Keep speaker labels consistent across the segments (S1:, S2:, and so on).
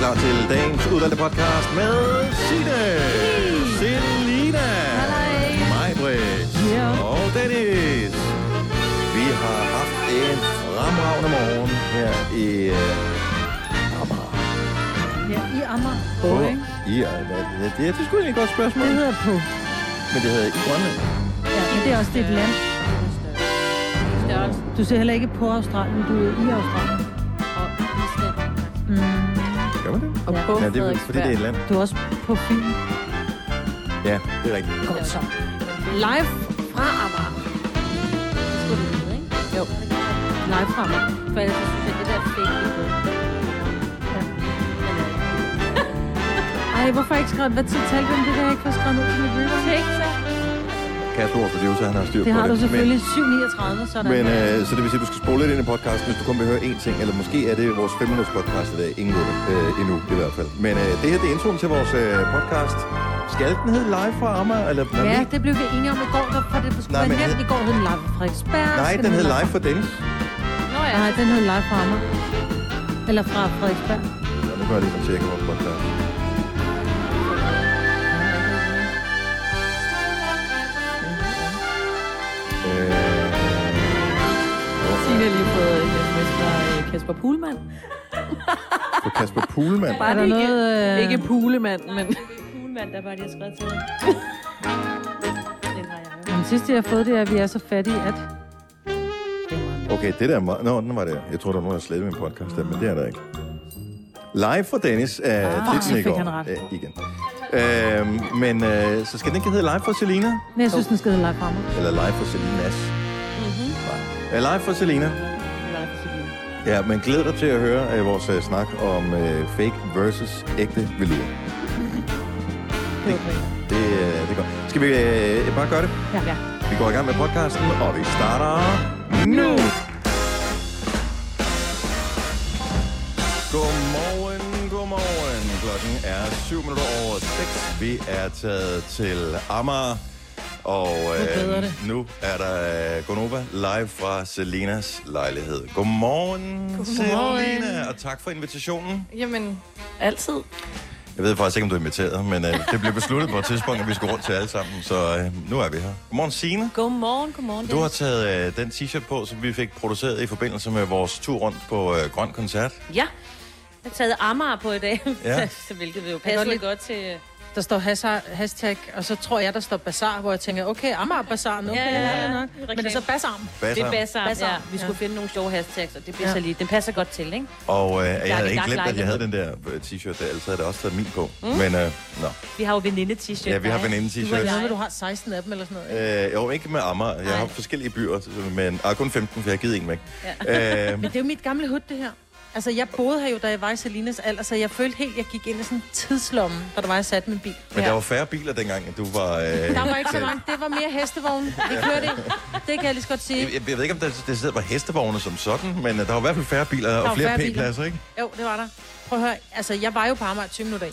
S1: klar til dagens udvalgte podcast med Signe, Selina,
S2: Hej.
S1: Majbrit
S2: Ja.
S1: og Dennis. Vi har haft en fremragende morgen her i øh, Amager.
S2: Ja, i Amager. På,
S1: På-
S2: ikke?
S1: i Amager. Ja, det er sgu egentlig et godt spørgsmål,
S2: Det hedder på.
S1: men det hedder i Grønland.
S2: Ja, men det er også det et land. Du ser heller ikke på Australien, du er i Australien. Mm.
S1: Gør man det?
S3: Og
S2: Ja.
S3: på
S1: Ja, det er vel, fordi det er et land.
S2: Du er også på film.
S1: Ja, det er rigtigt.
S2: Godt så.
S3: Live fra Amager. Jo.
S2: Live fra mig.
S3: For ellers så synes jeg, det der fake det er godt.
S2: Ja. Ej, hvorfor har jeg ikke skrevet? Hvad tid talte vi om det der, jeg ikke får skrevet ud til mit reel?
S3: Tænk så.
S1: Kasper, vores producer, han har styr på
S2: Det har
S1: det.
S2: du
S1: Men-
S2: selvfølgelig. 7.39, så er der...
S1: Men øh, så det vil sige, at du skal spole lidt ind i podcasten, hvis du kun vil høre én ting, eller måske er det vores 5 minutters podcast i dag, ingen ved det, øh, endnu i hvert fald. Men øh, det her, det er introen til vores øh, podcast. Skal den hedde Live fra Amager, eller hvad
S2: Ja,
S1: ved-
S2: det blev vi enige om i går, der, for det skulle
S1: Nej,
S2: være
S1: men-
S2: nemt. I går hed den live fra Frederiksberg.
S1: Nej,
S2: skal
S1: den
S2: hedde
S1: hedder Live for Dennis.
S3: Nå ja.
S2: Nej, den hed live fra mig. Eller fra Frederiksberg.
S1: Ja, nu gør jeg lige for at tjekke vores podcast. Øh,
S3: Signe har lige fået en sms fra øh, Kasper Poulmann.
S1: for Kasper Poulmann.
S2: Er der noget... Øh...
S3: Ikke Poulemand, men...
S4: Kuglemand, der bare lige har skrevet til mig. Den har jeg jo.
S2: Den sidste, jeg har fået, det er, at vi er så fattige, at...
S1: Okay, det der er meget... Nå, den var der. Jeg tror, der var nogen, der slettede min podcast der, men det er der ikke. Live for Dennis er ah,
S2: så
S1: titlen i
S2: fik
S1: går.
S2: han ret.
S1: Æ, igen. Øhm, men øh, så skal den ikke hedde Live for Selina?
S2: Men jeg synes, den skal hedde live fra mig.
S1: Eller Live for Selinas?
S5: Mhm.
S1: Mm-hmm. Live for Selina. Ja, men glæder dig til at høre øh, vores øh, snak om øh, fake versus ægte velur. Det, det, øh, det er godt. Skal vi øh, bare gøre det?
S2: Ja. ja.
S1: Vi går i gang med podcasten, og vi starter nu. Godmorgen, godmorgen. Klokken er 7 minutter over 6. Vi er taget til Amager. Og øh, nu er der øh, Gonova live fra Selinas lejlighed. Godmorgen,
S5: Godmorgen.
S1: Selina, og tak for invitationen.
S5: Jamen, altid.
S1: Jeg ved faktisk ikke, om du er inviteret, men øh, det blev besluttet på et tidspunkt, at vi skulle rundt til alle sammen, så øh, nu er vi her. Godmorgen, Signe.
S4: Godmorgen, godmorgen.
S1: Du har
S4: Dennis.
S1: taget øh, den t-shirt på, som vi fik produceret i forbindelse med vores tur rundt på øh, Grøn Koncert.
S4: Ja. Jeg har taget Amager på i dag,
S1: Ja.
S4: ja. hvilket vil jo
S5: Jeg kan
S4: passe
S5: godt
S4: lidt godt til... øh,
S5: Der står hasar- hashtag, og så tror jeg, der står bazar, hvor jeg tænker, okay, Amager Bazar nu.
S4: Ja, ja, ja.
S5: nok. Men der så bazar.
S4: Det er
S1: Basser.
S4: Bassam,
S5: Bassam,
S4: ja. Vi skulle finde nogle sjove hashtags, og det passer
S5: Ja.
S4: lige. Den passer godt til, ikke?
S1: Og øh, jeg havde
S4: det
S1: ikke
S4: gak
S1: glemt, at jeg havde
S4: lejlighed.
S1: den der øh, t-shirt der, ellers havde jeg da også taget min på. Mm. Men øh, nå,
S4: Vi har jo veninde-t-shirt.
S1: ja, vi har
S4: der, ikke?
S1: veninde
S5: Du har
S1: t-shirt.
S5: ikke noget, med, du har 16 af dem eller sådan noget. ikke?
S1: Øh, jo, ikke med Amager. Jeg har
S4: Nej.
S1: forskellige byer, så- men ah, kun 15, for jeg har givet en væk. Ja. Øh,
S5: Men det er jo mit gamle hud, det her. Altså, jeg boede her jo, da jeg var i Salinas alder, så jeg følte helt, jeg gik ind i sådan en tidslomme, da der var, jeg satte min bil.
S1: men der var færre biler dengang, at du var... Øh,
S5: Der var ikke så mange. Det var mere hestevogn. Vi kørte ikke. Det kan jeg lige så godt sige.
S1: jeg, jeg ved ikke, om der, det sidder på hestevogne som sådan, men øh, der var i hvert fald færre biler
S5: var
S1: og flere
S5: færre biler.
S1: p-pladser, ikke?
S5: Jo, det var der. Prøv at høre, altså jeg var jo på Amager i 20 minutter i.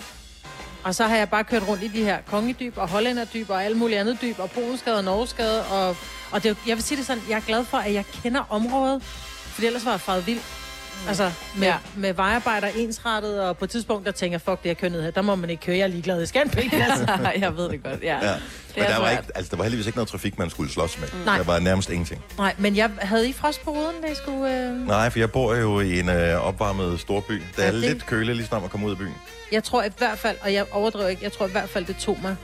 S5: Og så har jeg bare kørt rundt i de her kongedyb og hollænderdyb og alle mulige andre dyb og Polensgade og Norgesgade. Og, og det, er jo- jeg vil sige det sådan, jeg er glad for, at jeg kender området, for ellers var jeg faret vild.
S3: Mm.
S5: Altså med, ja. med vejarbejder ensrettet, og på et tidspunkt, der tænker jeg, fuck det, jeg kører ned her, der må man ikke køre, jeg er ligeglad, jeg skal have en penge.
S3: jeg ved det godt, ja.
S1: Ja. Men
S3: er
S1: der var,
S3: svært.
S1: ikke, altså, der var heldigvis ikke noget trafik, man skulle slås med.
S5: Nej.
S1: Der var nærmest ingenting.
S5: Nej, men jeg havde I frost på ruden, da jeg skulle... Øh...
S1: Nej, for jeg bor jo i en øh, opvarmet storby. Der er
S5: Ja,
S1: ja,
S5: det-
S1: lidt køle, lige snart man kommer ud af byen.
S5: Jeg tror i hvert fald, og jeg overdriver ikke, jeg tror i hvert fald, det tog mig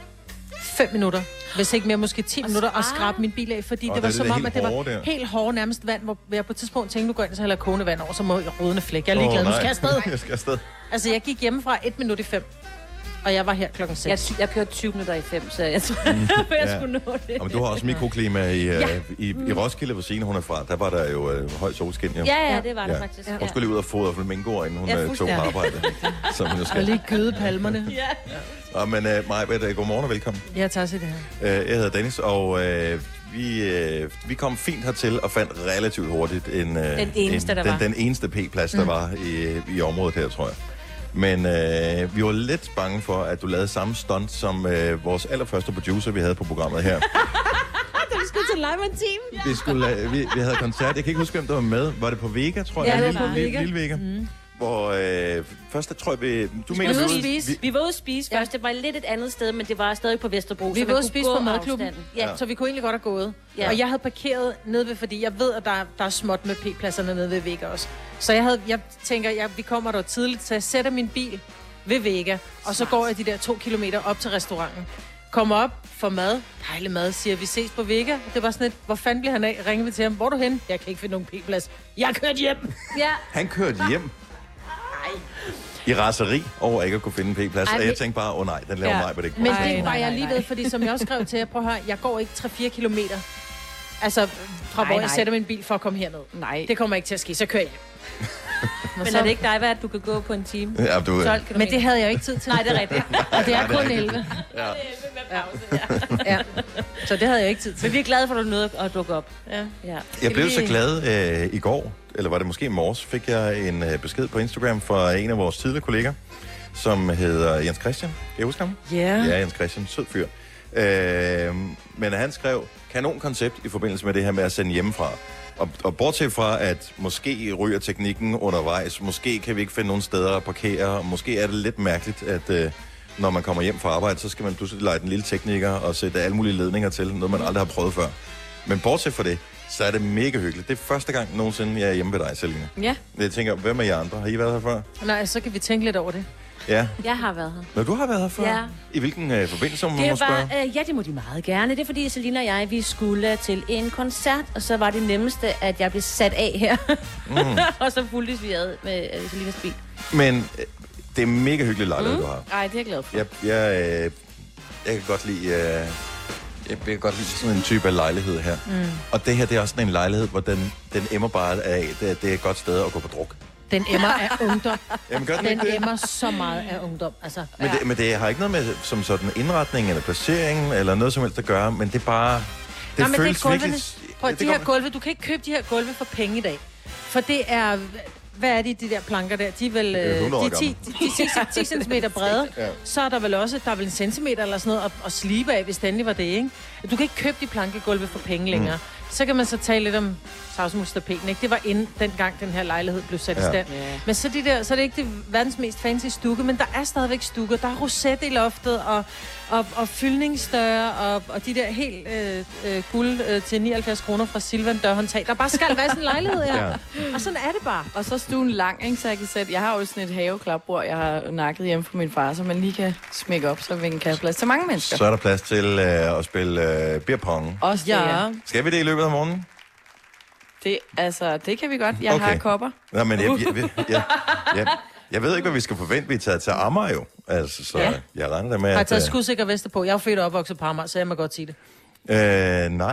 S5: 5 minutter, hvis ikke mere, måske 10 minutter, at skrabe min bil af, fordi
S1: Og
S5: det var
S1: der er det
S5: som
S1: der
S5: om,
S1: helt
S5: at det var
S1: hårde der.
S5: helt hårdt nærmest vand, hvor jeg på et tidspunkt tænkte, nu går jeg ind, så hælder jeg kogende vand over, så må jeg ruden flække. Jeg er ligeglad, oh, nu skal jeg afsted.
S1: jeg skal afsted.
S5: Altså, jeg gik hjemmefra 1 minut i 5, og jeg var her klokken
S4: Jeg,
S5: 6.
S4: jeg kørte 20 minutter i 5, så jeg tror, at jeg
S1: Mm. Ja.
S4: skulle nå det.
S1: Og men du har også mikroklima i, øh, ja. i, i Roskilde, hvor Signe hun er fra. Der var der jo øh, høj solskin. Jo.
S4: Ja, ja, det var det
S1: Ja.
S4: faktisk. Ja.
S1: Hun skulle lige ud og fodre flamingoer, inden hun
S4: Ja,
S1: ja, tog på
S4: fuldstændig.
S1: arbejde. som hun jo
S5: Og
S1: skal.
S5: lige gøde palmerne.
S4: Ja.
S1: Og, men øh, Maja, øh, godmorgen og velkommen.
S5: Jeg tager sig det her.
S1: Øh, jeg hedder Dennis, og øh, vi, øh, vi kom fint hertil og fandt relativt hurtigt en, øh,
S4: Den eneste,
S1: en,
S4: der
S1: den,
S4: var.
S1: den eneste p-plads, der mm. var i, i området her, tror jeg. Men øh, vi var lidt bange for, at du lavede samme stunt som øh, vores allerførste producer, vi havde på programmet her. vi, skulle, øh, vi, vi havde koncert. Jeg kan ikke huske, hvem der var med. Var det på Vega, tror jeg?
S5: Ja, det var
S1: Lille-
S5: på
S1: Lille-
S5: Vega.
S1: Lille Vega. Mm. hvor... Øh, først, der tror jeg, vi, du
S4: Vi
S1: mener...
S4: var ude at
S1: vi-
S4: spise,
S1: vi-
S4: vi var ude at spise
S5: Ja.
S4: først. Det var lidt et andet sted, men det var stadig på Vesterbro. så
S5: Vi
S4: man
S5: var ude
S4: kunne
S5: at spise
S4: gå
S5: på madklubben.
S4: afstanden. Ja.
S1: Ja.
S5: Ja. Så vi kunne egentlig godt have gået.
S4: Ja.
S5: Ja. Og jeg havde parkeret nede ved, fordi jeg ved, at der, der er småt med P-pladserne nede ved Vega også. Så jeg, havde, jeg tænker, jeg, vi kommer der tidligt, så jeg sætter min bil ved Vega, og så
S4: Smart.
S5: går jeg de der to kilometer op til restauranten. Kommer op for mad. Dejlig mad, siger vi ses på Vega. Det var sådan et, hvor fanden bliver han af? Ringer vi til ham, hvor er du henne? Jeg kan ikke finde nogen P-plads. Jeg er kørt hjem.
S4: ja.
S1: Han kørte hjem. I raseri over ikke at kunne finde en p-plads.
S4: Ej,
S1: Og jeg
S4: men-
S1: tænkte bare, åh oh, nej, den laver
S4: Ja.
S1: ja. mig, men det ikke
S5: Men
S1: mig.
S5: det var
S4: nej,
S5: jeg
S4: nej,
S5: lige
S4: nej.
S5: ved, fordi som jeg også skrev til jer, prøv at høre, jeg går ikke 3-4 kilometer. Altså, fra
S3: Nej,
S5: hvor
S3: nej.
S5: jeg sætter min bil for at komme herned.
S3: Nej.
S5: Det kommer ikke til at ske, så kører jeg.
S4: Men er det ikke dig, hvad, at du kan gå på en time?
S1: Ja, du,
S4: 12 km.
S5: Men det havde jeg jo ikke tid til.
S4: Nej, det er rigtigt.
S5: og det er
S1: det er
S5: kun
S1: rigtigt.
S5: 11.
S1: ja.
S5: Ja. Så det havde jeg ikke tid til.
S4: Men vi er glade for, at du nåede at dukke op.
S5: Ja.
S4: Ja.
S1: Jeg blev så
S5: lige-
S1: glad øh, i går, eller var det måske i morges, fik jeg en øh, besked på Instagram fra en af vores tidligere kolleger, som hedder Jens Christian. Kan I huske ham?
S5: Yeah.
S1: Ja, Jens Christian, sød fyr. Øh, men han skrev, kanon koncept i forbindelse med det her med at sende hjemmefra. Og, og bortset fra, at måske ryger teknikken undervejs, måske kan vi ikke finde nogen steder at parkere, og måske er det lidt mærkeligt, at øh, når man kommer hjem fra arbejde, så skal man pludselig lege den lille tekniker og sætte alle mulige ledninger til, noget man aldrig har prøvet før. Men bortset fra det, så er det mega hyggeligt. Det er første gang nogensinde, jeg er hjemme ved dig, Selina.
S3: Ja.
S1: Jeg tænker, hvem er I andre? Har I været her før?
S5: Nej, så kan vi tænke lidt over det.
S1: Ja.
S4: Jeg har været her.
S1: Når du har været her før?
S4: Ja.
S1: I hvilken øh, forbindelse, om man må
S4: Det
S1: spørge?
S4: var, øh, ja, det må de meget gerne. Det er fordi, Selina og jeg, vi skulle øh, til en koncert, og så var det nemmeste, at jeg blev sat af her. Mm. og så fulgtes vi ad med øh, Selinas bil.
S1: Men øh, det er mega hyggelig lejlighed, mm. du har.
S3: Nej, det er jeg glad for.
S1: Jeg, jeg, øh, jeg kan godt lide... Øh, jeg, jeg kan godt lide sådan en type af lejlighed her. Mm. Og det her, det er også sådan en lejlighed, hvor den, den emmer bare af, det, det er et godt sted at gå på druk.
S5: Den emmer af ungdom.
S1: Jamen, gør den
S5: Den
S1: ikke det?
S5: emmer så meget af ungdom. Altså,
S1: Men, det, men det har ikke noget med som sådan indretning eller placering eller noget som helst at gøre, men det er bare... Det
S5: Nej, men
S1: føles
S5: det er gulvene.
S1: virkelig...
S5: Prøv,
S1: Ja,
S5: ja,
S1: det
S5: de
S1: går-
S5: her gulve, du kan ikke købe de her gulve for penge i dag. For det er, hvad er de, de der planker der? De er vel
S1: Det er
S5: øh,
S1: 100 år
S5: de er 10, de, de er 10, 10 cm brede.
S1: Ja.
S5: ja. Så er der vel også, der er vel en centimeter eller sådan noget at, at slibe af, hvis det endelig var det, ikke? Du kan ikke købe de plankegulve for penge længere.
S1: Mm.
S5: Så kan man så tale lidt om savsmustapeten, ikke? Det var inden dengang den her lejlighed blev sat ja.
S1: Ja.
S5: i stand.
S3: Ja.
S5: Men så, de der, så er det ikke det verdens mest fancy stukke, men der er stadigvæk stukker. Der er roset i loftet, og, og, og fyldningsdøre, og, og de der helt øh, øh, guld øh, til 79 kroner fra Silvan dørhåndtag. Der bare skal være sådan en lejlighed her.
S1: Ja.
S5: Ja. Og sådan er det bare.
S3: Og så er stuen lang, ikke? så jeg kan sætte... Jeg har jo sådan et haveklapbord, jeg har nakket hjemme fra min far, så man lige kan smække op, så vi kan have plads til mange mennesker.
S1: Så er der plads til øh, at spille øh, beer pong.
S3: Også det, ja.
S5: Ja.
S1: Skal vi det i løbet af morgenen?
S3: det, altså, det kan vi godt. Jeg
S1: Okay.
S3: har kopper.
S1: Nå, men jeg,
S3: Uh.
S1: jeg, jeg, jeg, jeg, jeg ved ikke, hvad vi skal forvente. Vi er taget til Amager jo. Altså, så ja.
S3: Ja.
S1: jeg regner da med,
S5: Jeg har
S1: at...
S5: taget skudsikker veste på. Jeg er jo født og opvokset på Amager, så jeg må godt sige det.
S1: øh, nej,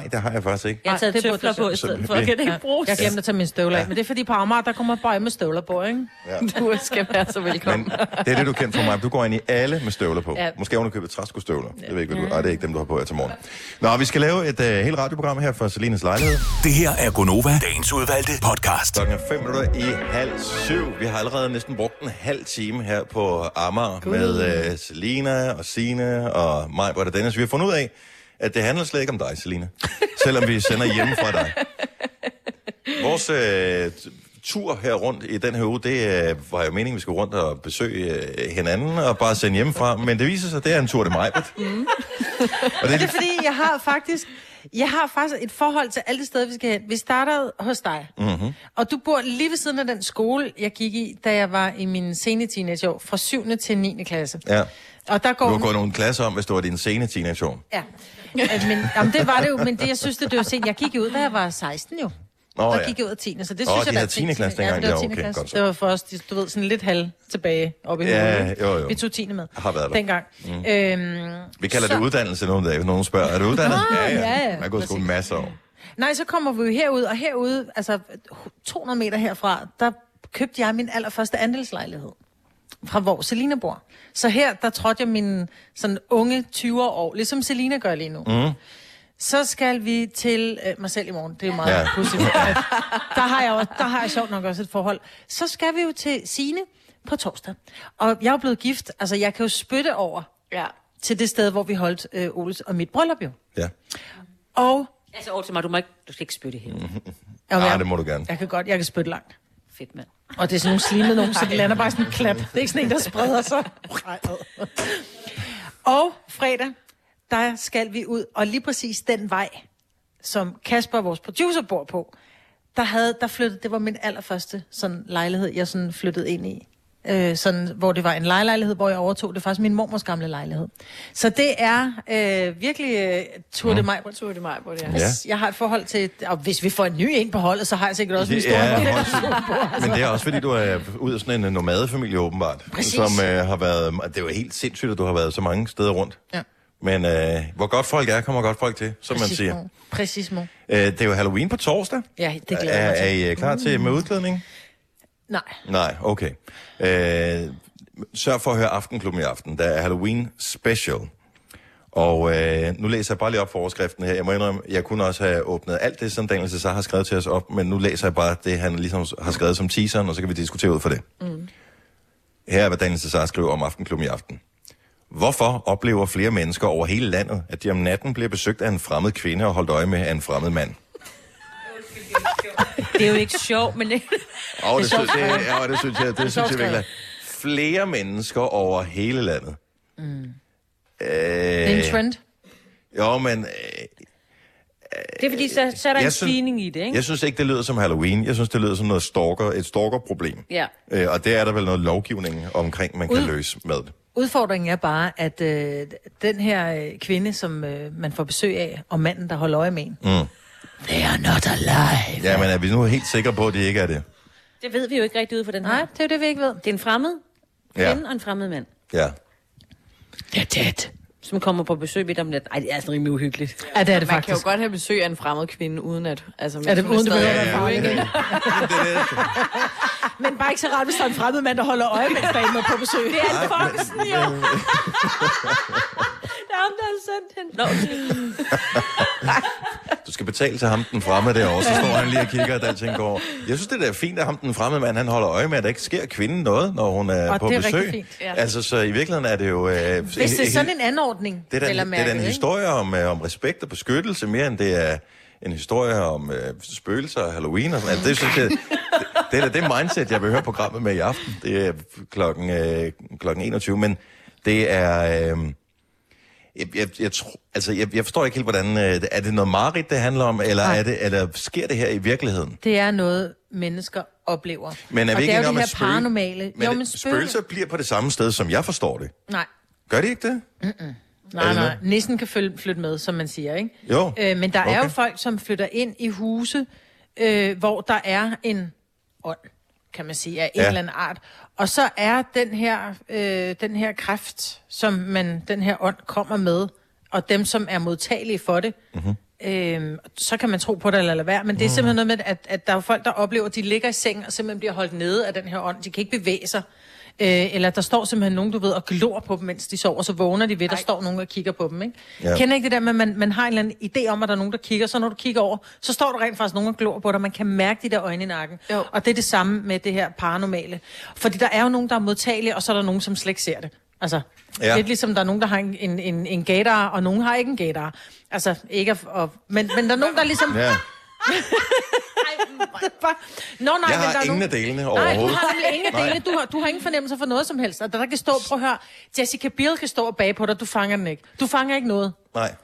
S1: det har jeg faktisk ikke.
S4: Jeg har
S5: Nej,
S4: taget
S5: det burde
S4: tøfler
S5: du
S4: på
S5: så.
S4: i stedet
S1: Så-
S4: for. Jeg kan det ikke bruges.
S5: Jeg glemte at tage min støvler af, men det er fordi på Amager, der kommer bare med støvler på, ikke?
S1: Ja.
S3: Du skal være så velkommen.
S1: Men det er det, du kender for mig. Du går ind i alle med støvler på. Ja.
S5: Ja.
S1: Måske oven købet træskostøvler. Ja. Jeg ved ikke, hvad du... Nej, det er ikke dem, du har på her til morgen. Nå, vi skal lave et øh, helt radioprogram her for Selinas lejlighed.
S6: Det her er Gonova, dagens udvalgte podcast.
S1: Klokken er fem minutter i halv syv. Vi har allerede næsten brugt en halv time her på Amager God. med øh, Selina og Sine og mig, Britt og Dennis. Vi har fundet ud af, at det handler slet ikke om dig, Selina. selvom vi sender hjemme fra dig. Vores øh, t- tur her rundt i den her uge, det øh, var jo meningen, vi skulle rundt og besøge øh, hinanden og bare sende hjemmefra. Men det viser sig, at det er en tur til mig. Mm. og det,
S5: Det er fordi, jeg har faktisk... Jeg har faktisk et forhold til alle de steder, vi skal hen. Vi startede hos dig.
S1: Mhm.
S5: Mm-hmm. Og du bor lige ved siden af den skole, jeg gik i, da jeg var i mine sene teenageår, fra 7. til 9. klasse.
S1: ja.
S5: Og der
S1: Du
S5: går...
S1: har gået nogle klasser om, hvis du var din sene teenageår.
S5: Ja. Øh, Men, jamen, det var det jo, men det, jeg synes, det, det var sent. Jeg gik ud, da jeg var 16 jo.
S1: Nå,
S5: Oh, der
S1: ja.
S5: gik jeg ud af 10. Så det synes
S1: Åh, de
S5: jeg, der
S1: havde
S5: er
S1: 10. klasse dengang.
S5: Ja, det
S1: Ja,
S5: var 10.
S1: okay,
S5: klasse.
S1: godt så.
S5: Det var for os, de- du ved, sådan lidt halv tilbage op i
S1: Ja,
S5: hovedet, ikke?
S1: jo, jo.
S5: Vi tog 10. med.
S1: Har været der.
S5: Dengang. Mm. Øhm,
S1: Vi kalder så... det uddannelse nogle dage, hvis nogen spørger. Er du uddannet?
S5: Nå, Ah, ja, ja.
S1: Man har gået i skole masser af år.
S5: Nej, så kommer vi jo herud, og herude, altså 200 meter herfra, der købte jeg min allerførste andelslejlighed fra hvor Selina bor. Så her, der trådte jeg min sådan unge 20 år, ligesom Selina gør lige nu. Mm. Så skal vi til øh, mig selv i morgen. Det er jo meget
S1: Ja.
S5: ja. pudsigt. Der har jeg også, der har jeg sjovt nok også et forhold. Så skal vi jo til Sine på torsdag. Og jeg er jo blevet gift, altså jeg kan jo spytte over
S3: Ja.
S5: til det sted, hvor vi holdt øh, Oles og mit bryllup jo.
S1: Ja.
S5: Og
S4: Altså over til mig, du, må ikke, du skal ikke spytte hende.
S5: Ja, men
S1: Ej,
S5: jeg-
S1: Ah, det må du gerne.
S5: Jeg kan godt, jeg kan spytte langt.
S4: Fedt, mand.
S5: Og det er sådan nogle slimede nogen, så det lander bare sådan en klap. Det er ikke sådan en, der spreder sig. Ej, ad. Og fredag, der skal vi ud, og lige præcis den vej, som Kasper, vores producer, bor på, der, havde, der flyttede, det var min allerførste sådan lejlighed, jeg sådan flyttede ind i. Øh, sådan, hvor det var en lejlighed, hvor jeg overtog det er faktisk min mormors gamle lejlighed. Så det er øh, virkelig øh, Tour de Maj.
S3: Tur det mig på det her.
S1: Ja.
S5: Jeg har et forhold til, og hvis vi får en ny ind på holdet, så har jeg sikkert også en stor
S1: Ja,
S5: ja.
S1: hold-
S5: Altså-
S1: men det er også fordi, du er ud af sådan en øh, nomadefamilie åbenbart.
S5: Præcis.
S1: Som øh, har været, det er jo helt sindssygt, at du har været så mange steder rundt.
S5: Ja.
S1: Men øh, hvor godt folk er, kommer godt folk til, som man
S5: Præcis,
S1: siger.
S5: mor. Præcis, mor.
S1: Øh, det er jo Halloween på torsdag.
S5: Ja, det glæder
S1: er,
S5: jeg mig
S1: er
S5: til. Mm.
S1: I øh, klar til med udklædning?
S5: Nej.
S1: Nej, okay. Øh, sørg for at høre Aftenklubben i aften. Der er Halloween special. Og øh, nu læser jeg bare lige op for overskriften her. Jeg må indrømme, jeg kunne også have åbnet alt det, som Daniel Cesar har skrevet til os op, men nu læser jeg bare det, han ligesom har skrevet som teaseren, og så kan vi diskutere ud for det. Mm. Her er, hvad Daniel Cesar skriver om Aftenklubben i aften. Hvorfor oplever flere mennesker over hele landet, at de om natten bliver besøgt af en fremmed kvinde og holdt øje med af en fremmed mand?
S4: Det er jo ikke sjovt, men det,
S1: Og det, synes, det, ja, og det synes jeg, det synes jeg
S5: sjovt
S1: virkelig. er. Flere mennesker over hele landet. Mm. Øh,
S5: Det er en trend.
S1: Jo, men øh,
S4: det er fordi, så, så er der
S1: Jeg
S4: en
S1: synes-
S4: stigning i det, ikke?
S1: jeg synes ikke, det lyder som Halloween. Jeg synes, det lyder som noget stalker, et stalkerproblem.
S4: Ja.
S1: Øh, og det er der vel noget lovgivning omkring, man kan løse med det.
S5: Udfordringen er bare, at øh, den her øh, kvinde, som øh, man får besøg af, og manden, der holder øje med en, mm. they are not alive.
S1: Ja, men er vi nu helt sikre på, at det ikke er det?
S4: Det ved vi jo ikke rigtig ud fra den her.
S5: Nej, det er jo det, vi ikke ved.
S4: Det er en fremmed
S1: Ja.
S4: kvinde og en fremmed mand,
S1: Ja.
S5: They're dead.
S4: som kommer på besøg midt om natten. Ej, det er altså rimelig uhyggeligt.
S5: Ja, det er
S3: Man kan
S5: det
S3: jo
S5: faktisk.
S3: godt have besøg af en fremmed kvinde, uden at... Altså,
S5: Ja, det, uden det behøver
S1: Ja,
S5: at
S1: ja.
S5: være farligt. ikke? Ah, Men bare ikke så rart, hvis der er en fremmed mand, der holder øje med damen er på besøg. Det er
S4: Ej, Foxen, jo. det er ham, der har sendt hende. Nå,
S1: Du skal betale til ham, den fremme derovre, så står han lige og kigger, og alting går. Jeg synes, det er da fint, at ham, den fremme mand, han holder øje med, at der ikke sker kvinden noget, når hun er
S5: Og
S1: på
S5: det er
S1: besøg.
S5: rigtig fint,
S3: ja.
S1: Altså, så i virkeligheden er det jo... Øh, Hvis
S5: Hvis det er sådan en anordning,
S1: det er da
S5: vel at
S1: en, det er da en
S5: mærke, ikke?
S1: historie om, øh, om respekt og beskyttelse, mere end det er en historie om øh, spøgelser og Halloween og sådan altså, det, synes jeg, det, det er da det mindset, jeg vil høre programmet med i aften. Det er klokken, øh, klokken 21, men det er... Øh, jeg, jeg, jeg, tror, altså, jeg, jeg forstår ikke helt, hvordan... Øh, er det noget mareridt, det handler om, eller, er det, eller sker det her i virkeligheden?
S5: Det er noget, mennesker oplever.
S1: Men er
S5: og
S1: vi ikke
S5: det er
S1: enige
S5: jo
S1: om,
S5: de
S1: at
S5: her
S1: spøge-
S5: paranormale...
S1: Men, jo, men spøgelser bliver på det samme sted, som jeg forstår det.
S5: Nej,
S1: Gør det ikke det?
S5: nej,
S1: Eller-
S5: nej. Nissen kan følge, flytte med, som man siger, ikke?
S1: Altså. Jo.
S5: Øh, men der okay. er
S1: Okay.
S5: jo folk, som flytter ind i huse, øh, hvor der er en ånd, kan man sige, af en
S1: Ja.
S5: ja. eller anden art. Og så er den her, øh, den her kræft, som man, den her ånd kommer med, og dem, som er modtagelige for det,
S1: Mhm.
S5: mm-hmm. øh, så kan man tro på det eller lade være. Men
S1: Mm.
S5: det er simpelthen noget med, at, at der er folk, der oplever, at de ligger i seng og simpelthen bliver holdt nede af den her ånd. De kan ikke bevæge sig. Øh, eller der står simpelthen nogen, du ved, og glor på dem, mens de sover, så vågner de ved, der står nogen og kigger på dem, ikke?
S1: Ja.
S5: Ja. Kender ikke det der med, at man, man har en eller anden idé om, at der er nogen, der kigger, så når du kigger over, så står der rent faktisk nogen og glor på dig, man kan mærke de der øjne i nakken.
S3: Jo.
S5: Og det er det samme med det her paranormale. Fordi der er jo nogen, der er modtagelige, og så er der nogen, som slet ikke ser det. Altså,
S1: Ja.
S5: ja. lidt ligesom der er nogen, der har en, en, en, en gator, og nogen har ikke en gator. Altså, ikke at, og, men, men der er nogen, der ligesom...
S1: Ja.
S5: Bare, Nå, nej,
S1: Jeg
S5: men der
S1: har
S5: er
S1: ingen
S5: nogen...
S1: af delene
S5: Nej, du
S1: overhovedet.
S5: har nemlig ingen af delene. Du har, du har ingen fornemmelse for noget som helst. Og der, der kan stå, prøv at høre, Jessica Biel kan stå og bage på dig, du fanger den ikke. Du fanger ikke noget.
S1: Nej.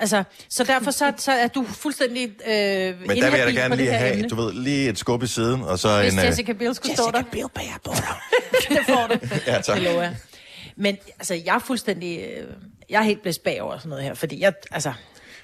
S5: Altså, så derfor så, så er du fuldstændig øh,
S1: Men der vil jeg da gerne lige have, du ved, lige et skub i siden, og så
S5: Hvis
S1: en... øh,
S5: Jessica Biel skulle stå der. Jessica Biel bager på dig. det får du.
S1: Ja, tak.
S5: Det lover jeg. Men altså, jeg er fuldstændig... Øh, jeg er helt blæst bagover og sådan noget her, fordi jeg, altså...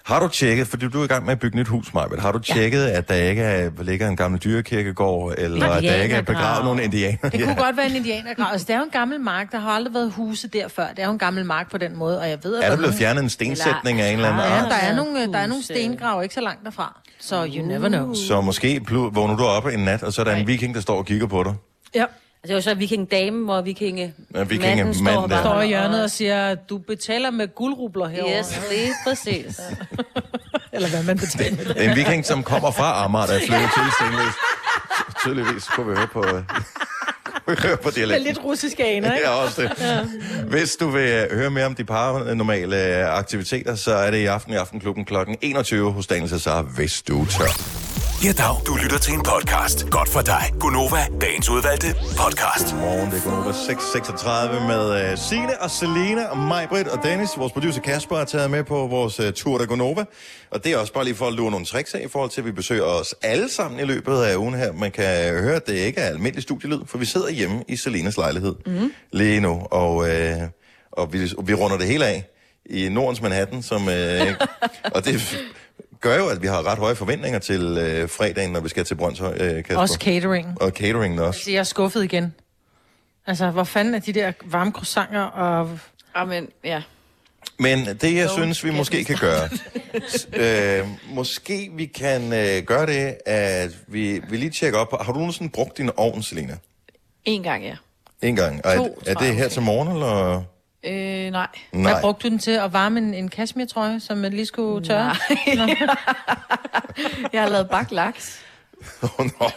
S1: Har du tjekket, fordi du er i gang med at bygge nyt hus, Majbet, har du tjekket, at der ikke er, ligger en gammel dyrekirkegård, eller at der ikke er begravet
S4: Indianergrav.
S1: nogle indianer?
S5: Det kunne godt være en indianergrav. Altså, det er jo en gammel mark. Der har aldrig været huse der før. Det er jo en gammel mark på den måde, og jeg ved, at...
S1: Er der
S5: der
S1: blevet fjernet en stensætning af en eller anden
S5: Ja,
S1: art?
S5: der er nogle, øh, der er
S4: Huse.
S5: nogle stengrave ikke så langt derfra. Så you never know.
S1: Så måske plu- vågner du op en nat, og så er der en viking, der står og kigger på dig.
S5: Ja.
S4: Altså, det var så vikingdamen, hvor vikinge...
S1: Ja, vikinge-
S4: manden står
S1: manden
S4: og
S1: der.
S4: bare-
S5: Står i hjørnet og siger, du betaler med guldrubler herovre.
S4: Yes, lige præcis.
S5: Eller hvad man betaler.
S1: En viking, som kommer fra Amager, der er flyttet til Stenløs. Tydeligvis kunne vi høre på, øh, kunne vi høre på
S5: Det
S1: dialekten.
S5: er lidt russiske aner, ikke?
S1: Ja, også det. Hvis du vil øh, høre mere om de paranormale øh, aktiviteter, så er det i aften i Aftenklubben kl. 21 hos Daniel Cesar, hvis du tør.
S6: Ja, dag. Du lytter til en podcast. Godt for dig. Gunova, dagens udvalgte podcast.
S1: Godmorgen, det er Gunova 636 med uh, Signe og Selina og mig, Britt og Dennis. Vores producer Kasper er taget med på vores uh, tur der Gunova. Og det er også bare lige for at lure nogle tricks af i forhold til, at vi besøger os alle sammen i løbet af ugen her. Man kan øh, høre, at det ikke er almindelig studielyd, for vi sidder hjemme i Selinas lejlighed mm. lige nu. Og, uh, og vi, vi runder det hele af i Nordens Manhattan, som... Uh, og det gør jo, at vi har ret høje forventninger til øh, fredagen, når vi skal til Brøndshøj, øh, Kasper.
S5: Også catering.
S1: Og cateringen også.
S5: Så jeg er skuffet igen. Altså, hvor fanden er de der varme croissanter og...
S3: Amen, ja.
S1: Men det, jeg synes, vi måske kan gøre, s- øh, måske vi kan øh, gøre det, at vi, vi lige tjekker op. på- Har du nogensinde brugt din ovn, Selina?
S3: En gang, ja.
S1: En gang. Og
S3: To,
S1: er, er
S3: tror
S1: det
S3: jeg
S1: her til morgen, eller?
S3: Øh, nej.
S5: Hvad
S1: Nej.
S5: brugte du den til? At varme en, en kashmir-trøje, som man lige skulle tørre? Nå.
S3: Jeg har lavet bagt laks.
S1: Nå.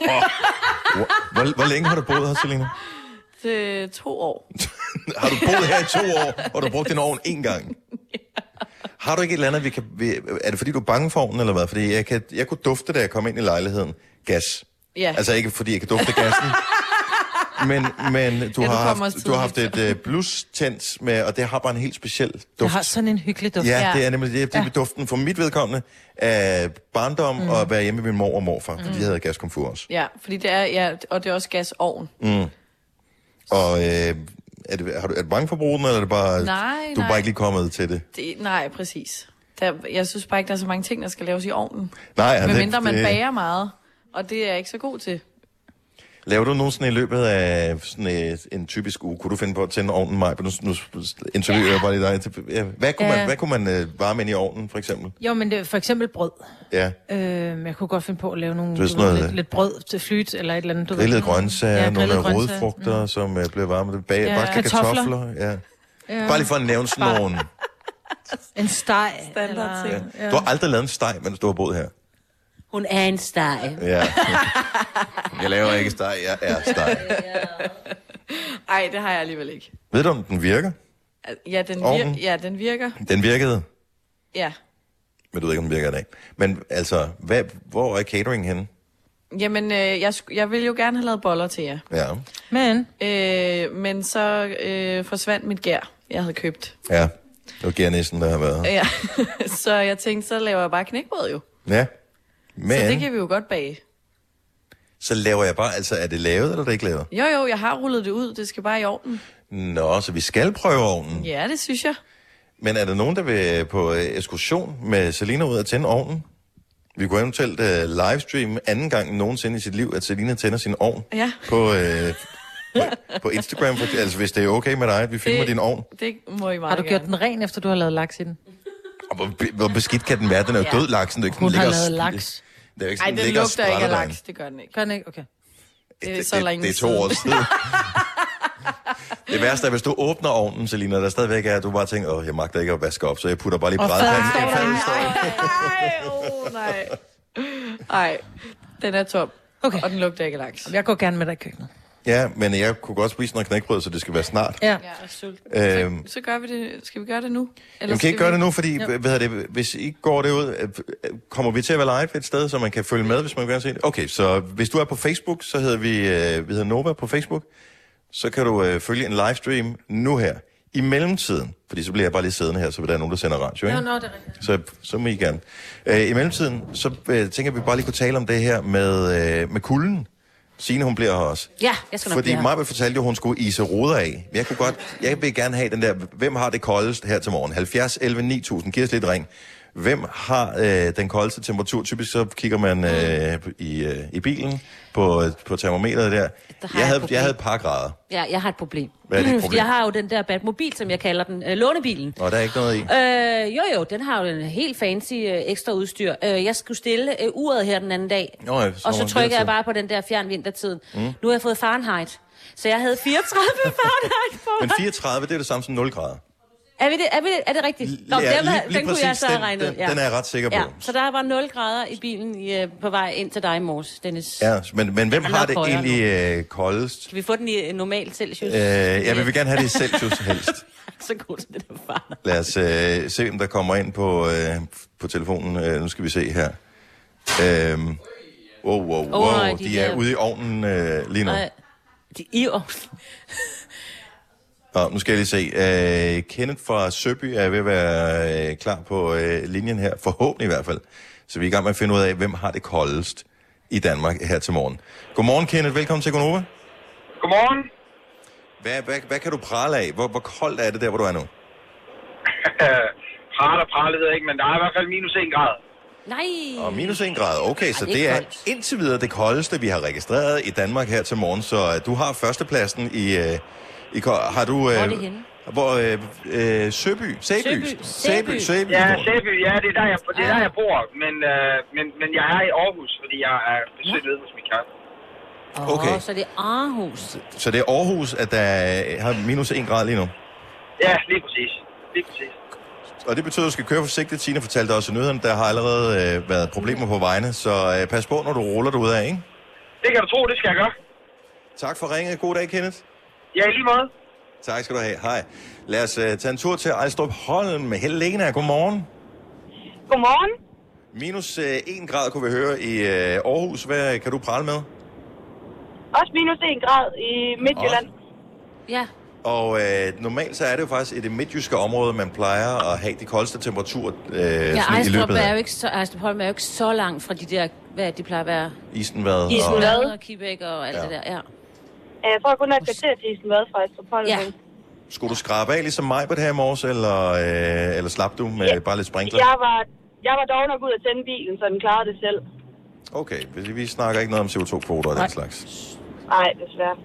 S1: Hvor, hvor, hvor længe har du boet her, Selina?
S3: Det to år.
S1: Har du boet her i to år, og du har brugt din ovn én gang? Har du ikke et eller andet, vi kan... Vi, er det fordi, du er bange for ovnen, eller hvad? Fordi jeg, kan, jeg kunne dufte, da jeg kom ind i lejligheden. Gas.
S3: Ja.
S1: Altså ikke fordi, jeg kan dufte gassen. Men, men du,
S3: Ja,
S1: ja,
S3: du
S1: har
S3: kommer også
S1: haft, du har haft
S3: tidligt.
S1: et øh, blus tændt med, og det har bare en helt speciel
S5: Jeg
S1: duft.
S5: har sådan en hyggelig duft.
S1: Ja,
S3: Ja.
S1: det er nemlig det, det er duften for mit vedkommende af barndom mm. og at være hjemme med min mor og morfar,
S3: Mm.
S1: for de havde gaskomfur også. Mm.
S3: Ja, fordi det er, ja, og det er også gasovn.
S1: Og øh, er, det, har du, er du bange for at bruge den, eller er det bare,
S3: Nej,
S1: du er bare
S3: nej.
S1: ikke lige kommet til det?
S3: Det, nej, præcis. Der, jeg synes bare ikke, der er så mange ting, der skal laves i ovnen.
S1: Nej,
S3: Ja,
S1: det-
S3: Medmindre man
S1: det-
S3: bager meget, og det er jeg ikke så god til.
S1: Laver du nogensinde i løbet af sådan et, en typisk uge, kunne du finde på at tænde ovnen mig? Nu, nu interviewer jeg bare lige dig. Ja, Hvad kunne, man,
S5: Ja.
S1: hvad kunne man øh, varme ind i ovnen, for eksempel?
S5: Jo, men det, er for eksempel brød.
S1: Ja,
S5: Øh, jeg kunne godt finde på at lave nogle
S1: ved
S5: du
S1: sådan
S5: ved,
S1: noget-
S5: lidt, lidt, brød til flyt, eller et eller andet. Du ved.
S1: grillede grøntsager, ja, nogle
S5: grillede
S1: af
S5: grøntsager.
S1: rodfrugter, mm. som øh, bliver varmet. Bag, ja.
S3: Ja.
S1: Bagte kartofler.
S5: Kartofler.
S1: kartofler. Ja.
S5: Mm.
S1: Ja. Bare lige for at nævne sådan
S5: Bare-
S1: nogle.
S5: En steg.
S3: Standard ting.
S1: Ja. Du har aldrig lavet en steg, mens du har boet her.
S4: Hun er en steg.
S1: Ja. jeg laver ikke steg, jeg er steg.
S3: Ej, det har jeg alligevel ikke.
S1: Ved du, om den virker?
S3: Ja, den,
S1: Ovnen?
S3: vir- ja, den virker.
S1: Den virkede,
S3: Ja.
S1: men du ved ikke, om den virker i dag. Men altså, hvad, hvor er catering henne?
S3: Jamen, øh, jeg, sk- jeg ville jo gerne have lavet boller til jer.
S1: Ja.
S5: Men
S3: Øh, men så øh, forsvandt mit gær, jeg havde købt.
S1: Ja. Det var gærnissen, der har været.
S3: Ja. så jeg tænkte, så laver jeg bare knækbrød jo.
S1: Ja.
S3: Men.
S1: Men
S3: Så
S1: så,
S3: det kan vi jo godt bage.
S1: så laver jeg bare, altså er det lavet, eller er det ikke lavet?
S3: Jo, jo, jeg har rullet det ud. Det skal bare i ovnen.
S1: Nå, så vi skal prøve ovnen.
S3: Ja, det synes jeg.
S1: Men er der nogen, der vil på øh, ekskursion med Selina ud og tænde ovnen? Vi kunne eventuelt øh, livestreame anden gang nogensinde i sit liv, at Selina tænder sin ovn
S3: Ja.
S1: på, øh, på, på Instagram. For, altså hvis det er okay med dig, at vi filmer det...
S3: Det-
S1: din ovn.
S3: Det må I meget
S5: har du gjort
S3: gerne.
S5: den ren, efter du har lavet laks i den?
S1: Og hvor, be- hvor beskidt kan den være? Den er jo død laksen. Det er jo ikke, sådan,
S5: Hun
S1: den
S5: har
S1: ligger
S5: lavet
S1: og sp-
S5: laks.
S1: Det er jo ikke
S3: Ej,
S1: sådan,
S3: den
S1: ligger og
S3: lugter ikke af
S1: sprætter derinde.
S3: laks. Det gør den ikke.
S5: Gør den ikke? Okay.
S3: Det er så længe
S1: det, det er to
S3: siden.
S1: år siden. det værste er, hvis du åbner ovnen, Selina, der stadigvæk er, at du bare tænker, åh, jeg magter ikke at vaske op, så jeg putter bare lige
S5: Og
S1: brædpanden.
S5: fadet står der.
S3: Nej, oh, nej. Ej, den er tom.
S5: Okay.
S3: Og den lugter ikke af laks.
S5: Jeg går gerne med dig i køkkenet.
S1: Ja, men jeg kunne godt spise noget knækbrød, så det skal være snart.
S5: Ja.
S3: Jeg er sulten.
S1: Øhm,
S3: Så gør vi det. Skal vi gøre det nu? Eller
S1: Jamen, kan I
S3: skal
S1: ikke gøre
S3: vi-
S1: det nu, fordi hvad hedder det, hvis I går det ud, øh, øh, kommer vi til at være live et sted, så man kan følge med, hvis man gerne vil se det? Okay, så hvis du er på Facebook, så hedder vi, øh, vi hedder Nova på Facebook, så kan du øh, følge en livestream nu her. I mellemtiden, fordi så bliver jeg bare lige siddende her, så der er nogen, der sender radio, ikke?
S5: Nå, det er rigtigt.
S1: Så, så må I gerne. Øh, I mellemtiden, så øh, tænker jeg, at vi bare lige kunne tale om det her med, øh, med kulden. Signe, hun bliver her også.
S4: Ja, jeg skal nok
S1: Fordi
S4: blive her.
S1: Maja fortalte jo, at hun skulle ise ruder af. Jeg, kunne godt, jeg vil gerne have den der, hvem har det koldest her til morgen? 70, 11, 9000. Giv os lidt ring. Hvem har øh, den koldeste temperatur? Typisk så kigger man øh, i, øh, i bilen på, på termometeret der.
S4: et
S1: Jeg havde,
S4: problem.
S1: jeg havde et par grader.
S4: Ja, jeg har et problem.
S1: Hvad er dit
S4: Mm,
S1: problem?
S4: Jeg har jo den der Batmobil, som jeg kalder den, øh, lånebilen.
S1: Og der er ikke noget i.
S4: Øh, jo, jo, den har jo en helt fancy øh, ekstra udstyr. Øh, jeg skulle stille øh, uret her den anden dag,
S1: Nå ja, så
S4: og så
S1: var det
S4: trykker
S1: vintertid.
S4: jeg bare på den der fjern vintertiden. Mm. Nu har jeg fået Fahrenheit, så jeg havde 34 Fahrenheit på
S1: Men
S4: mig.
S1: 34, det er det samme som 0 grader.
S4: Er, vi det, er, vi det, er det rigtigt? Nå,
S1: Ja,
S4: den,
S1: lige-
S4: var,
S1: lige
S4: den kunne
S1: præcis
S4: jeg så have
S1: den-
S4: regnet.
S1: den- den er jeg ret sikker på.
S4: Ja, så der var 0 grader i bilen i, øh, på vej ind til dig i morges, Dennis. Ja.
S1: Ja, men, men hvem
S4: er
S1: har
S4: nok
S1: det
S4: højere
S1: egentlig øh, koldest?
S4: Kan vi få den i øh, normalt selv, synes
S1: Øh, ja, vi vil gerne have det i Celsius helst.
S4: Så god som det der Fahrenheit.
S1: Lad os øh, se, om der kommer ind på, øh, på telefonen. Øh, nu skal vi se her. Øh, Wow, wow, wow.
S4: Åh, nej,
S1: de,
S4: de
S1: er
S4: der-
S1: ude i ovnen øh, lige nu.
S4: Nej. De i år.
S1: Nå, nu skal jeg lige se. Øh, Kenneth fra Søby er ved at være øh, klar på øh, linjen her, forhåbentlig i hvert fald. Så vi er i gang med at finde ud af, hvem har det koldest i Danmark her til morgen. Godmorgen, Kenneth. Velkommen til Gonova.
S7: Godmorgen.
S1: Hvad, hvad, hvad kan du prale af? Hvor, hvor koldt er det der, hvor du er nu?
S7: Øh, pral og pral, det ved jeg ikke, men der er i hvert fald minus 1 grad.
S4: Nej.
S1: Og minus 1 grad. Okay, så
S4: det er
S1: det er
S4: koldt.
S1: indtil videre det koldeste, vi har registreret i Danmark her til morgen. Så øh, du har førstepladsen i... Øh, i ko- har du...
S7: Øh,
S4: er det henne?
S1: Hvor øh, øh, Søby? Sæby?
S4: Søby.
S1: Sæby.
S4: Sæby.
S1: Sæby.
S7: Ja,
S1: Morten.
S7: Sæby, ja, det er der, jeg, det er der, jeg bor, men, øh, men, men jeg er i Aarhus, fordi jeg er besøgt nede hos min kæreste.
S1: Okay.
S4: Åh, så det er Aarhus.
S1: Så det er Aarhus, at der har minus 1 grad lige nu.
S7: Ja, lige præcis. Lige præcis.
S1: Og det betyder, at du skal køre forsigtigt. Tina fortalte os i nyhederne, der har allerede øh, været problemer på vejene. Så øh, pas på, når du ruller dig ud af, ikke?
S7: Det kan du tro, det skal jeg gøre.
S1: Tak for ringet. God dag, Kenneth.
S7: Ja, i lige måde.
S1: Tak skal du have. Hej. Lad os øh, tage en tur til Ejstrup Holm med Helena. Godmorgen.
S8: Godmorgen.
S1: Minus øh, 1 grad kunne vi høre i øh, Aarhus. Hvad kan du prale med?
S8: Også minus 1 grad i Midtjylland.
S4: Ja.
S1: Og øh, normalt så er det jo faktisk i det midtjyske område, man plejer at have de koldeste temperaturer øh,
S4: Ja,
S1: ja, i
S4: Ejstrup
S1: løbet
S4: er jo
S1: af
S4: ikke så, Ejstrup Holm er jo ikke så langt fra de der, hvad de plejer at være.
S1: Isenvad. og-
S4: Island og Quebec og alt
S1: Ja.
S4: ja. det der, ja.
S8: Øh, Jeg tror kun, at kvarter til Isen Vade fra Estrup Holm.
S4: Ja.
S1: Skulle du skrabe af ligesom mig på det her i morges, eller, øh, eller slap du med ja. bare lidt sprinkler?
S8: Jeg var, jeg var dog nok ud at tænde bilen, så den klarede det selv.
S1: Okay, vi, vi snakker ikke noget om CO2-kvoter og den slags.
S8: Nej, desværre.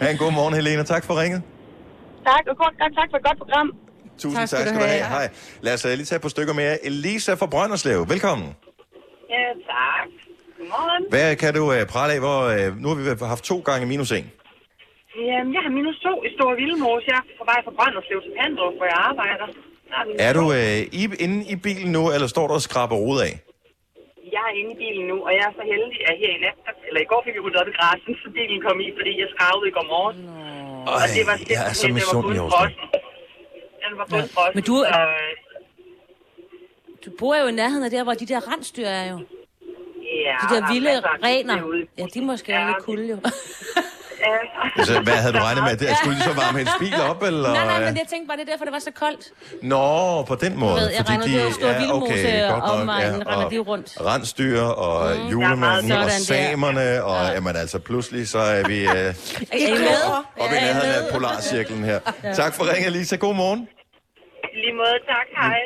S1: Ha' en god morgen, Helena. Tak for ringet.
S8: Tak, og kort gang tak for et godt program.
S1: Tusind tak, tak skal du have. Hej. Lad os øh, lige tage på stykker mere. Elisa fra Brønderslev, velkommen.
S8: Ja, tak. Godmorgen.
S1: Hvad kan du øh, prale af? Hvor, øh, nu har vi haft to gange minus en.
S8: Jamen, jeg har minus 2 i Store Vildmose. Jeg er på vej fra Brønderslev til Pandrup, hvor jeg arbejder.
S1: Er du øh, i, inde i bilen nu, eller står du og skraber rod af?
S8: Jeg er inde i bilen nu, og jeg er så heldig, at her i nat, eller i går fik vi ryddet op i græsset, så bilen kom i, fordi jeg skravede i går morges.
S1: Ej, jeg er så
S8: simpelthen-
S1: misundelig
S8: den var
S1: over
S8: bundfrossen. Den var bundfrossen.
S4: Men du-
S8: Så,
S3: Øh,
S4: Du bor jo i nærheden af der, hvor de der rensdyr er jo.
S8: ja,
S4: De der vilde
S9: altså,
S8: masser af
S4: rener.
S8: aktivitet ude i
S4: Ja, de er
S8: bussen.
S4: måske
S8: Ja,
S4: lidt kulde jo.
S8: ja.
S1: Altså, hvad havde du regnet med? Det- Skulle de så varme hendes bil op, eller?
S4: nej, nej, men jeg tænkte bare, det er derfor, det var så koldt.
S1: Nå, på den måde.
S4: Du ved, jeg
S1: fordi
S4: regner ud,
S1: de
S4: det er jo stor
S1: ja,
S4: vildmose
S1: okay, godt
S4: og
S1: nok,
S4: omegn, render de rundt.
S1: Rensdyr og mm,
S8: meget
S1: julemanden og
S4: sådan der.
S1: samerne, og ja. jamen altså pludselig så er vi øh, oppe
S4: Er I med?
S1: i nærheden af polarcirklen her. Tak for ringen, Lisa. God morgen.
S8: I lige måde, tak. Hej.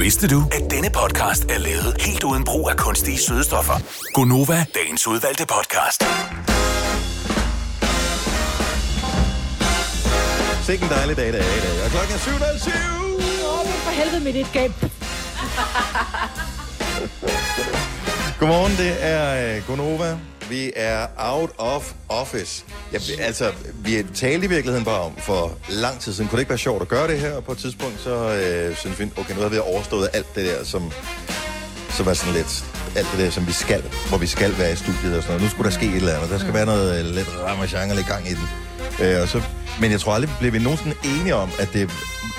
S6: Vidste du, at denne podcast er lavet helt uden brug af kunstige sødestoffer? Gonova, dagens udvalgte podcast.
S1: Sikke en dejlig dag, det er i dag. Og klokken er 7.07.
S10: Åh, det er for helvede med dit gab.
S1: Godmorgen, det er øh, Gonova. Vi er out of office. Ja, vi- altså, vi talte i virkeligheden bare om for lang tid siden. Kunne det ikke være sjovt at gøre det her? Og på et tidspunkt, så øh, synes vi, okay, nu har vi overstået alt det der, som, som er sådan lidt alt det der, som vi skal, hvor vi skal være i studiet og sådan noget. Nu skulle der ske et eller andet. Der skal være noget øh, lidt ramachan og lidt gang i den. Øh, og så, men jeg tror aldrig, blev vi nogensinde enige om, at det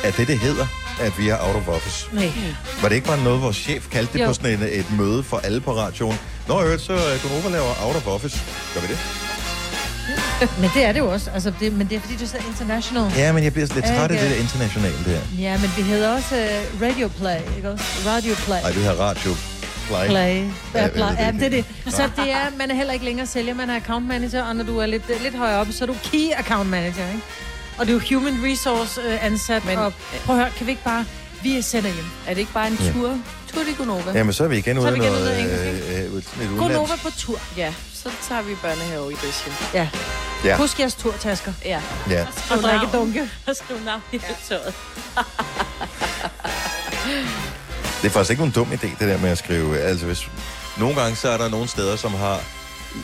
S1: er det, det hedder, at vi er out of office.
S5: Nej.
S1: Var det ikke bare noget, vores chef kaldte det
S5: Jo.
S1: jo. på sådan et, et møde for alle på radioen? Nå, i øvrigt, så øh, Gunova laver out of office. Gør vi det?
S5: Men det er det jo også. Altså, det, men det er fordi, det er så international.
S1: Ja, men jeg bliver sådan lidt
S5: Ja,
S1: træt af
S5: ikke?
S1: det der internationale det her.
S5: Ja, men vi hedder også uh, Radio Play, ikke også? Radio Play.
S1: Nej, det her radio. Play.
S5: Play.
S1: Ja,
S5: Ja,
S1: jeg ved
S5: play.
S1: det
S5: Ja,
S1: ikke.
S5: det er det. Så det er, man er heller ikke længere sælger, man er account manager, og når du er lidt, lidt højere oppe, så er du key account manager, ikke? Og det er jo human resource øh, ansat, men, og prøv at høre, kan vi ikke bare, vi sender hjem.
S3: Er det ikke bare en
S1: Ja.
S3: tur? Tur til Gonova.
S1: Jamen, så er vi igen ude af
S3: igen
S1: noget...
S3: ude af
S1: øh, øh, ud- sådan et
S5: Gonova
S1: udenlands.
S5: på tur.
S3: Ja, så tager vi børnehave i Døsjen.
S5: Ja.
S1: øh, Ja.
S5: Husk jeres turtasker.
S3: Ja.
S1: Ja.
S5: Og drikke dunke.
S4: Og skriv navn i tøjet.
S1: Det er faktisk ikke nogen dum idé, det der med at skrive. Altså, hvis... Nogle gange, så er der nogle steder, som har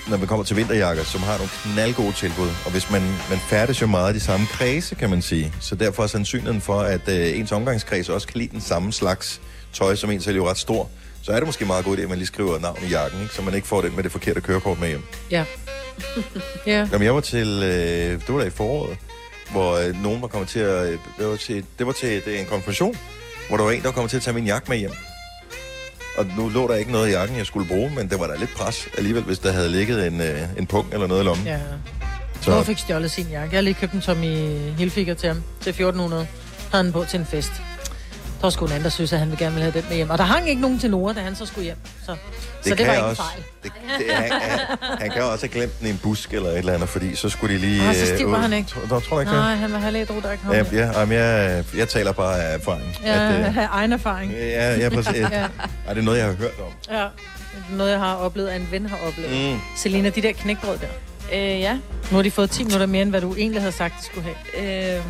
S1: når vi kommer til vinterjakker, som har nogle knaldgode tilbud. Og hvis man, man færdes jo meget i de samme kredse, kan man sige. Så derfor er sandsynligheden for, at øh, ens omgangskreds også kan lide den samme slags tøj, som en selv jo ret stor. Så er det måske en meget god idé, at man lige skriver navn i jakken, ikke? så man ikke får den med det forkerte kørekort med hjem.
S5: Ja. ja.
S1: Jamen, jeg var til, øh, det var da i foråret, hvor øh, nogen var kommet til at, øh, det var til, det var til det er en konfirmation, hvor der var en, der var kommet til at tage min jakke med hjem. Og nu lå der ikke noget i jakken, jeg skulle bruge, men det var da lidt pres alligevel, hvis der havde ligget en, øh, en pung eller noget i lommen.
S5: Ja.
S1: Så-
S5: Hvor fik stjålet sin jakke? Jeg har lige købt den som i Hilfiger til ham til 1400. Havde den på til en fest. Der var sgu en anden, der synes, at han ville gerne ville have den med hjem. Og der hang ikke nogen til Nora, da han så skulle hjem. Så det, så
S1: kan
S5: det var ikke
S1: også.
S5: en fejl.
S1: Det, det, han, han, han kan jo også have glemt den i en busk eller et eller andet, fordi så skulle de lige...
S5: Ah, så stiv
S1: øh,
S5: var
S1: ud.
S5: han ikke.
S1: Tror, tror, tror du ikke
S5: Nej, han var halvædru, der ikke kom.
S1: det? Ja, ja, jamen, jeg, jeg taler bare af erfaring.
S5: Ja,
S1: At, øh,
S5: at, egen erfaring.
S1: ja, ja, præcis.
S5: ja.
S1: Ej, det er noget, jeg har hørt om.
S5: ja. Noget, jeg har oplevet, at en ven har oplevet.
S1: Mm.
S5: Mm. Selina, de der knækbrød der.
S3: Øh, ja.
S5: Nu har de fået 10 minutter mere, end hvad du egentlig havde sagt, de skulle have.
S3: Øh,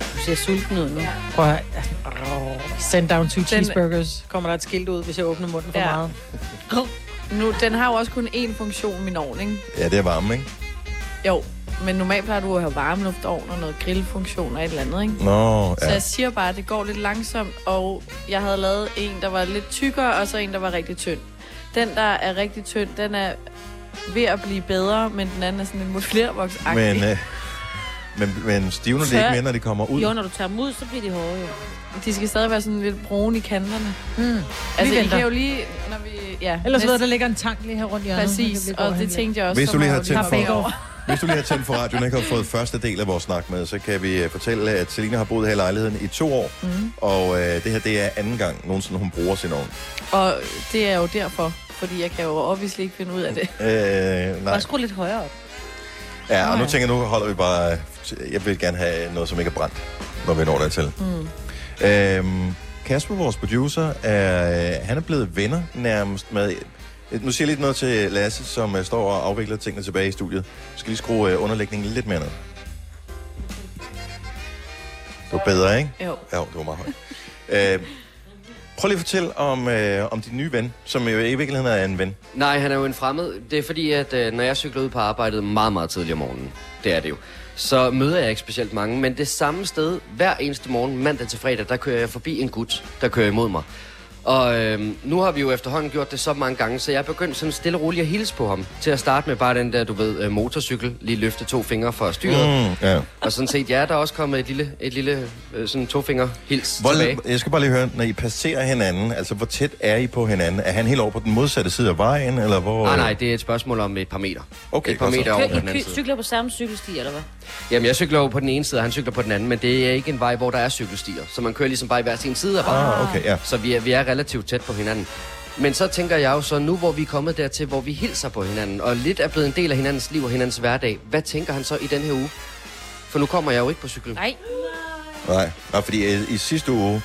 S4: Du ser sulten ud nu. Ja.
S5: Prøv at høre. Altså, Send down two
S3: Den-
S5: cheeseburgers. Kommer der et skilt ud, hvis jeg åbner munden for
S3: Ja.
S5: ja. meget.
S3: nu, den har jo også kun én funktion, min ovn, ikke?
S1: Ja, det er varme, ikke?
S3: Jo, men normalt plejer du at have varmeluftovn og noget grillfunktion og et eller andet, ikke?
S1: Nå,
S3: Så
S1: ja.
S3: jeg siger bare, at det går lidt langsomt, og jeg havde lavet en, der var lidt tykkere, og så en, der var rigtig tynd. Den, der er rigtig tynd, den er ved at blive bedre, men den anden er sådan lidt modellervoksagtig.
S1: Men, øh, men, men stivner det ikke mere, når de kommer ud?
S3: når du tager dem ud, så bliver de hårde, jo. De skal stadig være sådan lidt brune i kanterne.
S4: Hmm.
S5: Mm.
S3: Altså, I
S5: venter.
S3: kan jo lige, når vi... Ja,
S5: Ellers ved jeg,
S3: næste-
S5: der ligger en tank lige her rundt i hjørnet.
S3: Præcis,
S5: Den kan
S3: og
S5: vi gå hen
S3: det
S5: lidt.
S3: tænkte jeg også.
S1: Hvis
S3: så
S1: du lige
S3: må
S1: har
S3: jeg jo
S1: tændt
S3: lige
S1: for,
S3: bagover.
S1: hvis du lige har tændt for radioen og ikke har fået første del af vores snak med, så kan vi øh, fortælle, at Selina har boet her i lejligheden i to år,
S3: Mhm.
S1: og øh, det her det er anden gang nogensinde, hun bruger sin ovn.
S3: Og det er jo derfor, fordi jeg kan jo obviously ikke finde ud af det.
S1: Øh, nej.
S4: skru lidt højere op.
S1: Ja, og nu tænker jeg, nu holder vi bare... øh, Jeg vil gerne have noget, som ikke er brændt, når vi når dertil.
S4: Mm.
S1: Øhm, Kasper, vores producer, er, øh, han er blevet venner nærmest med... øh, Nu siger jeg lidt noget til Lasse, som øh, står og afvikler tingene tilbage i studiet. Du skal lige skrue øh, underlægningen lidt mere ned. Det var bedre, ikke?
S3: Jo.
S1: Jo, det var meget højt. øh, prøv lige at fortælle om, øh, om din nye ven, som jo i virkeligheden er en ven.
S11: Nej, han er jo en fremmed. Det er fordi, at øh, når jeg cykler ud på arbejdet meget, meget tidligt om morgenen, det er det jo, så møder jeg ikke specielt mange, men det samme sted hver eneste morgen, mandag til fredag, der kører jeg forbi en gut, der kører imod mig. Og øhm, nu har vi jo efterhånden gjort det så mange gange, så jeg er begyndt sådan stille og roligt at hilse på ham. Til at starte med bare den der, du ved, øh, motorcykel, lige løfte to fingre fra styret.
S1: Mm, ja.
S11: Og sådan set, ja, der er også kommet et lille, et lille øh, sådan tofinger hils
S1: Hvor,
S11: tilbage.
S1: jeg skal bare lige høre, når I passerer hinanden, altså hvor tæt er I på hinanden? Er han helt over på den modsatte side af vejen, eller hvor...
S11: Ah, Nej, nej, det er et spørgsmål om et par meter.
S1: Okay,
S11: et par
S1: godt så.
S11: meter over på den
S4: Kører I
S11: anden
S4: ky-
S11: side.
S4: cykler på samme cykelsti, eller hvad?
S11: Jamen, jeg cykler jo på den ene side, og han cykler på den anden, men det er ikke en vej, hvor der er cykelstier. Så man kører ligesom bare i hver sin side af vejen.
S1: Ah, okay, ja.
S11: Så vi er, vi er relativt tæt på hinanden. Men så tænker jeg jo så, nu hvor vi er kommet dertil, hvor vi hilser på hinanden, og lidt er blevet en del af hinandens liv og hinandens hverdag, hvad tænker han så i den her uge? For nu kommer jeg jo ikke på cyklen.
S4: Nej.
S1: Nej, nej fordi øh, i, i sidste uge,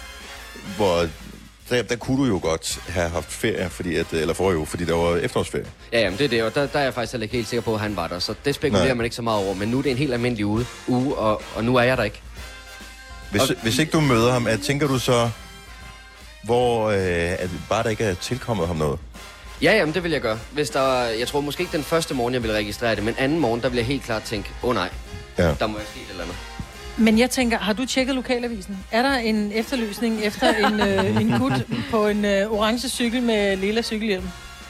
S1: hvor der, der kunne du jo godt have haft ferie, fordi at, øh, eller forrige uge, fordi der var efterårsferie.
S11: Ja, jamen, det er det, og der, der er jeg faktisk heller ikke helt sikker på, at han var der, så det spekulerer
S1: Nej.
S11: Nej. man ikke så meget over. Men nu er det en helt almindelig uge, uge og, og nu er jeg der ikke.
S1: Hvis,
S11: Og-
S1: hvis ikke du møder ham, er, tænker du så, hvor øh, at bare der ikke er tilkommet ham noget?
S11: Ja, jamen det vil jeg gøre. Hvis der, jeg tror måske ikke den første morgen, jeg vil registrere det, men anden morgen, der vil jeg helt klart tænke, åh oh, nej,
S1: ja.
S11: der må jeg ske et eller andet.
S5: Men jeg tænker, har du tjekket lokalavisen? Er der en efterløsning efter en, øh, en gut på en øh, orange cykel med lilla cykelhjelm?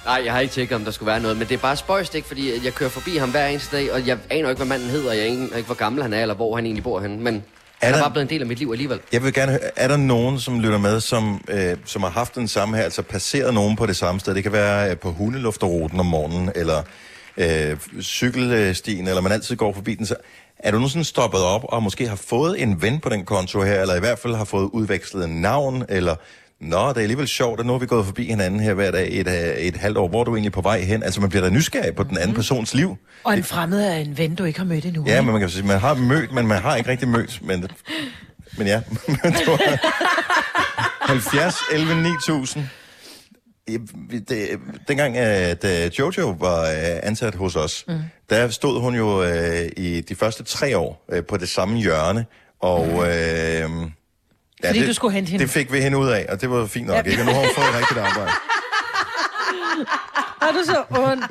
S11: Nej, jeg har ikke tjekket, om der skulle være noget, men det er bare spøjst, ikke? Fordi at jeg kører forbi ham hver eneste dag, og jeg aner ikke, hvad manden hedder, og jeg aner ikke, hvor gammel han er, eller hvor han egentlig bor henne. Men han er bare blevet en del af mit liv alligevel.
S1: Jeg vil gerne høre, er der nogen, som lytter med, som, øh, som har haft den samme her, altså passeret nogen på det samme sted? Det kan være øh, på hundelufterruten om morgenen, eller øh, cykelstien, eller man altid går forbi den. Så er du nogensinde stoppet op og måske har fået en ven på den konto her, eller i hvert fald har fået udvekslet en navn, eller Nå, det er alligevel sjovt, at nu har vi gået forbi hinanden her hver dag et, øh, et halvt år. Hvor er du egentlig på vej hen? Altså, man bliver da nysgerrig på den anden persons liv.
S5: Og en fremmed er en ven, du ikke har mødt endnu.
S1: Ja,
S5: ikke?
S1: men man kan sige, man har mødt, men man har ikke rigtig mødt. Men, men ja, men du har- 70, 11, 9000. Ja, vi- Det, dengang, at øh, Jojo var øh, ansat hos os, mm. der stod hun jo øh, i de første tre år øh, på det samme hjørne, og... Øh, ja,
S5: Mm. Fordi du skulle hente hende.
S1: Det fik vi hende ud af, og det var fint nok,
S5: Ja.
S1: ja. ikke? Og nu har hun fået rigtigt arbejde.
S5: Er du så ond?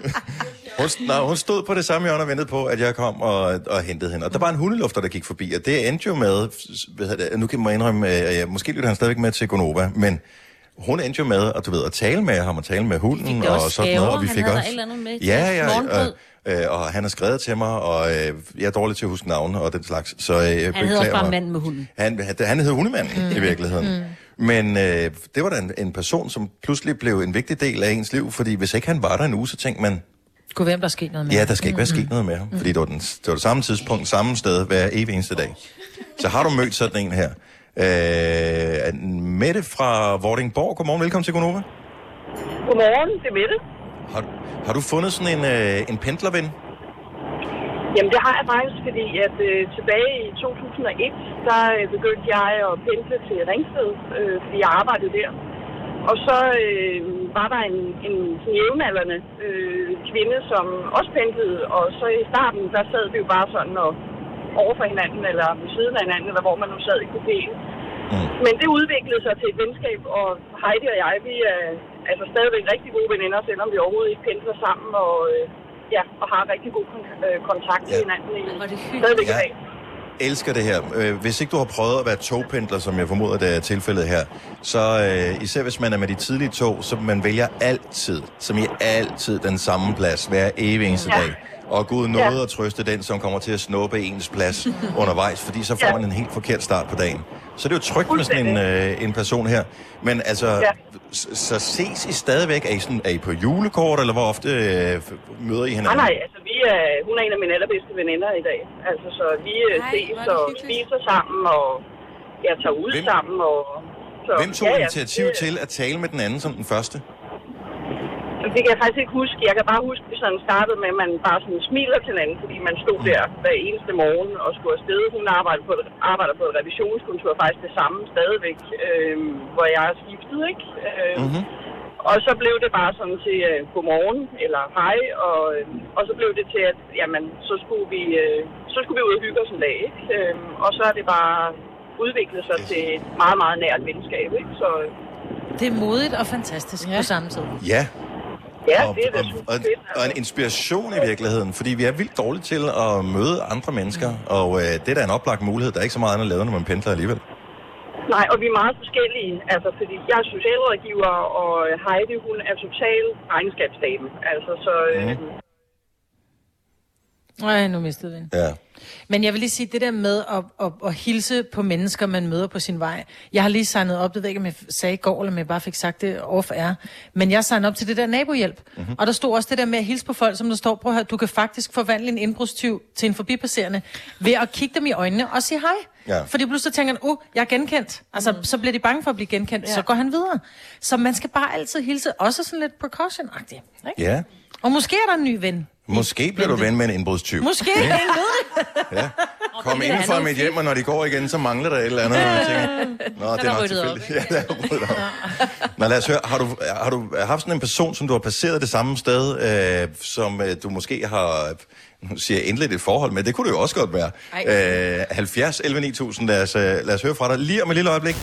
S1: Hun, nej, hun stod på det samme hjørne og ventede på, at jeg kom og, og hentede hende. Og der var en hundelufter, der gik forbi, og det endte jo med, hvad hedder det, nu kan man indrømme, at jeg, måske lytter han stadigvæk med til Gonova, men hun endte jo med at, du ved, at tale med ham og tale med hunden
S4: da også
S1: og sådan noget.
S4: gaver.
S1: Og vi
S4: Han
S1: fik
S4: havde da
S1: også,
S4: et eller andet med til
S1: ja, ja,
S4: morgenbrød.
S1: og, øh, og han har skrevet til mig, og øh, jeg er dårlig til at huske navne og den slags, så øh, jeg
S4: Han hedder også
S1: beklager
S4: bare
S1: mig.
S4: manden med hunden.
S1: Han, han hed Hundemanden mm. i virkeligheden.
S4: Mm.
S1: Mm. Men øh, det var da en, en person, som pludselig blev en vigtig del af ens liv, fordi hvis ikke han var der en uge, så tænkte man,
S5: Gud, hvem der er sket noget med? Mm.
S1: Ja, der skal ikke være sket noget med ham, fordi det var, den, det var det samme tidspunkt, samme sted hver evig eneste dag. Så har du mødt sådan en her. Øh, Mette fra Vordingborg, godmorgen, velkommen til Gonova.
S12: Godmorgen, det er Mette.
S1: Har du fundet sådan en, øh, en pendlerven?
S12: Jamen, det har jeg faktisk, fordi at øh, tilbage i 2001, der øh, begyndte jeg at pendle til Ringsted, øh, fordi jeg arbejdede der. Og så øh, var der en, en sådan jævnaldrende øh, kvinde, som også pendlede, og så i starten, der sad vi jo bare sådan og over for hinanden, eller ved siden af hinanden, eller hvor man nu sad i kupéen. Mm. Men det udviklede sig til et venskab, og Heidi og jeg, vi er altså stadigvæk rigtig gode veninder, selvom vi overhovedet ikke pendler sammen, og, øh, ja, og har rigtig god kon- øh, kontakt til hinanden i stadigvæk i dag.
S1: Elsker det her. Øh, Hvis ikke du har prøvet at være togpendler, som jeg formoder, det er tilfældet her, så øh, især hvis man er med de tidlige tog, så man vælger altid, som i altid, den samme plads hver evig eneste
S13: Ja.
S1: dag. Og Gud nåede
S13: Ja.
S1: at trøste den, som kommer til at snuppe ens plads undervejs, fordi så får
S13: Ja.
S1: man en helt forkert start på dagen. Så det er jo trygt med sådan en, øh, en person her. Men altså,
S13: Ja.
S1: ja. så, så ses I stadigvæk? Er I, sådan, er I på julekort, eller hvor ofte øh, f- møder I
S12: Nej,
S1: hinanden?
S12: nej, altså vi er, hun er en af mine allerbedste veninder i dag. Altså, så vi øh, ses og spiser sammen, og jeg tager ud Hvem? sammen, og... Så,
S1: Hvem tog ja, initiativ
S12: altså, det-
S1: til at tale med den anden som den første?
S12: Det kan jeg faktisk ikke huske. Jeg kan bare huske, at vi sådan startede med, at man bare sådan smiler til hinanden, fordi man stod
S1: Mm.
S12: der hver eneste morgen og skulle afsted. Hun arbejder på et, arbejder på et revisionskontor, faktisk det samme stadigvæk, øh, hvor jeg er skiftet, ikke? Øh,
S1: Mhm.
S12: mm-hmm. Og så blev det bare sådan til øh, godmorgen eller hej, og, øh, og så blev det til, at jamen, så, skulle vi, øh, så skulle vi ud og hygge os en dag, ikke? Øh, og så er det bare udviklet sig til et meget, meget nært venskab, ikke? Så øh,
S5: Det er modigt og fantastisk ja. på samme tid.
S1: Ja.
S12: Ja,
S1: og,
S12: det er altså. da
S1: og, og, og en inspiration i virkeligheden, fordi vi er vildt dårlige til at møde andre mennesker, og øh, det er da en oplagt mulighed. Der er ikke så meget andet at lave, når man pendler alligevel.
S12: Nej, og vi er meget forskellige. Altså, fordi jeg er socialrådgiver, og øh, Heidi, hun er total regnskabsdame. Altså, så... Øh,
S5: Nej, nu mistede vi den.
S1: Ja.
S5: Men jeg vil lige sige, det der med at, at, at hilse på mennesker, man møder på sin vej. Jeg har lige signet op, det ved jeg ikke, om jeg sagde i går, eller om jeg bare fik sagt det off air. Men jeg signede op til det der nabohjælp.
S1: Mhm.
S5: Mm-hmm. Og der stod også det der med at hilse på folk, som der står, prøv at høre, du kan faktisk forvandle en indbrudstyv til en forbipasserende, ved at kigge dem i øjnene og sige hej.
S1: Ja.
S5: Fordi pludselig så tænker han, uh, jeg er genkendt. Altså, mm. så bliver de bange for at blive genkendt, ja. så går han videre. Så man skal bare altid hilse, også sådan lidt precaution-agtigt. Ikke?
S1: Ja.
S5: Og måske er der en ny ven.
S1: Måske bliver du ven med en indbrudstyv.
S5: Måske,
S1: Ikke?
S5: ingen ved det.
S1: Kom
S5: det er
S1: ind for
S5: andet
S1: mit hjem, og når de går igen, så mangler der et eller andet. og jeg tænker, Nå,
S5: Der
S1: det er
S5: var
S1: nok
S5: ryddet op,
S1: tilfældigt. Ja, der er ryddet op. Nå, lad os høre, har du, har du haft sådan en person, som du har passeret det samme sted, øh, som øh, du måske har nu siger jeg indledt et forhold med? Det kunne det jo også godt være. Øh, 70 11 9000, lad os, øh, lad os høre fra dig lige om et lille øjeblik.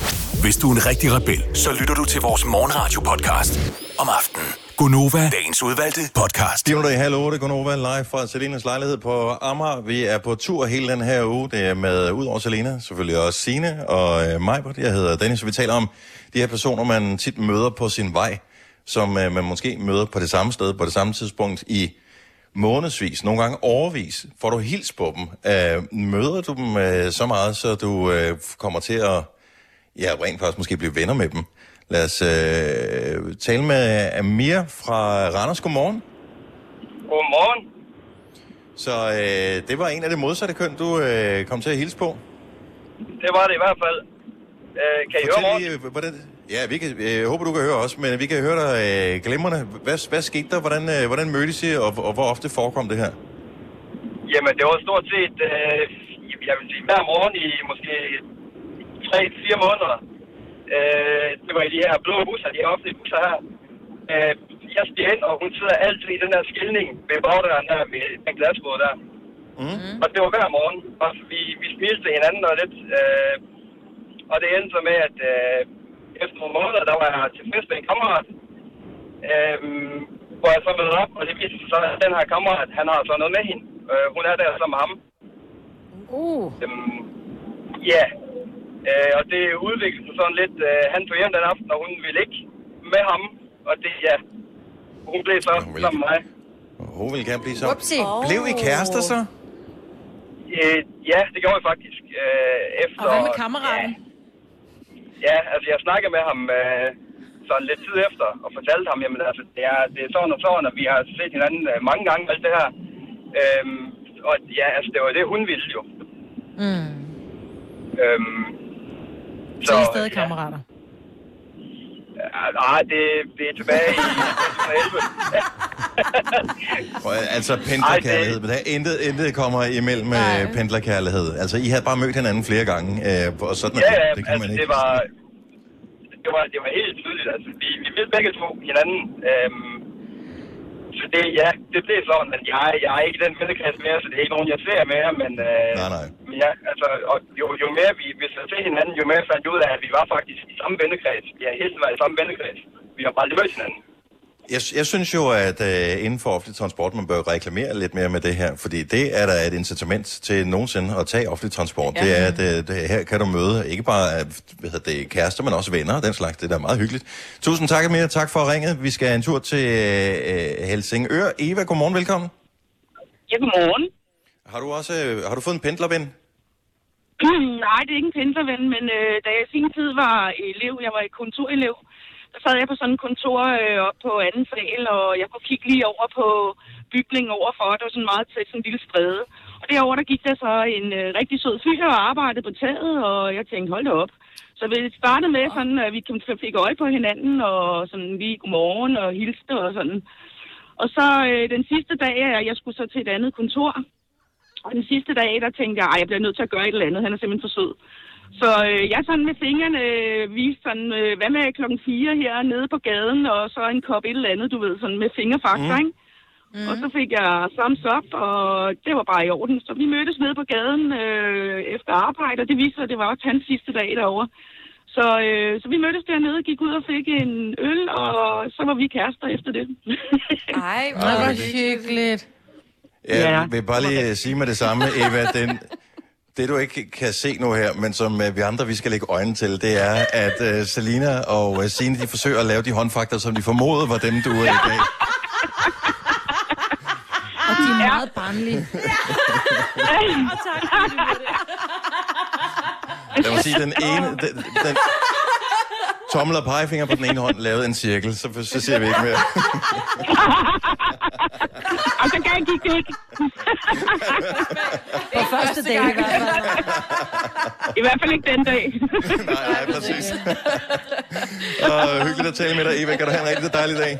S6: Hvis du er en rigtig rebel, så lytter du til vores morgenradio-podcast om aftenen. Gunova, dagens udvalgte podcast.
S1: 10 minutter i halv 8, Gunova, live fra Selinas lejlighed på Amager. Vi er på tur hele den her uge. Det er med, udover Selina, selvfølgelig også Sine og øh, Majbert. Jeg hedder Dennis, og vi taler om de her personer, man tit møder på sin vej, som øh, man måske møder på det samme sted, på det samme tidspunkt i månedsvis, nogle gange overvis, får du hils på dem. Øh, møder du dem øh, så meget, så du øh, kommer til at ja, rent faktisk måske blive venner med dem. Lad os øh, tale med Amir fra Randers. Godmorgen.
S7: Godmorgen.
S1: Så øh, det var en af det modsatte køn, du øh, kom til at hilse på.
S7: Det var det i hvert fald. Øh, kan I høre mig?
S1: lige, øh, hvordan... Ja, vi kan, øh, håber, du kan høre os, men vi kan høre dig øh, glimrende. Hvad, hvad skete der? Hvordan, øh, hvordan mødtes I, og, og hvor ofte forekom det her?
S7: Jamen, det var stort set, øh, jeg vil sige, hver morgen i måske 3-4 måneder. Øh, det var i de her blå busser, de her offentlige busser her. Øh, jeg stiger hen, og hun sidder altid i den der skilning ved bagdøren der, med den glasbåd der.
S5: Mhm.
S1: Mm.
S7: Og det var hver morgen, og vi, vi smilte til hinanden og lidt. Øh, og det endte så med, at øh, efter nogle måneder, der var jeg til fest med en kammerat. Øh, hvor jeg så mødte op, og det viste sig så, at den her kammerat, han har så noget med hende. Øh, hun er der sammen med ham.
S5: Uh.
S7: Øhm, ja, øh, og det udviklede sig sådan lidt. Øh, han tog hjem den aften, og hun ville ikke med ham. Og det, ja, hun blev så sammen med mig.
S1: Hun ville gerne blive så. Blev I kærester så?
S7: Øh, ja, det gjorde jeg faktisk. Øh, efter,
S5: Og hvad med kammeraten?
S7: Ja, altså jeg snakkede med ham øh, sådan lidt tid efter og fortalte ham, jamen altså, det er, det er sådan og sådan, og vi har set hinanden øh, mange gange og alt det her. Øhm, og ja, altså det var det, hun ville jo.
S5: Mm.
S7: Øhm,
S5: Så I er stadig kammerater.
S7: ja, nej, øh, ah, det, det er tilbage i 2011.
S1: Og, øh, altså pendlerkærlighed, men der er intet, intet kommer imellem øh, pendlerkærlighed. Altså, I havde bare mødt hinanden flere gange, øh, og sådan er
S7: Ja,
S1: det.
S7: ja,
S1: det kan
S7: altså
S1: man ikke.
S7: det var, det var, det var helt tydeligt. Altså, vi, vi vidste begge to hinanden. Øhm, så det, ja, det blev sådan, men jeg, jeg er ikke i den vennekreds mere, så det er ikke nogen, jeg ser mere, men... Øh,
S1: nej, nej.
S7: Men ja, altså, og jo, jo mere vi, vi så til hinanden, jo mere fandt jeg ud af, at vi var faktisk i samme vennekreds. Vi har hele tiden været i samme vennekreds. Vi har bare aldrig mødt hinanden.
S1: Jeg, jeg synes jo, at øh, inden for offentlig transport, man bør reklamere lidt mere med det her, fordi det er der et incitament til nogensinde at tage offentlig transport. Ja.
S14: Ja.
S1: Det er, at øh, det, her kan du møde ikke bare øh, hvad hedder det, kærester, men også venner og den slags. Det er da meget hyggeligt. Tusind tak, Amir. Tak for ringet. Vi skal en tur til øh, Helsingør. Eva, godmorgen. Velkommen.
S15: Ja, godmorgen.
S1: Har du også øh, har du fået en pendlerven?
S15: Nej, det er ikke en pendlerven, men øh, da jeg i sin tid var elev, jeg var i kontorelev, der sad jeg på sådan et kontor øh, op på anden sal, og jeg kunne kigge lige over på bygningen overfor, der var sådan meget tæt, sådan en lille spredde. Og derovre, der gik der så en øh, rigtig sød fyr og arbejdede på taget, og jeg tænkte, hold da op. Så vi startede med sådan, at vi kom- fik øje på hinanden, og sådan lige godmorgen og hilste og sådan. Og så øh, den sidste dag, jeg, jeg skulle så til et andet kontor, og den sidste dag, der tænkte jeg, at jeg bliver nødt til at gøre et eller andet. Han er simpelthen for sød. Så øh, jeg sådan med fingrene øh, viste sådan, øh, hvad med klokken 4 her nede på gaden, og så en kop et eller andet, du ved, sådan med fingerfaktor,
S16: Mm.
S15: mm. ikke? Mm. Og så fik jeg thumbs up, og det var bare i orden. Så vi mødtes nede på gaden øh, efter arbejde, og det viste sig, at det var også hans sidste dag derovre. Så, øh, så vi mødtes dernede, gik ud og fik en øl, og så var vi kærester efter det.
S17: Ej,
S5: Det var hyggeligt.
S1: Jeg ja. vil bare lige sige med det samme, Eva, den, Det du ikke kan se nu her, men som øh, vi andre vi skal lægge øjne til, det er, at øh, Selina og øh, Signe, de forsøger at lave de håndfakter, som de formodede var dem, du øh, gav.
S5: Og de er
S13: Ah.
S5: meget barnlige.
S10: Og tak, fordi du
S1: Lad mig sige, den ene... Den, den, tommel og pegefinger på den ene hånd lavede en cirkel, så, så ser vi ikke mere.
S17: Og så kan jeg gik det ikke.
S10: På første dag, i hvert fald.
S17: I hvert fald ikke den dag.
S1: nej, nej, præcis. Og hyggeligt at tale med dig, Eva. Kan du have en rigtig dejlig dag?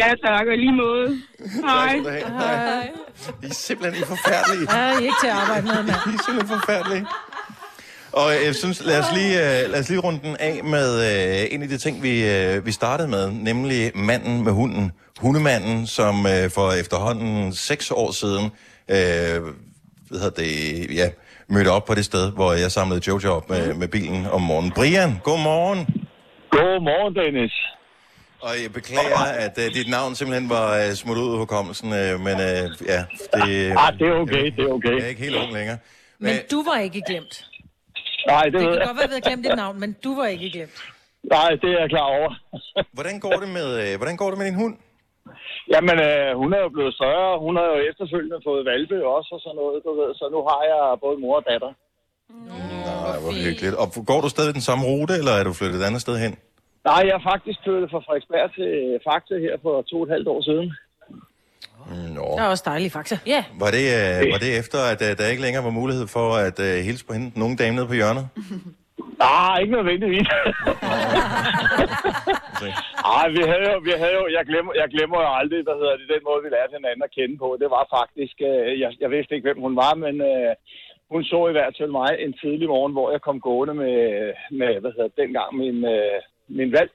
S17: Ja, tak. Og i lige måde. Hej.
S1: Hej. I er simpelthen I er forfærdelige.
S5: Ja, I er ikke til at arbejde med, mand.
S1: I er simpelthen forfærdelige. Og jeg synes, lad os lige, øh, lad os lige runde den af med øh, en af de ting, vi, øh, vi startede med, nemlig manden med hunden. Hundemanden, som øh, for efterhånden seks år siden øh, hvad hedder det, ja, mødte op på det sted, hvor jeg samlede Jojo op med, med bilen om morgenen. Brian, godmorgen. Godmorgen, Dennis. Og jeg beklager, at uh, dit navn simpelthen var uh, smuttet ud af hukommelsen, uh, men uh, ja, det...
S13: Ah, det er okay, det er okay.
S1: Jeg er ikke helt ung længere.
S5: Men du var ikke glemt.
S13: Nej, det,
S5: Det
S13: ved
S5: kan
S13: jeg.
S5: godt være, at vi havde glemt dit navn, men du var ikke glemt.
S13: Nej, det er jeg klar over.
S1: hvordan, går det med, øh, hvordan går det med din hund?
S13: Jamen, øh, hun er jo blevet større. Hun har jo efterfølgende fået valpe også og sådan noget, du ved. Så nu har jeg både mor og datter.
S1: Nej, hvor hyggeligt. Og går du stadig den samme rute, eller er du flyttet et andet sted hen?
S13: Nej, jeg er faktisk flyttet fra Frederiksberg til Fakta her for to og et halvt år siden.
S1: Nå.
S5: Det er også dejligt, faktisk. Ja.
S1: Var det, øh, var det efter, at øh, der ikke længere var mulighed for at øh, hilse på hende? Nogle dame nede på hjørnet?
S13: Nej, ikke nødvendigvis. Nej, vi havde jo, vi havde jo jeg, glemmer, jeg glemmer jo aldrig, hvad hedder det, den måde, vi lærte hinanden at kende på. Det var faktisk, øh, jeg, jeg vidste ikke, hvem hun var, men øh, hun så i hvert fald mig en tidlig morgen, hvor jeg kom gående med, med hvad hedder det, dengang min, øh, min valg,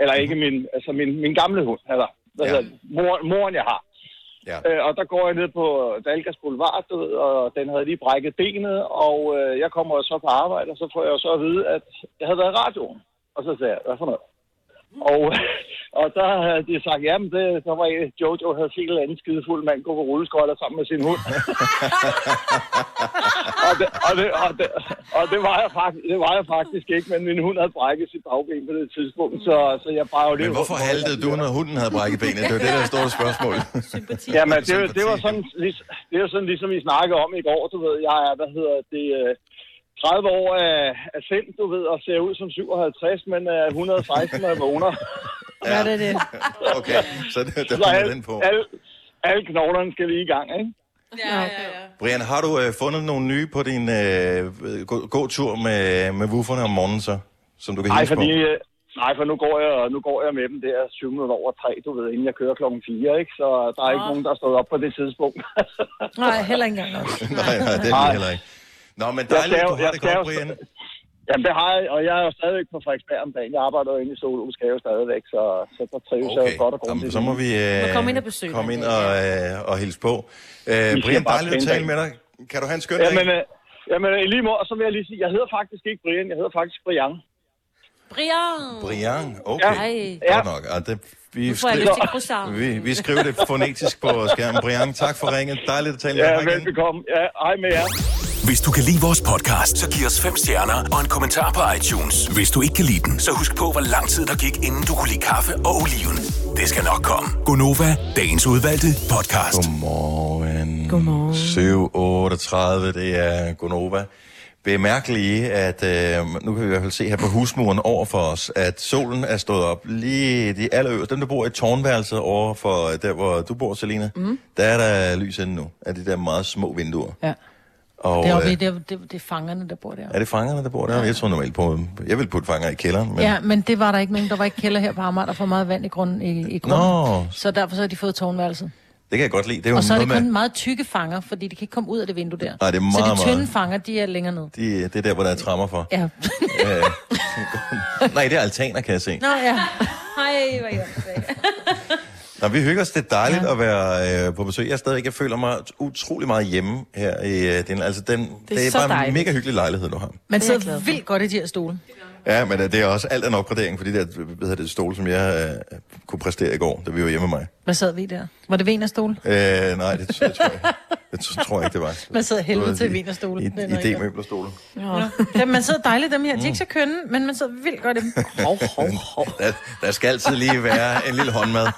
S13: eller ikke min, altså min, min gamle hund, eller hvad ja. hedder det, mor, moren jeg har.
S1: Ja.
S13: Øh, og der går jeg ned på Dalgas Boulevard, du ved, og den havde lige brækket benet, og øh, jeg kommer jo så på arbejde, og så får jeg jo så at vide, at jeg havde været i radioen. Og så sagde jeg, hvad for noget? Og, og der havde de sagt, jamen det, så var jeg, Jojo havde set en eller anden skidefuld mand gå på rulleskøjter sammen med sin hund. og, det, og, det, og, det, og det, var jeg faktisk, det var jeg faktisk ikke, men min hund havde brækket sit bagben på det tidspunkt, så, så jeg bare jo det.
S1: Men hvorfor haltede du, når hunden havde brækket benet? Det er jo det, der er det store spørgsmål. Sympati.
S13: Jamen, det, var- det, var sådan, lig- det var sådan, ligesom vi snakkede om i går, du ved. Jeg er, hvad hedder det, øh, 30 år af, af sind, du ved, og ser ud som 57, men er 116, når jeg vågner.
S5: Ja, det er det.
S1: Okay, så det, der
S13: Så
S1: kommer
S13: alle-
S1: den på.
S13: Alle, alle knoglerne skal lige i gang, ikke?
S5: Ja, ja, ja.
S1: Brian, har du øh, fundet nogle nye på din øh, gå- gåtur med, med wooferne om morgenen så? Som du kan
S13: Nej,
S1: hilse
S13: fordi,
S1: på?
S13: øh, nej, for nu går, jeg, nu går jeg med dem der 7 minutter over 3, du ved, inden jeg kører klokken 4, ikke? Så der er ikke
S5: Nå.
S13: nogen, der er stået op på det tidspunkt.
S5: Nej, heller ikke engang os.
S1: nej, nej, det er
S13: Nej.
S1: det heller ikke. Nå, men
S13: Jeg
S1: dejligt,
S13: skal
S1: du
S13: jo-
S1: har
S13: jeg
S1: det
S13: skal
S1: godt,
S13: jo-
S1: Brian.
S13: Jamen, det har jeg, og jeg er jo stadigvæk på Frederiksberg om dagen. Jeg arbejder jo inde i Solum Skave stadigvæk, så, så der trives okay. jeg jo godt og
S1: Jamen,
S13: grundigt.
S1: så må vi øh,
S13: komme ind og besøge
S1: komme
S13: dig.
S1: ind og, øh, og hilse på. Øh,
S13: siger
S1: Brian,
S13: bare
S1: dejligt at
S13: pænt
S1: tale
S13: dag.
S1: med dig. Kan du have en skøn
S13: Jamen,
S1: dag?
S13: øh, jamen, øh, i lige måde, og så vil jeg lige sige, jeg hedder faktisk ikke Brian, jeg hedder faktisk Brian.
S4: Brian.
S1: Brian, okay.
S4: Ej.
S1: Ja. Godt nok. Ja, det, vi,
S4: Nu får jeg lyst til croissant.
S1: vi, vi skriver det fonetisk på skærmen. Brian, tak for ringen. Dejligt at tale med
S13: Ja,
S1: dig igen.
S13: velbekomme. Ja, hej med jer.
S6: Hvis du kan lide vores podcast, så giv os fem stjerner og en kommentar på iTunes. Hvis du ikke kan lide den, så husk på, hvor lang tid der gik, inden du kunne lide kaffe og oliven. Det skal nok komme.
S1: Gonova, dagens udvalgte podcast. Godmorgen. Godmorgen. 7.38, det er Gonova. Bemærk lige, at øh, nu kan vi i hvert fald se her på husmuren over for os, at solen er stået op lige de allerøverste. Dem, der bor i tårnværelset over for øh, der, hvor du bor, Selina, mm. der er der lys inde nu af de der meget små vinduer.
S5: Ja.
S1: Og,
S5: Det er,
S1: øh,
S5: oppe, i- det, er, det, det er fangerne, der bor der.
S1: er det fangerne, der bor der? Jeg tror normalt på, øh, jeg vil putte fanger i kælderen. Men...
S5: Ja, men det var der ikke nogen, der var ikke kælder her på Amager, der får meget vand i grunden. I, i grunden.
S1: Nå.
S5: Så derfor så har de fået tårnværelset.
S1: Det kan jeg godt lide. Det er jo
S5: Og så er
S1: noget
S5: det kun
S1: med,
S5: meget tykke fanger, fordi de kan ikke komme ud af det vindue der.
S1: Nej, det er
S5: så
S1: meget,
S5: de tynde
S1: meget-
S5: fanger, de er længere ned.
S1: de, det er der, hvor der er trammer for.
S5: Ja.
S1: Øh, Nej, det er altaner, kan jeg se.
S5: Nå ja.
S4: Hej, hvor er jeg
S1: Nå, vi hygger os. Det er dejligt ja. at være øh, på besøg. Jeg, er stadigvæk, jeg føler mig utrolig meget hjemme her. I, øh, den, altså, den, det er, det er
S5: så
S1: bare en
S5: dejligt.
S1: mega hyggelig lejlighed, du har.
S5: Man sidder vildt godt i de her stole.
S1: Ja, men øh, det er også alt en opgradering for de der hvad hedder det, stole, som jeg øh, kunne præstere i går, da vi var hjemme med mig.
S5: Hvad sad vi der? Var det Veners stol?
S1: Øh, nej, det, jeg, tror, jeg, jeg t- tror jeg ikke, det var.
S5: Man sidder helvede til
S1: i-
S5: vinerstole.
S1: I,
S5: Det er noget,
S1: i D-møblerstole.
S5: Nå. Dem, man sidder dejligt dem her. De er ikke så kønne, men man sidder vildt godt i dem.
S1: der, der skal altid lige være en lille håndmad.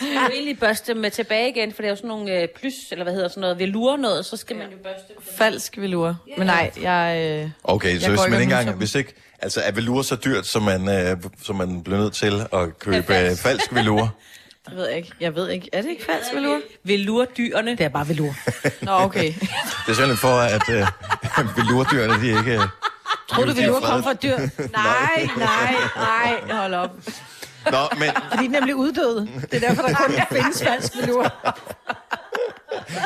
S4: Du kan egentlig børste dem øh, tilbage igen, for det er jo sådan nogle øh, plys, eller hvad hedder sådan noget, velure noget, så skal man jo børste dem.
S3: Falsk velure. Yeah. Men nej, jeg... Øh,
S1: Okay,
S3: jeg
S1: så hvis
S3: går
S1: man ikke
S3: op i
S1: engang... Hvis ikke, altså, er velur så dyrt, som man, øh, som man bliver nødt til at købe øh, falsk velur?
S3: sådan- Jeg ved ikke. Jeg ved ikke. Er det ikke falsk velure?
S4: Velurdyrene. Det
S5: er bare velure.
S3: Nå, okay.
S1: Det er simpelthen for, at øh, velurdyrene, de ikke... øh,
S5: Tror du,
S1: de er
S5: velure kom
S1: fredet.
S5: fra et dyr?
S3: Nej, nej, nej. Hold op.
S1: Nå, men
S5: For de er nemlig uddøde. Det er derfor, der kun findes falsk velure.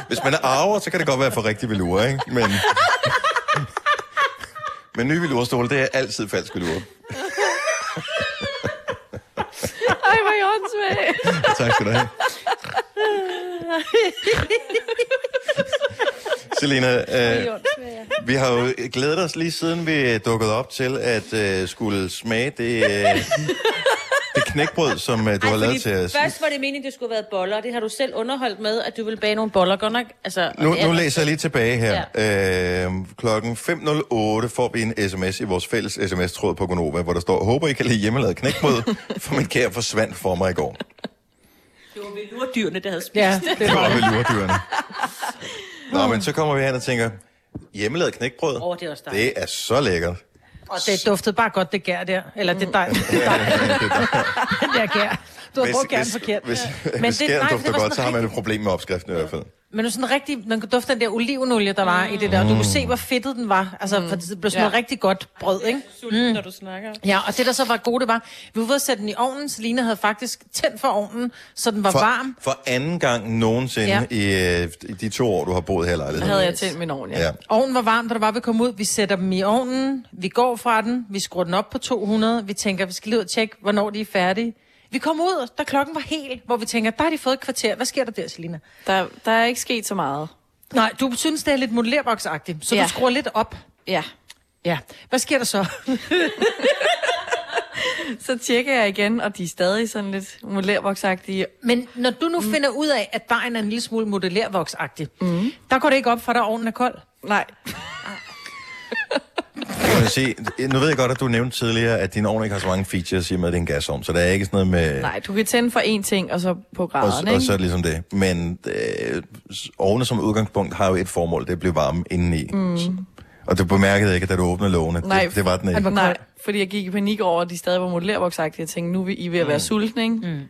S1: hvis man er arver, så kan det godt være for rigtig velur, ikke? Men, men nye velurstole, det er altid falsk velur.
S3: Ej, hvor er I åndssvagt.
S1: Tak skal du have. Selina, øh, vi har jo glædet os lige siden vi dukkede op til at øh, skulle smage det, øh, det knækbrød, som øh, du har lavet til os.
S4: Først var det meningen, det skulle have været boller, og det har du selv underholdt med, at du ville bage nogle boller, godt nok. Altså, og
S1: Nu,
S4: det er-
S1: nu læser jeg lige tilbage her. Ja. Øh, klokken 5.08 får vi en sms i vores fælles sms-tråd på Gonova, hvor der står, håber I kan lide hjemmelavet knækbrød, for min kære forsvandt for mig i går.
S4: Det var velurdyrene, der havde spist.
S5: Ja,
S1: Det var vel lurdyrene. Nå, men så kommer vi hen og tænker, hjemmelavet knækbrød,
S5: Åh, det er også dejligt.
S1: det er så lækkert.
S5: Og det duftede bare godt, det gær der. Eller det dej. Det dej. det der gær. Du har
S1: Hvis-
S5: brugt gæren
S1: hvis-
S5: forkert.
S1: Hvis,
S5: Men
S1: men hvis
S5: det-
S1: det,
S5: nej,
S1: nej,
S5: det
S1: dufter
S5: var
S1: godt,
S5: sådan
S1: så har man et problem med opskriften i hvert fald.
S5: Men det er sådan rigtig, man kan dufte den der olivenolie, der var mm. i det der. Og du kunne se, hvor fedtet den var. Altså, mm. for det blev sådan noget
S3: Ja.
S5: rigtig godt brød, ikke? Mm.
S3: Sulten, når du snakker.
S5: Ja, og det der så var godt, det var, vi var ude at sætte den i ovnen. Selina havde faktisk tændt for ovnen, så den var
S1: for,
S5: varm.
S1: For anden gang nogensinde ja. i, øh, i de to år, du har boet her i lejligheden.
S5: Havde jeg
S3: tændt min ovn,
S1: ja. ja.
S5: Ovnen var varm, da der var vi kom ud. Vi sætter dem i ovnen. Vi går fra den. Vi skruer den op på 200. Vi tænker, vi skal lige ud og tjekke, hvornår de er færdige. Vi kom ud, da klokken var helt, hvor vi tænker, der har de fået et kvarter. Hvad sker der der, Selina?
S3: Der, der er ikke sket så meget.
S5: Nej, du synes, det er lidt modellerboksagtigt, så ja.
S3: Ja.
S5: du skruer lidt op.
S3: Ja.
S5: Ja. Hvad sker der så?
S3: Så tjekker jeg igen, og de er stadig sådan lidt modellervoksagtige.
S5: Men når du nu mm. finder ud af, at dejen er en lille smule modellervoksagtig, mm. der går det ikke op for dig, at ovnen er kold.
S3: Mhm. Nej.
S1: Nu kan jeg sige, nu ved jeg godt, at du nævnte tidligere, at din ovn ikke har så mange features i og med, at det er en gasovn, så der er ikke sådan noget med...
S3: Nej, du kan tænde for én ting, og så på
S1: Og,
S3: graden,
S1: s- og
S3: ikke?
S1: så er det ligesom det. Men øh, s- ovne som udgangspunkt har jo et formål, det er at blive varme indeni. Mm. Mm. Og du bemærkede ikke, da du åbnede lågene.
S3: Nej,
S1: det, det var den ikke.
S3: nej, fordi jeg gik i panik over, at de stadig var modellervoksagtige. Jeg tænkte, nu er I ved at være mm. sultne, ikke? Mm.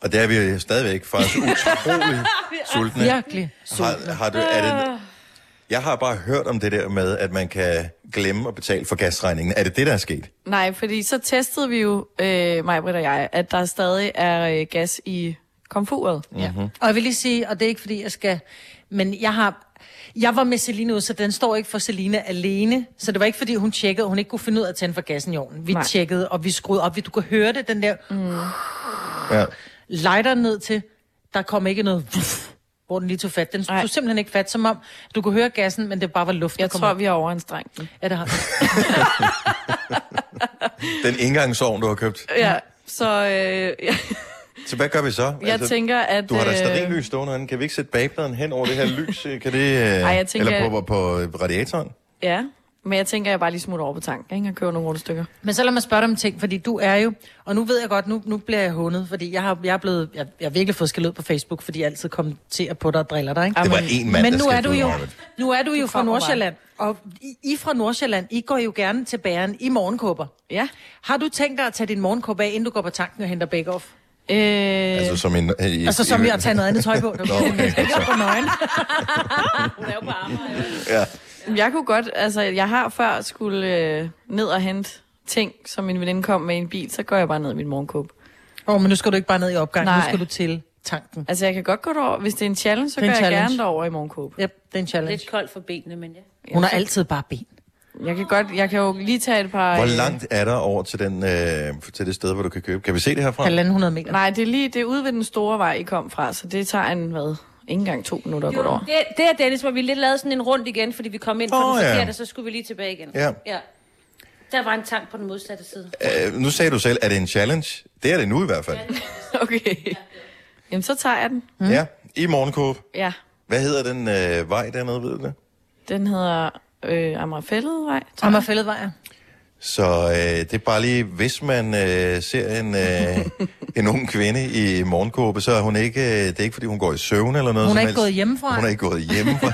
S1: Og der er vi jo stadigvæk faktisk utrolig sultne.
S5: Virkelig
S1: Har, har du, er
S3: Ah.
S1: det, jeg har bare hørt om det der med, at man kan glemme at betale for gasregningen. Er det det, der er sket?
S3: Nej, fordi så testede vi jo, øh, mig, Britt og jeg, at der stadig er øh, gas i komfuret.
S5: Ja. Og jeg vil lige sige, og det er ikke fordi, jeg skal... Men jeg har... Jeg var med Selina ud, så den står ikke for Selina alene. Så det var ikke fordi, hun tjekkede, og hun ikke kunne finde ud af at tænde for gassen i ovnen. Vi Nej.
S3: Nej.
S5: tjekkede, og vi skruede op. Vi- Du kan høre det, den der mm.
S1: Ja.
S5: lighter ned til. Der kom ikke noget... vuff, Hvor den lige tog fat. Den tog simpelthen ikke fat, som om du kunne høre gassen, men det bare var luft, Jeg
S3: tror, vi har overanstrengt den.
S5: Ja, det har vi.
S1: Den engangsovn, du har købt.
S3: Ja, så øh, jeg,
S1: Så hvad gør vi så? Altså,
S3: jeg tænker, at...
S1: Du har da
S3: øh,
S1: stearinlys stående herinde. Kan vi ikke sætte bagpladen hen over det her lys? Kan det, øh,
S3: Ej, jeg tænker-
S1: eller på, på, på øh, radiatoren?
S3: Ja, men jeg tænker, at jeg bare lige smutter over på tanken, ikke? Og køber nogle rundstykker.
S5: Men så lad mig spørge dig om en ting, fordi du er jo, og nu ved jeg godt, nu, nu bliver jeg hundet, fordi jeg har, jeg er blevet, jeg, jeg har virkelig fået skæld ud på Facebook, fordi jeg altid kommenterer på dig og driller dig. Ikke?
S1: Det var én mand,
S5: Men
S1: der
S5: nu er
S1: skældte
S5: du
S1: ud
S5: jo,
S1: over det.
S5: nu er du jo fra
S3: kommer bare.
S5: Nordsjælland, og I, I fra Nordsjælland, I går jo gerne til bæren i morgenkåber.
S3: Ja.
S5: Har du tænkt dig at tage din morgenkåbe af, inden du går på tanken og henter bake off?
S3: Øh,
S1: Altså som en... Øh,
S5: altså som jeg at tage noget andet tøj på.
S1: Nå, okay.
S5: på nøgen.
S1: Ja.
S3: Jeg kunne godt, altså jeg har før skulle øh, ned og hente ting, som min veninde kom med i en bil, så går jeg bare ned i min morgenkåb.
S5: Åh, oh, men nu skal du ikke bare ned i opgangen, nu
S3: Nej.
S5: skal du til tanken.
S3: Altså jeg kan godt gå derover, hvis det er en challenge, så
S5: Det er
S3: går
S5: en
S3: jeg
S5: challenge.
S3: gerne derover i morgenkåb.
S5: Yep, det er en challenge.
S4: Lidt koldt for benene, men ja.
S5: Hun har altid bare ben.
S3: Jeg kan godt, jeg kan jo lige tage et par...
S1: Hvor
S3: øh,
S1: langt er der over til, den, øh, til det sted, hvor du kan købe? Kan vi se det herfra?
S5: Halvanden hundrede meter.
S3: Nej, det er lige det er ude ved den store vej, I kom fra, så det tager en, hvad, ikke engang to minutter at gå derover.
S4: Det, det er Dennis, hvor vi lidt lavede sådan en rund igen, fordi vi kom ind fra
S1: Åh,
S4: oh, den
S1: ja.
S4: forkerte, så skulle vi lige tilbage igen.
S1: Ja.
S4: ja. Der var en tank på den modsatte side.
S1: Øh, nu sagde du selv, at det er en challenge. Det er det nu i hvert fald.
S3: Okay. Jamen, så tager jeg den.
S1: Mm. Ja, i morgenkåb.
S3: Ja.
S1: Hvad hedder den øh, vej dernede, ved du det?
S3: Den hedder øh, Amagerfælledvej.
S5: Amagerfælledvej, ja.
S1: Så øh, det er bare lige, hvis man øh, ser en, øh, en ung kvinde i morgenkåbe, så er hun ikke, øh, det er ikke fordi hun går i søvn eller noget
S5: Hun er ikke
S1: som helst.
S5: gået hjemmefra.
S1: Hun er ikke gået hjemmefra.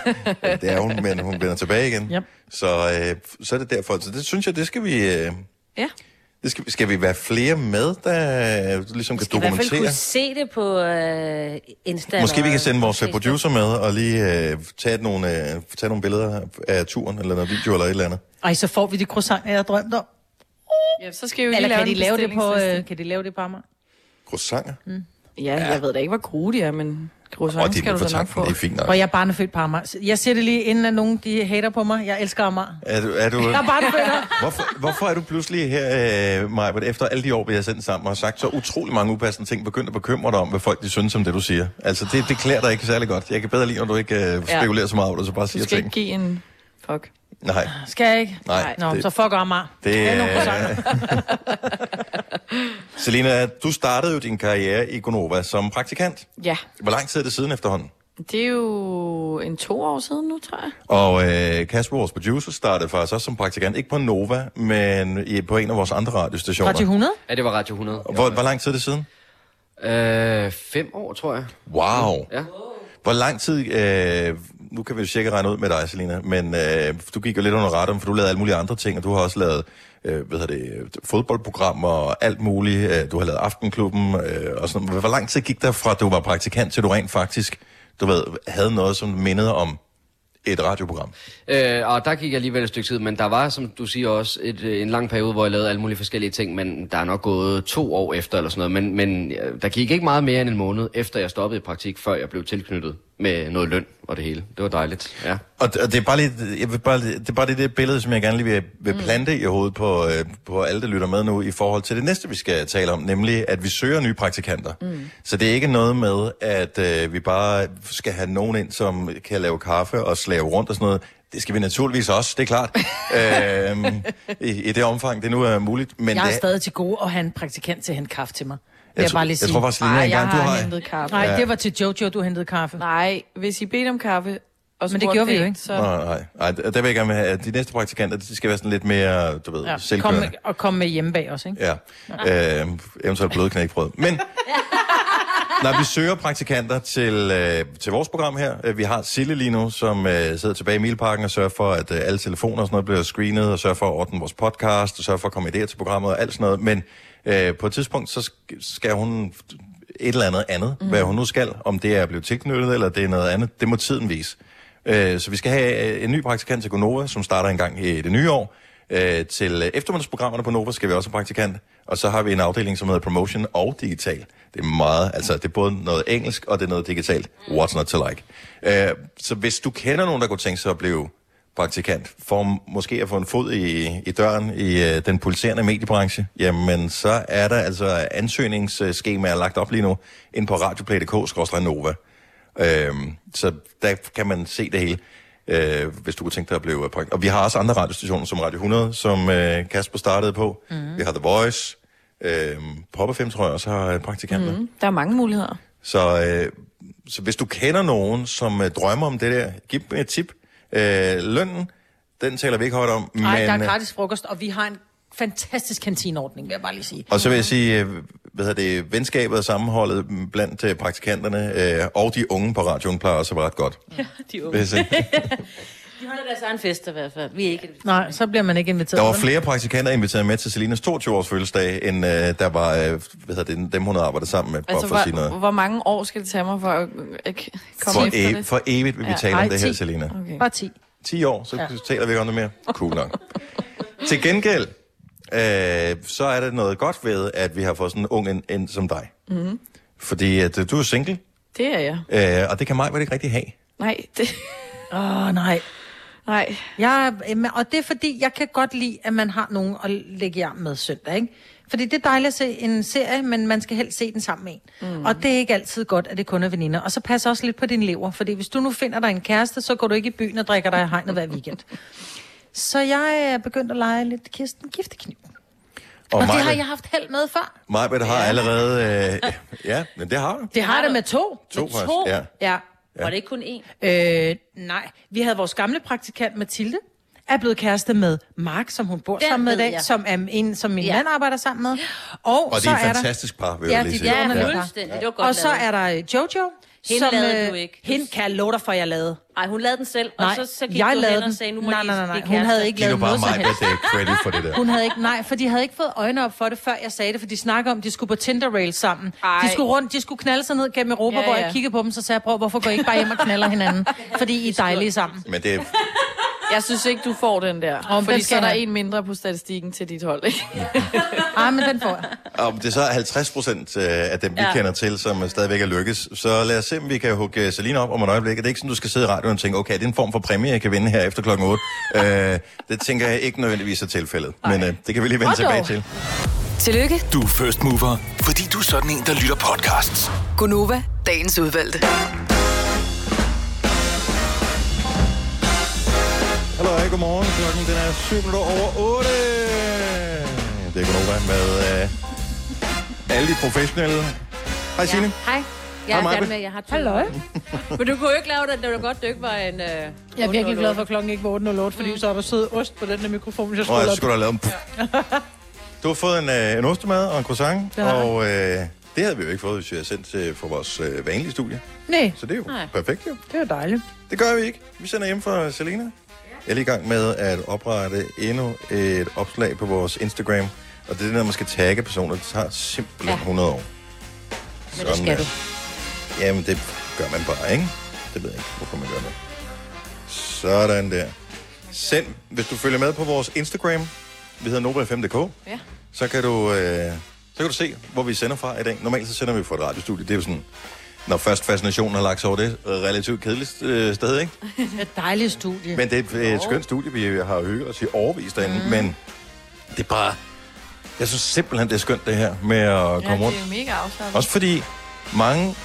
S1: det er hun, men hun vender tilbage igen. Yep. Så, øh, så er det derfor. Så det synes jeg, det skal vi... Øh,
S3: Ja.
S1: det skal, skal vi være flere med, der øh, ligesom kan
S4: I hvert fald
S1: dokumentere?
S4: kunne se det på øh, Insta.
S1: Måske
S4: eller-
S1: vi kan sende vores øh, producer med og lige øh, tage, nogle, øh, tage nogle billeder af turen, eller noget video eller et eller andet.
S5: Ej, så får vi de croissanter, jeg drømte om.
S3: Ja, så skal vi jo
S5: Eller
S3: lige lave
S5: kan de,
S3: en
S5: lave det på,
S3: bestillingsliste.
S5: øh, kan de lave det på mig?
S1: Croissanter? Mm.
S3: Ja, ja, jeg ved da ikke, hvor gode de er, men croissanter
S1: Og de er
S3: skal du da nok
S1: fortanken,
S3: få.
S1: det er fint nok.
S5: Og jeg er barnefødt på Amager. Så Jeg siger det lige, inden at nogen de hater på mig. Jeg elsker Amager.
S1: Er du, er du,
S5: Jeg er barnefødt.
S1: hvorfor, hvorfor er du pludselig her, øh, Maja, efter alle de år, vi har sendt sammen og sagt så utrolig mange upassende ting, begyndt at bekymre dig om, hvad folk de synes om det, du siger? Altså, det, det klæder dig ikke særlig godt. Jeg kan bedre lide, når du ikke øh, spekulerer så meget over det, så bare
S3: Du
S1: siger
S3: skal
S1: ting.
S3: ikke give en fuck.
S1: Nej,
S5: Skal jeg ikke?
S1: Nej,
S5: Nå,
S1: det-
S5: så fuck Amager.
S1: det
S5: er... nogle
S1: er...
S5: croissanter.
S1: Selina, du startede jo din karriere i Gonova som praktikant.
S3: Ja,
S1: Hvor lang tid er det siden efterhånden?
S3: det er jo en to år siden nu, tror jeg.
S1: Og øh, Kasper, vores producer, startede faktisk også som praktikant. Ikke på Nova, men i, på en af vores andre radiostationer.
S5: Radio 100?
S11: Ja, det var Radio 100.
S1: Og Hvor, hvor lang tid er det siden?
S11: Øh, fem år, tror jeg.
S1: Wow.
S11: Ja.
S1: Hvor lang tid... Øh, nu kan vi jo sikkert regne ud med dig, Selina, men øh, du gik jo lidt under radaren, for du lavede alle mulige andre ting, og du har også lavet øh, hvad hedder det, fodboldprogrammer og alt muligt. Øh, du har lavet Aftenklubben øh, og sådan Hvor lang tid gik der fra, at du var praktikant, til du rent faktisk du ved, havde noget, som mindede om et radioprogram?
S11: Øh, og der gik jeg alligevel et stykke tid, men der var, som du siger også, et, øh, en lang periode, hvor jeg lavede alle mulige forskellige ting, men der er nok gået to år efter eller sådan noget. Men, men øh, der gik ikke meget mere end en måned, efter jeg stoppede i praktik, før jeg blev tilknyttet med noget løn og det hele. Det var dejligt, ja.
S1: Og, og det er bare lige, jeg vil bare, lige- det er bare lige det billede, som jeg gerne lige vil, vil
S5: Mm.
S1: plante i hovedet på, øh, på alle, der lytter med nu, i forhold til det næste, vi skal tale om, nemlig at vi søger nye praktikanter. Mm. Så det er ikke noget med, at øh, vi bare skal have nogen ind, som kan lave kaffe og slave rundt og sådan noget. Det skal vi naturligvis også, det er klart. øhm, i, I det omfang, det nu er muligt. Men
S5: jeg er
S1: det,
S5: stadig til gode at have en praktikant til at hente kaffe til mig.
S1: Jeg tror- jeg tror faktisk, Lina, Ej, engang, jeg du har har- hentet
S3: kaffe.
S5: Nej,
S1: Ja.
S5: det var til Jojo, du hentede kaffe.
S3: Nej, hvis I bedte om kaffe, og
S5: Men det
S3: spurgte
S5: gjorde vi jo
S3: pænt,
S5: ikke.
S3: Så...
S1: Nej, nej, nej. Der vil jeg gerne have, at de næste praktikanter, de skal være sådan lidt mere, du ved, ja,
S5: Ja, kom, med- og kom med hjemme bag os, ikke?
S1: Ja, øh, eventuelt blødknækbrød. Men når vi søger praktikanter til, øh, til vores program her, øh, vi har Sille lige nu, som øh, sidder tilbage i Milparken og sørger for, at øh, alle telefoner og sådan noget bliver screenet, og sørger for at ordne vores podcast, og sørger for at komme idéer til programmet og alt sådan noget. Men øh, på et tidspunkt, så sk- skal hun et eller andet andet, mm. hvad hun nu skal, om det er blevet tilknyttet, eller det er noget andet, det må tiden vise. Øh, så vi skal have øh, en ny praktikant til Gonova, som starter en gang i det nye år. Øh, til øh, eftermiddagsprogrammerne på Nova skal vi også have praktikant, og så har vi en afdeling, som hedder Promotion og Digital. Det er meget, altså det er både noget engelsk, og det er noget digitalt. What's not to like? Øh, så hvis du kender nogen, der kunne tænke sig at blive praktikant, for måske at få en fod i, i døren i øh, den pulserende mediebranche, jamen så er der altså ansøgningsskemaer lagt op lige nu ind på radioplay.dk-nova. Øhm, så der kan man se det hele, øh, hvis du kunne tænke dig at blive praktikant. Og vi har også andre radiostationer, som Radio 100, som øh, Kasper startede på. Mm. Vi har The Voice, øh, Pop FM, tror jeg også har øh, praktikanter. Mm.
S3: Mm, der er mange muligheder.
S1: Så, øh, så hvis du kender nogen, som øh, drømmer om det der, giv dem et tip. Øh, lønnen, den taler vi ikke højt om.
S5: Nej,
S1: men,
S5: der
S1: øh,
S5: er gratis frokost, og vi har en fantastisk kantineordning, vil jeg bare lige sige.
S1: Og så vil jeg sige, øh, hvad hedder det, venskabet og sammenholdet blandt øh, praktikanterne øh, og de unge på radioen plejer også at være ret godt.
S4: Ja, de
S1: Vil
S4: unge.
S1: jeg sige.
S4: de holder deres egen fest i hvert fald. Vi er ikke...
S5: Nej, så bliver man ikke inviteret.
S1: Der var
S5: vel?
S1: flere praktikanter inviteret med til Selinas 22-års fødselsdag, end øh, der var øh, hvad hedder det, dem, hun havde arbejdet sammen med. Bare
S3: Altså,
S1: for at sige
S3: hvor,
S1: noget.
S3: hvor mange år skal det tage mig for at, at komme
S1: For,
S3: efter
S1: ev-
S3: det?
S1: for evigt vil vi tale om
S3: Ej,
S1: det her,
S3: 10.
S1: Selina.
S3: Okay.
S5: Bare 10.
S1: 10 år, så ja. taler vi ikke om det mere. Cool nok. til gengæld, øh, så er der noget godt ved, at vi har fået sådan en ung ind, ind som dig.
S3: Mm,
S1: Fordi at, øh, du er single,
S3: det er jeg.
S1: øh, og det kan mig vel ikke rigtig have.
S3: Nej, det...
S5: Åh, oh, nej.
S3: Nej.
S5: Jeg, er- øhm, og det er fordi, jeg kan godt lide, at man har nogen at lægge jer med søndag, ikke? Fordi det er dejligt at se en serie, men man skal helst se den sammen med en. Mm. Og det er ikke altid godt, at det kun er veninder. Og så pas også lidt på din lever, fordi hvis du nu finder dig en kæreste, så går du ikke i byen og drikker dig i hegnet hver weekend. Så jeg øh, er begyndt at lege lidt Kirsten Giftekniv. Og, og det har jeg haft held med før.
S1: Majbet har allerede... Øh, ja, men det har du.
S5: Det har det med to.
S1: To
S5: med
S1: faktisk, ja.
S5: ja.
S4: Ja. Var det ikke kun én?
S5: Øh, nej, vi havde vores gamle praktikant Mathilde, er blevet kæreste med Mark, som hun bor
S4: Den
S5: sammen med i
S4: ved
S5: dag,
S4: jeg.
S5: som er en, som min
S4: Ja.
S5: ja. mand arbejder sammen med. Og,
S1: Og det
S5: så
S1: er et
S5: der-
S1: fantastisk par, vil jeg
S5: ja,
S1: lige
S5: de
S1: sige.
S5: er et
S1: Ja.
S5: vidunderligt par.
S4: Fuldstændig, det var godt
S5: Og så
S4: lavet.
S5: er der øh, Jojo,
S4: Hende
S5: som...
S4: lavede du
S5: øh,
S4: ikke.
S5: Hende kan jeg love dig for, jeg lavede.
S4: Nej, hun lavede den selv, og
S5: Nej,
S4: så, så gik
S5: jeg
S4: du
S5: lavede
S4: hen og
S5: den.
S4: sagde, nu må
S5: Nej,
S4: I-
S5: nej, nej,
S4: I
S5: nej.
S4: blive
S5: Hun havde
S4: kærester.
S5: ikke
S1: Giv nu
S5: lavet
S1: bare
S5: noget som
S1: mig,
S5: helst.
S1: at det er credit for det der.
S5: Hun havde ikke, nej, for de havde ikke fået øjnene op for det, før jeg sagde det, for de snakker om, de skulle på Tinder Rail sammen. Ej. De skulle rundt, de skulle knalde sig ned gennem Europa,
S4: Ja,
S5: ja, hvor
S4: ja.
S5: jeg kiggede på dem, så sagde jeg, bror, hvorfor går I ikke bare hjem og knaller hinanden? Fordi I er dejlige sammen.
S1: Men det er
S3: Jeg synes ikke, du får den der.
S5: Om
S3: Om fordi
S5: den
S3: så
S5: skal
S3: er der
S5: jeg.
S3: en mindre på statistikken til dit hold, ikke?
S5: Ej, men den får jeg.
S1: Om det så er 50 procent øh, af dem, vi
S3: Ja.
S1: ja. kender til, som øh, stadigvæk er lykkes, så lad os se, om vi kan hugge øh, Selina op om et øjeblik. Det er ikke sådan, du skal sidde i radioen og tænke, okay, det er en form for præmie, jeg kan vinde her efter klokken 8. øh, det tænker jeg ikke nødvendigvis er tilfældet, men øh, det kan vi lige vende
S6: Og
S1: tilbage
S6: dog.
S1: til.
S6: Tillykke. Du er first mover, fordi du er sådan en, der lytter podcasts.
S18: Gunova, dagens udvalgte.
S1: Hallo, hej, godmorgen. Klokken den er 7 minutter over 8. Det er Gunova med øh, alle de professionelle. Hej Signe. Ja.
S4: Hej. Jeg
S1: Hej,
S4: er
S1: Maja.
S4: fandme, jeg har Halløj. Men du kunne jo ikke lave den, det var godt, du ikke var en... Øh, jeg
S5: Jeg er virkelig glad for, at klokken ikke var 8.08, fordi så er der sød ost på den der mikrofon, jeg
S1: Nå,
S5: skulle
S1: jeg skulle have lavet en... Du har fået en, øh, en ostemad og en croissant,
S5: Det har jeg.
S1: og øh, det havde vi jo ikke fået, hvis vi havde sendt øh, fra vores øh, vanlige studie.
S5: Nej.
S1: Så det er jo
S5: Nej.
S1: perfekt jo.
S5: Det er dejligt.
S1: Det gør vi ikke. Vi sender hjem fra Selina. Jeg er lige i gang med at oprette endnu et opslag på vores Instagram. Og det er det, når man skal tagge personer. Det tager simpelthen ja. 100 år. Men det skal du. Jamen, det gør man bare, ikke? Det ved jeg ikke, hvorfor man gør det. Sådan der. Send, hvis du følger med på vores Instagram, vi hedder Nova5.dk,
S3: Ja.
S1: så kan du... Øh, så kan du se, hvor vi sender fra i dag. Normalt så sender vi fra et radiostudie. Det er jo sådan, når først fascinationen har lagt sig over det, relativt kedeligt øh, sted, ikke?
S5: Det er et dejligt studie.
S1: Men det er et, øh, et skønt studie, vi har hygget os i overvis derinde, mm. men det er bare... Jeg synes simpelthen, det er skønt det her med at komme rundt.
S3: det er mega afslappet.
S1: Også fordi mange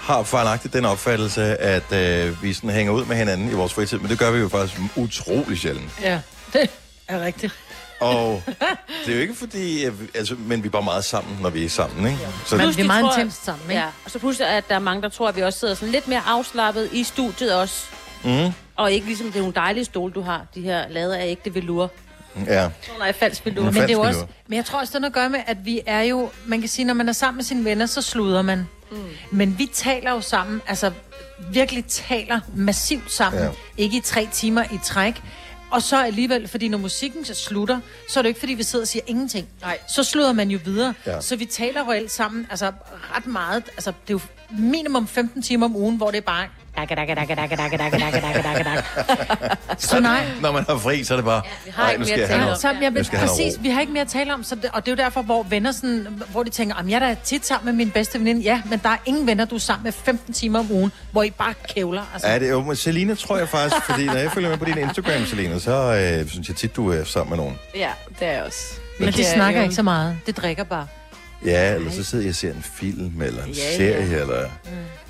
S1: har fejlagtigt den opfattelse, at øh, vi sådan hænger ud med hinanden i vores fritid, men det gør vi jo faktisk utrolig sjældent.
S5: Ja, det er rigtigt.
S1: Og det er jo ikke fordi, øh, altså, men vi er bare meget sammen, når vi er sammen, ikke?
S4: Så
S1: det,
S4: pludselig tror jeg-
S5: intenst sammen,
S4: Ja, og så pludselig at der er mange, der tror, at vi også sidder sådan lidt mere afslappet i studiet også.
S1: Mm,
S4: Og ikke ligesom, det er nogle dejlige stole, du har. De her lavet af ægte velour.
S1: Mhm. ja.
S4: Sådan er falsk velour.
S1: Mm,
S5: Men det er jo
S1: falsk
S5: også, men jeg tror også, det har noget at gøre med, at vi er jo, man kan sige, når man er sammen med sine venner, så sluder man. Mm. Men vi taler jo sammen, altså virkelig taler massivt sammen.
S4: Ja.
S5: Ja. Ikke i tre timer i træk. Og så alligevel, fordi når musikken så slutter, så er det jo ikke, fordi vi sidder og siger ingenting. Nej. Så sluder man jo videre.
S4: Ja.
S5: Ja. Så vi taler reelt sammen, altså ret meget. Altså, det er jo minimum 15 timer om ugen, hvor det er bare... Dakke, dakke, dakke, dakke, dakke, dakke, dakke, dakke, dakke, dakke. Så nej.
S1: Når man har fri, så er det bare...
S5: Vi
S1: "Ej, nu skal jeg have noget-
S5: Så, jeg,
S1: nu
S5: men,
S1: skal jeg have noget ro."
S5: præcis, vi har ikke mere at tale om, så det, og det er jo derfor, hvor venner sådan, hvor de tænker, "Jamen, jeg er da tit sammen med min bedste veninde. Ja, men der er ingen venner, du er sammen med 15 timer om ugen, hvor I bare kævler. Altså.
S1: Ja, det er jo, men Selina tror jeg faktisk, fordi når jeg følger med på din Instagram, Selina, så øh, synes jeg tit, du er sammen med nogen.
S3: Ja, det er jeg også.
S5: Men de
S3: Det er
S5: snakker
S3: jo-
S5: ikke så meget. Det drikker bare.
S1: Ja, eller så sidder jeg og ser en film, eller en
S5: Ja, ja.
S1: serie, eller...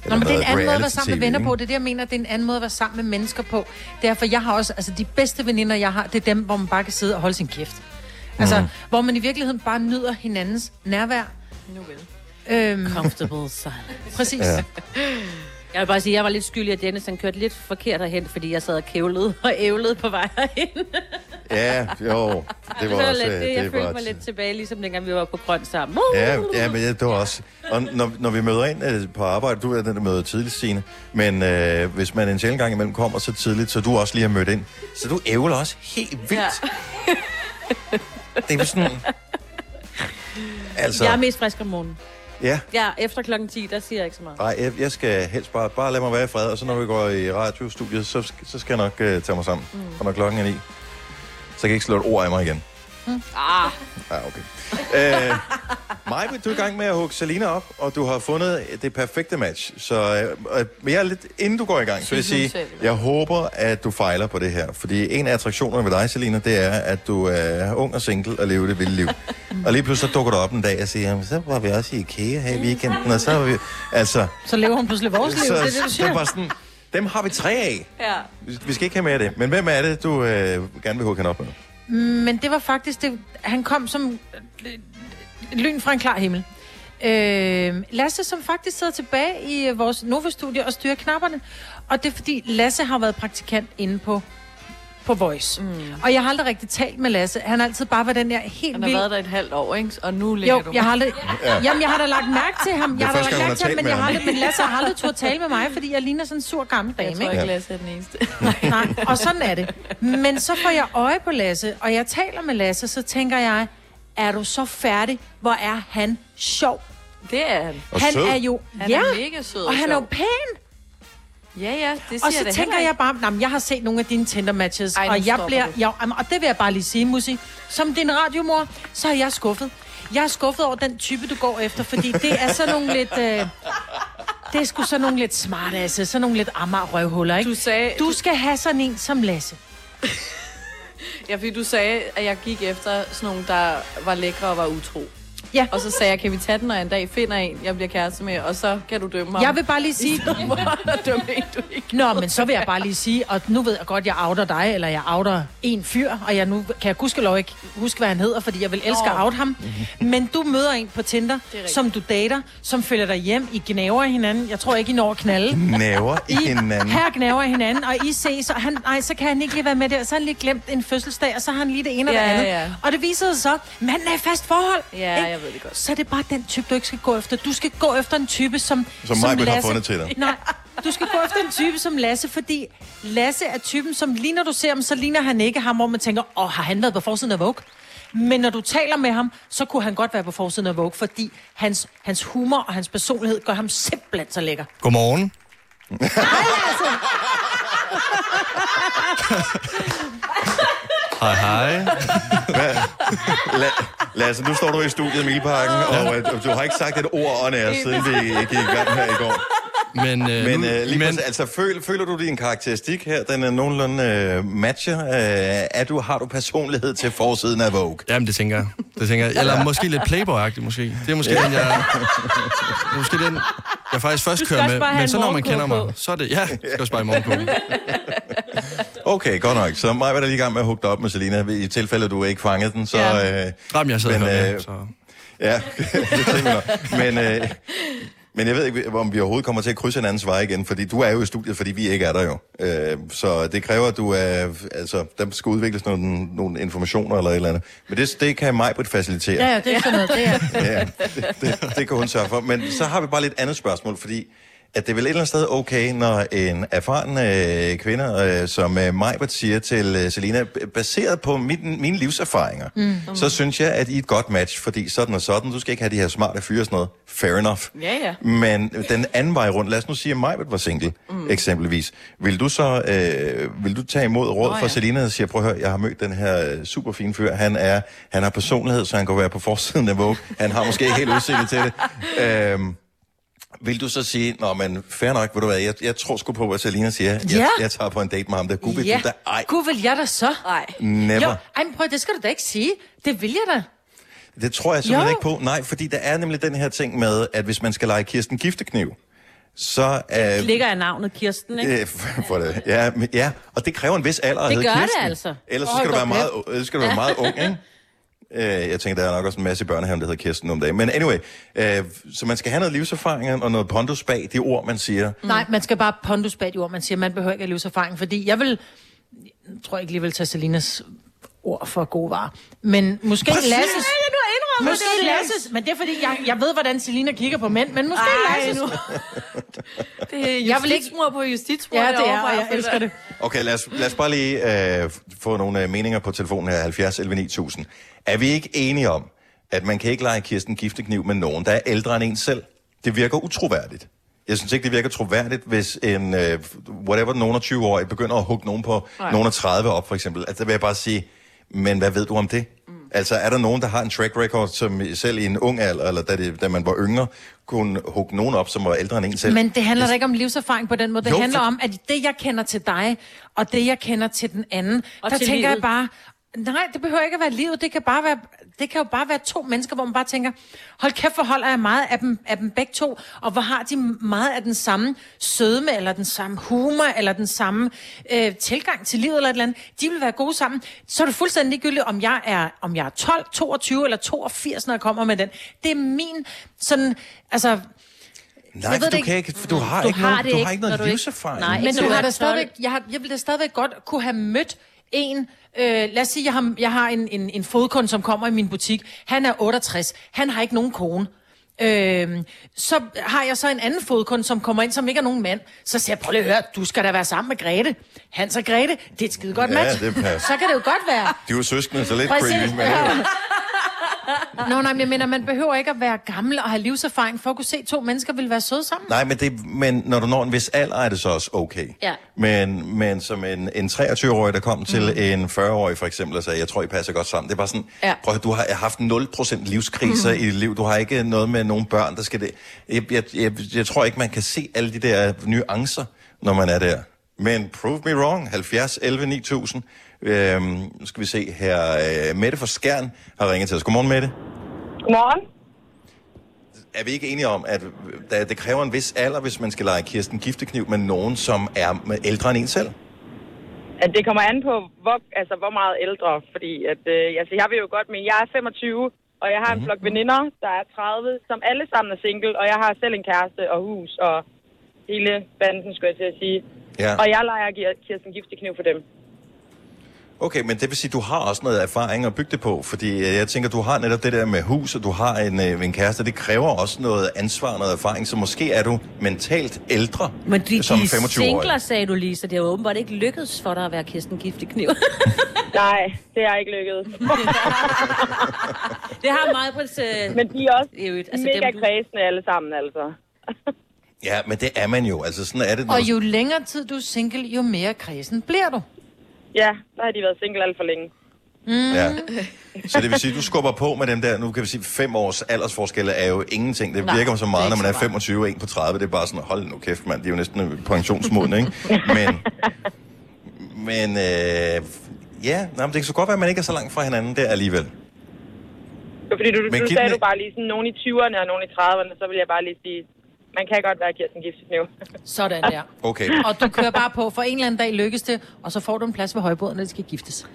S5: Nå, men det er en
S1: noget
S5: anden måde at være
S1: reality-tv,
S5: sammen med venner
S1: ikke?
S5: på. Det er det, jeg mener, det er en anden måde at være sammen med mennesker på. Derfor, jeg har også, altså de bedste veninder, jeg har, det er dem, hvor man bare kan sidde og holde sin kæft. Altså,
S4: Mhm.
S5: mm. hvor man i virkeligheden bare nyder hinandens nærvær.
S3: Nu vel.
S4: Mm.
S5: Øhm,
S4: Comfortable silence.
S5: Præcis.
S1: Ja.
S4: Ja. Jeg vil bare sige, at jeg var lidt skyldig, at Dennis han kørte lidt forkert herhen, fordi jeg sad og kævlede og ævlede på vej herind.
S1: Ja, jo, det var også...
S4: lidt det.
S1: øh,
S4: Jeg
S1: var
S4: følte mig
S1: et-
S4: lidt tilbage, ligesom dengang vi var på grøn sammen.
S1: Ja, ja, men ja, det var også... Og når, når vi møder ind øh, på arbejde, du er den, der møder tidligt, Signe, men øh, hvis man en sjældent gang imellem kommer så tidligt, så du også lige har mødt ind, så du ævler også helt vildt. Ja. Det er jo sådan...
S4: Altså.
S1: Altså,
S4: Jeg er mest frisk om morgenen.
S1: ja.
S4: Ja, efter klokken 10, der siger jeg ikke så meget.
S1: Nej, jeg, jeg skal helst bare, bare lade mig være i fred, og så når vi går i radiostudiet, så, sk- så skal jeg nok øh, tage mig sammen. Mm. Og når klokken er ni, så kan jeg ikke slå et ord af mig igen.
S4: Ah.
S1: Ja, okay. Øh, Maja, du er i gang med at hugge Selina op, og du har fundet det perfekte match. Så øh, øh, men jeg er lidt, inden du går i gang, så vil jeg
S6: Synes
S1: sige,
S6: hun selv,
S1: jeg håber, at du fejler på det her. Fordi en af attraktionerne ved dig, Selina, det er, at du er ung og single og lever det vilde liv. og lige pludselig så dukker du op en dag og siger, "Jamen, så var vi også i IKEA her i weekenden, og så var vi... Altså,
S5: Så lever hun pludselig vores liv.
S1: så,
S5: det er det, du
S1: så
S5: siger.
S1: bare sådan, dem har vi tre af.
S5: Ja.
S1: Vi- Vi skal ikke have mere af det. Men hvem er det, du øh, gerne vil hugge hende op med?
S5: Men det var faktisk det, han kom som øh, lyn fra en klar himmel. øh, Lasse, som faktisk sidder tilbage i øh, vores Nova-studie og styrer knapperne. Og det er fordi, Lasse har været praktikant inde på på Voice. Mm. Og jeg har aldrig rigtig talt med Lasse. Han har altid bare været den der helt
S3: Han har
S5: vild...
S3: været der et halvt år, ikke? Og nu ligger
S5: Jo,
S3: du...
S5: jeg har aldrig...
S3: Ja.
S5: Ja. Jamen, jeg har da lagt mærke til ham.
S3: Det er
S5: Jeg har da
S3: første
S5: lagt
S3: gang,
S5: mærke til
S3: hun har
S5: ham, men,
S3: talt
S5: jeg har
S3: med
S5: aldrig,
S3: ham.
S5: men Lasse har aldrig turde tale med mig, fordi jeg ligner sådan en sur gammel dame.
S3: Jeg tror ikke,
S5: ikke?
S3: Lasse er den eneste.
S5: Nej, og sådan er det. Men så får jeg øje på Lasse, og jeg taler med Lasse, så tænker jeg, er du så færdig? Hvor er han sjov?
S3: Det er han.
S1: Og
S5: han
S1: sød.
S5: er jo...
S3: Han er
S5: ja,
S3: mega sød og
S5: og han er jo
S3: sjov.
S5: pæn.
S3: Ja, ja, det siger
S5: og så
S3: jeg da
S5: tænker
S3: heller
S5: jeg bare, "Nå, men jeg har set nogle af dine Tinder-matches,
S3: Ej, nu
S5: og jeg
S3: stopper
S5: bliver...
S3: du.
S5: Ja, jamen, og det vil jeg bare lige sige, Musi. Som din radiomor, så er jeg skuffet. Jeg er skuffet over den type, du går efter, fordi det er sådan nogle lidt... Øh, det er sgu sådan nogle lidt smartasse, sådan nogle lidt amager-røvhuller, ikke? Du
S3: sagde...
S5: Du skal have sådan en som Lasse.
S3: Ja, fordi du sagde, at jeg gik efter sådan nogle, der var lækre og var utro.
S5: Ja.
S3: Og så sagde jeg, kan vi tage den, når jeg en dag finder en, jeg bliver kæreste med, og så kan du dømme ham.
S5: Jeg vil bare lige sige-
S3: I stedet for at dømme en, du ikke
S5: Nå, men så vil jeg bare lige sige, og nu ved jeg godt, jeg outer dig, eller jeg outer en fyr, og jeg nu kan jeg gudskelov ikke huske, hvad han hedder, fordi jeg vil elske at
S3: Nå.
S5: out ham. Men du møder en på Tinder, som du dater, som følger dig hjem, I gnaver i hinanden. Jeg tror ikke, I når at knalde.
S1: Gnaver i hinanden.
S5: Her gnaver i hinanden, og I ses, og han, nej, så kan han ikke lige være med der. Så har han lige glemt en fødselsdag, og så har han lige det ene og
S3: Ja,
S5: det andet.
S3: ja.
S5: Og det viser sig så, manden er i fast forhold.
S3: Ja,
S5: ikke?
S3: jeg ved det godt.
S5: Så er det bare den type, du ikke skal gå efter. Du skal gå efter en type, som...
S1: Som Maj-Brit har fundet til dig.
S5: Nej, du skal gå efter en type som Lasse, fordi Lasse er typen, som lige når du ser ham, så ligner han ikke ham, hvor man tænker, åh, oh, har han været på forsiden af Vogue? Men når du taler med ham, så kunne han godt være på forsiden af Vogue, fordi hans, hans humor og hans personlighed gør ham simpelthen så lækker.
S19: Godmorgen.
S5: altså.
S1: Hej, hej. La- Lasse, nu står du i studiet i Milparken, og øh, du har ikke sagt et ord on air, siden vi gik i gang her i går.
S19: Men, øh,
S1: men,
S19: nu-
S1: øh,
S19: men-
S1: lige men... altså, føl, føler du din karakteristik her, den er nogenlunde øh, matcher? Øh, er du, har du personlighed til forsiden af Vogue?
S19: Jamen, det tænker jeg. Det
S20: Øh,
S19: tænker jeg. Eller måske lidt playboy-agtig, måske. Det er måske den, jeg... det er Måske den, jeg faktisk først
S1: Du skal
S19: kører
S1: også
S19: med,
S1: bare have
S19: men
S1: en
S19: så når man
S1: morgenkåbe
S19: kender mig,
S1: på.
S19: så er det... Ja, jeg skal også bare i morgen på.
S1: Okay, godt nok. Så mig var der lige i gang med at hugge dig op med Selina. I tilfælde, du ikke fangede den, så...
S19: Ja.
S1: Øh,
S19: Jamen, jeg sidder
S1: men,
S19: her med,
S1: øh,
S19: så-
S1: Ja, det tænker jeg. nok. Men, øh, men jeg ved ikke, om vi overhovedet kommer til at krydse hinandens vej igen, fordi du er jo i studiet, fordi vi ikke er der jo. Øh, så det kræver, at du er... Altså, der skal udvikles nogle, nogle informationer eller et eller andet. Men det, det kan mig på facilitere.
S5: Ja, ja, det er sådan noget, det er.
S1: Ja, det, det, det kan hun sørge for. Men så har vi bare lidt andet spørgsmål, fordi at det er vel et eller andet sted okay, når en erfaren øh, kvinde, øh, som øh, Majbert siger til øh, Selina, b- baseret på min, mine livserfaringer, mm.
S3: Mm.
S1: så synes jeg, at I er et godt match, fordi sådan og sådan, du skal ikke have de her smarte fyre og sådan noget. Fair enough.
S3: Ja, ja.
S1: Men den anden vej rundt, lad os nu sige, at Majbert var single, mm. eksempelvis. Vil du så øh, vil du tage imod råd
S3: Nå,
S1: fra
S3: ja.
S1: Selina og sige, prøv at høre, jeg har mødt den her øh, super fine fyr. Han, er, han har personlighed, så han kan være på forsiden af Vogue. Han har måske ikke helt udsigte til det. Øhm, vil du så sige, nå, men fair nok, ved du hvad, jeg, jeg tror sgu på, hvad Selina siger. Jeg,
S5: Ja.
S1: jeg tager på en date med ham der. Gud, vil du da ej.
S5: Gud, vil jeg da så? Nej.
S1: Never.
S5: Jo, ej, men prøv, det skal du da ikke sige. Det vil jeg da.
S3: Mm.
S1: Det tror jeg simpelthen
S5: Jo.
S1: ikke på. Nej, fordi der er nemlig den her ting med, at hvis man skal lege Kirsten Giftekniv, så... Øh,
S4: Ligger jeg navnet Kirsten, ikke?
S1: Øh, for- for det. Ja, men- ja, og det kræver en vis alder at
S4: Det
S1: hedde
S4: gør det
S1: Kirsten.
S4: altså.
S1: Ellers så
S4: Hold
S1: skal du være
S4: da
S1: meget,
S4: kæft.
S1: ellers skal du være meget ung, ikke? Øh, jeg tænker, der er nok også en masse børn her, der hedder Kirsten om dagen. Men anyway, øh, så man skal have noget livserfaring og noget pondus bag de ord, man siger.
S5: Mm. Nej, man skal bare pondus bag de ord, man siger, man behøver ikke at livserfaring, fordi jeg vil, jeg tror ikke lige vil tage Selinas ord for gode varer. Men måske
S4: Hvad siger
S5: Lasses...
S4: jeg? Du har indrømmet,
S5: måske
S4: det var Lasses.
S5: Lasses, men det er fordi, jeg, jeg ved, hvordan Selina kigger på mænd, men måske
S3: Ej,
S5: Lasses...
S3: nu. Det er
S5: Jeg vil ikke-
S3: justitsmor på justitsmor.
S5: Ja, det er,
S3: derovre,
S5: og jeg
S3: føler.
S5: elsker det.
S1: Okay, lad os, lad os bare lige øh, få nogle øh, meninger på telefonen her, 70 11 9000. Er vi ikke enige om, at man kan ikke lege Kirsten Giftekniv med nogen, der er ældre end en selv? Det virker utroværdigt. Jeg synes ikke, det virker troværdigt, hvis en, øh, whatever, nogen af 20 år begynder at hugge nogen på,
S19: Nej.
S1: Nej. nogen af 30 op, for eksempel. Altså, der vil jeg bare sige, men hvad ved du om det? Mm. Altså, er der nogen, der har en track record, som selv i en ung alder, eller da, det, da man var yngre, kunne hugge nogen op, som var ældre end en selv? Altså,
S5: Men det handler da ikke om livserfaring på den måde. Det
S1: Jo,
S5: jo, handler
S1: for-
S5: om, at det, jeg kender til dig, og det, jeg kender til den anden,
S4: Og
S5: der
S4: til
S5: tænker
S4: livet.
S5: jeg bare, Nej, det behøver ikke at være livet. Det kan, bare være, det kan jo bare være to mennesker, hvor man bare tænker, hold kæft, hvor holder jeg meget af dem, af dem begge to, og hvor har de meget af den samme sødme, eller den samme humor, eller den samme øh, tilgang til livet, eller et eller andet. De vil være gode sammen. Så er det fuldstændig ligegyldigt, om jeg er, om jeg er 12, 22 eller 82, når jeg kommer med den. Det er min sådan, altså...
S1: Nej, for du kan ikke- for du
S5: Mm.
S1: har ikke noget- du har ikke noget
S5: når
S1: livserfaring.
S5: Nej,
S1: Nej,
S5: men
S1: ikke
S5: du
S1: når
S5: har
S1: du
S5: da
S1: er
S5: stadigvæk,
S1: 12.
S5: jeg, har, jeg vil da stadigvæk godt kunne have mødt en, øh, lad os sige, jeg har, jeg har en, en, en fodkund, som kommer i min butik. Han er 68. Han har ikke nogen kone. Øhm, så har jeg så en anden fodkund, som kommer ind, som ikke er nogen mand. Så siger jeg, prøv lige at høre, du skal da være sammen med Grete. Hans og Grete, det er et skide godt
S1: Ja,
S5: match.
S1: det passer.
S5: så kan det jo godt være.
S1: De er jo søskende, så lidt
S5: Præcis.
S1: creepy. Men...
S5: Nå, nej, men jeg mener, man behøver ikke at være gammel og have livserfaring for at kunne se, at to mennesker vil være søde sammen.
S1: Nej, men, det, men når du når en vis alder, er det så også okay.
S5: Ja.
S1: Men, men som en, en 23-årig, der kom til en 40-årig for eksempel og sagde, jeg tror, I passer godt sammen. Det var sådan,
S9: Ja.
S1: ja. prøv at høre, du har haft 0% livskriser
S9: Mhm.
S1: i dit liv. Du har ikke noget med nogen børn, der skal det. Jeg, jeg, jeg, jeg tror ikke, man kan se alle de der nuancer, når man er der. Men prove me wrong. 70, 11, 9000. Øhm, nu skal vi se her. Øh, Mette fra Skjern har ringet til os. Godmorgen, Mette.
S12: Godmorgen.
S1: Er vi ikke enige om, at der- det kræver en vis alder, hvis man skal lege Kirsten Giftekniv med nogen, som er med- ældre end en selv?
S12: At det kommer an på, hvor, altså, hvor meget ældre, fordi at, øh, altså, jeg vil jo godt, men jeg er 25, og jeg har
S1: Mhm.
S12: en flok veninder, der er 30, som alle sammen er single, og jeg har selv en kæreste og hus og hele banden, skulle jeg til at sige.
S1: Ja.
S12: Og jeg leger Gi- Kirsten Giftekniv for dem.
S1: Okay, men det vil sige, at du har også noget erfaring at bygge det på, fordi øh, jeg tænker, du har netop det der med hus, og du har en, øh, en kæreste, det kræver også noget ansvar, noget erfaring, så måske er du mentalt ældre
S4: Men de,
S1: som
S4: de
S1: 25 år.
S4: singler, sagde du lige, så det er jo åbenbart ikke lykkedes for dig at være Kirsten Giftekniv.
S12: Nej, det har ikke lykkedes.
S4: det har mig, Brits. Øh...
S12: Men de er også
S4: altså
S12: altså,
S4: dem,
S12: mega
S4: du-
S12: kredsende alle sammen, altså.
S1: Ja, men det er man jo. Altså, sådan er det. når
S5: Og
S1: du-
S5: jo længere tid du er single, jo mere kredsen bliver du.
S12: Ja, der har de været single alt for længe.
S5: Mm.
S1: Ja. Så det vil sige, at du skubber på med dem der, nu kan vi sige, fem års aldersforskelle er jo ingenting. Det
S12: Nej,
S1: virker så
S12: det er
S1: meget, når
S12: ikke
S1: man er
S12: så
S1: 25 og en på 30. Det er bare sådan, hold nu kæft, mand, de er jo næsten øh, pensionsmodne, ikke? Men, men øh, ja, nej, men det kan så godt være, at man ikke er så langt fra hinanden der alligevel.
S12: Det var Fordi du,
S1: Men
S12: du
S1: giv
S12: sagde
S1: den-
S12: du bare lige sådan nogen i 20'erne og nogen i 30'erne, så vil jeg bare lige sige, man kan godt være Kirsten Giftekniv.
S5: Sådan der.
S1: Okay.
S5: Og du kører bare på, for en eller anden dag lykkes det, og så får du en plads ved højbordet, når de skal giftes.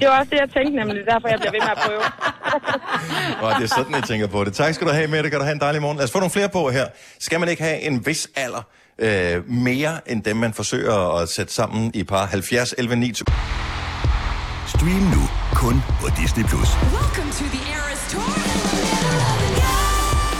S12: Det var også det, jeg tænkte nemlig, derfor jeg bliver ved med at prøve.
S1: Og det er sådan, jeg tænker på det. Tak skal du have, Mette. Kan du have en dejlig morgen. Lad os få nogle flere på her. Skal man ikke have en vis alder øh, mere, end dem, man forsøger at sætte sammen i par 70, 11, 9000?
S6: Stream nu kun på Disney+. Plus.
S10: Welcome to the Eras Tour.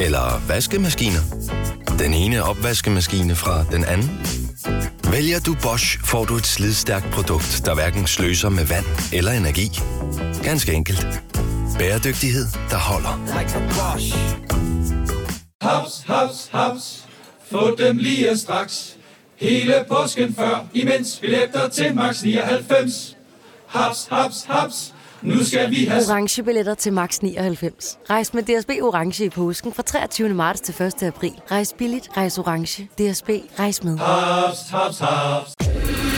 S20: Eller vaskemaskiner? Den ene opvaskemaskine fra den anden? Vælger du Bosch, får du et slidstærkt produkt, der hverken sløser med vand eller energi. Ganske enkelt. Bæredygtighed, der holder.
S21: Haps, haps, haps. Få dem lige straks. Hele påsken før, imens billetter til max 99. Haps, haps, haps. Nu skal vi have
S22: Orange billetter til max 99. Rejs med DSB Orange i påsken fra 23. marts til 1. april. Rejs billigt, rejs orange. DSB, rejs med.
S21: Haps, haps, haps.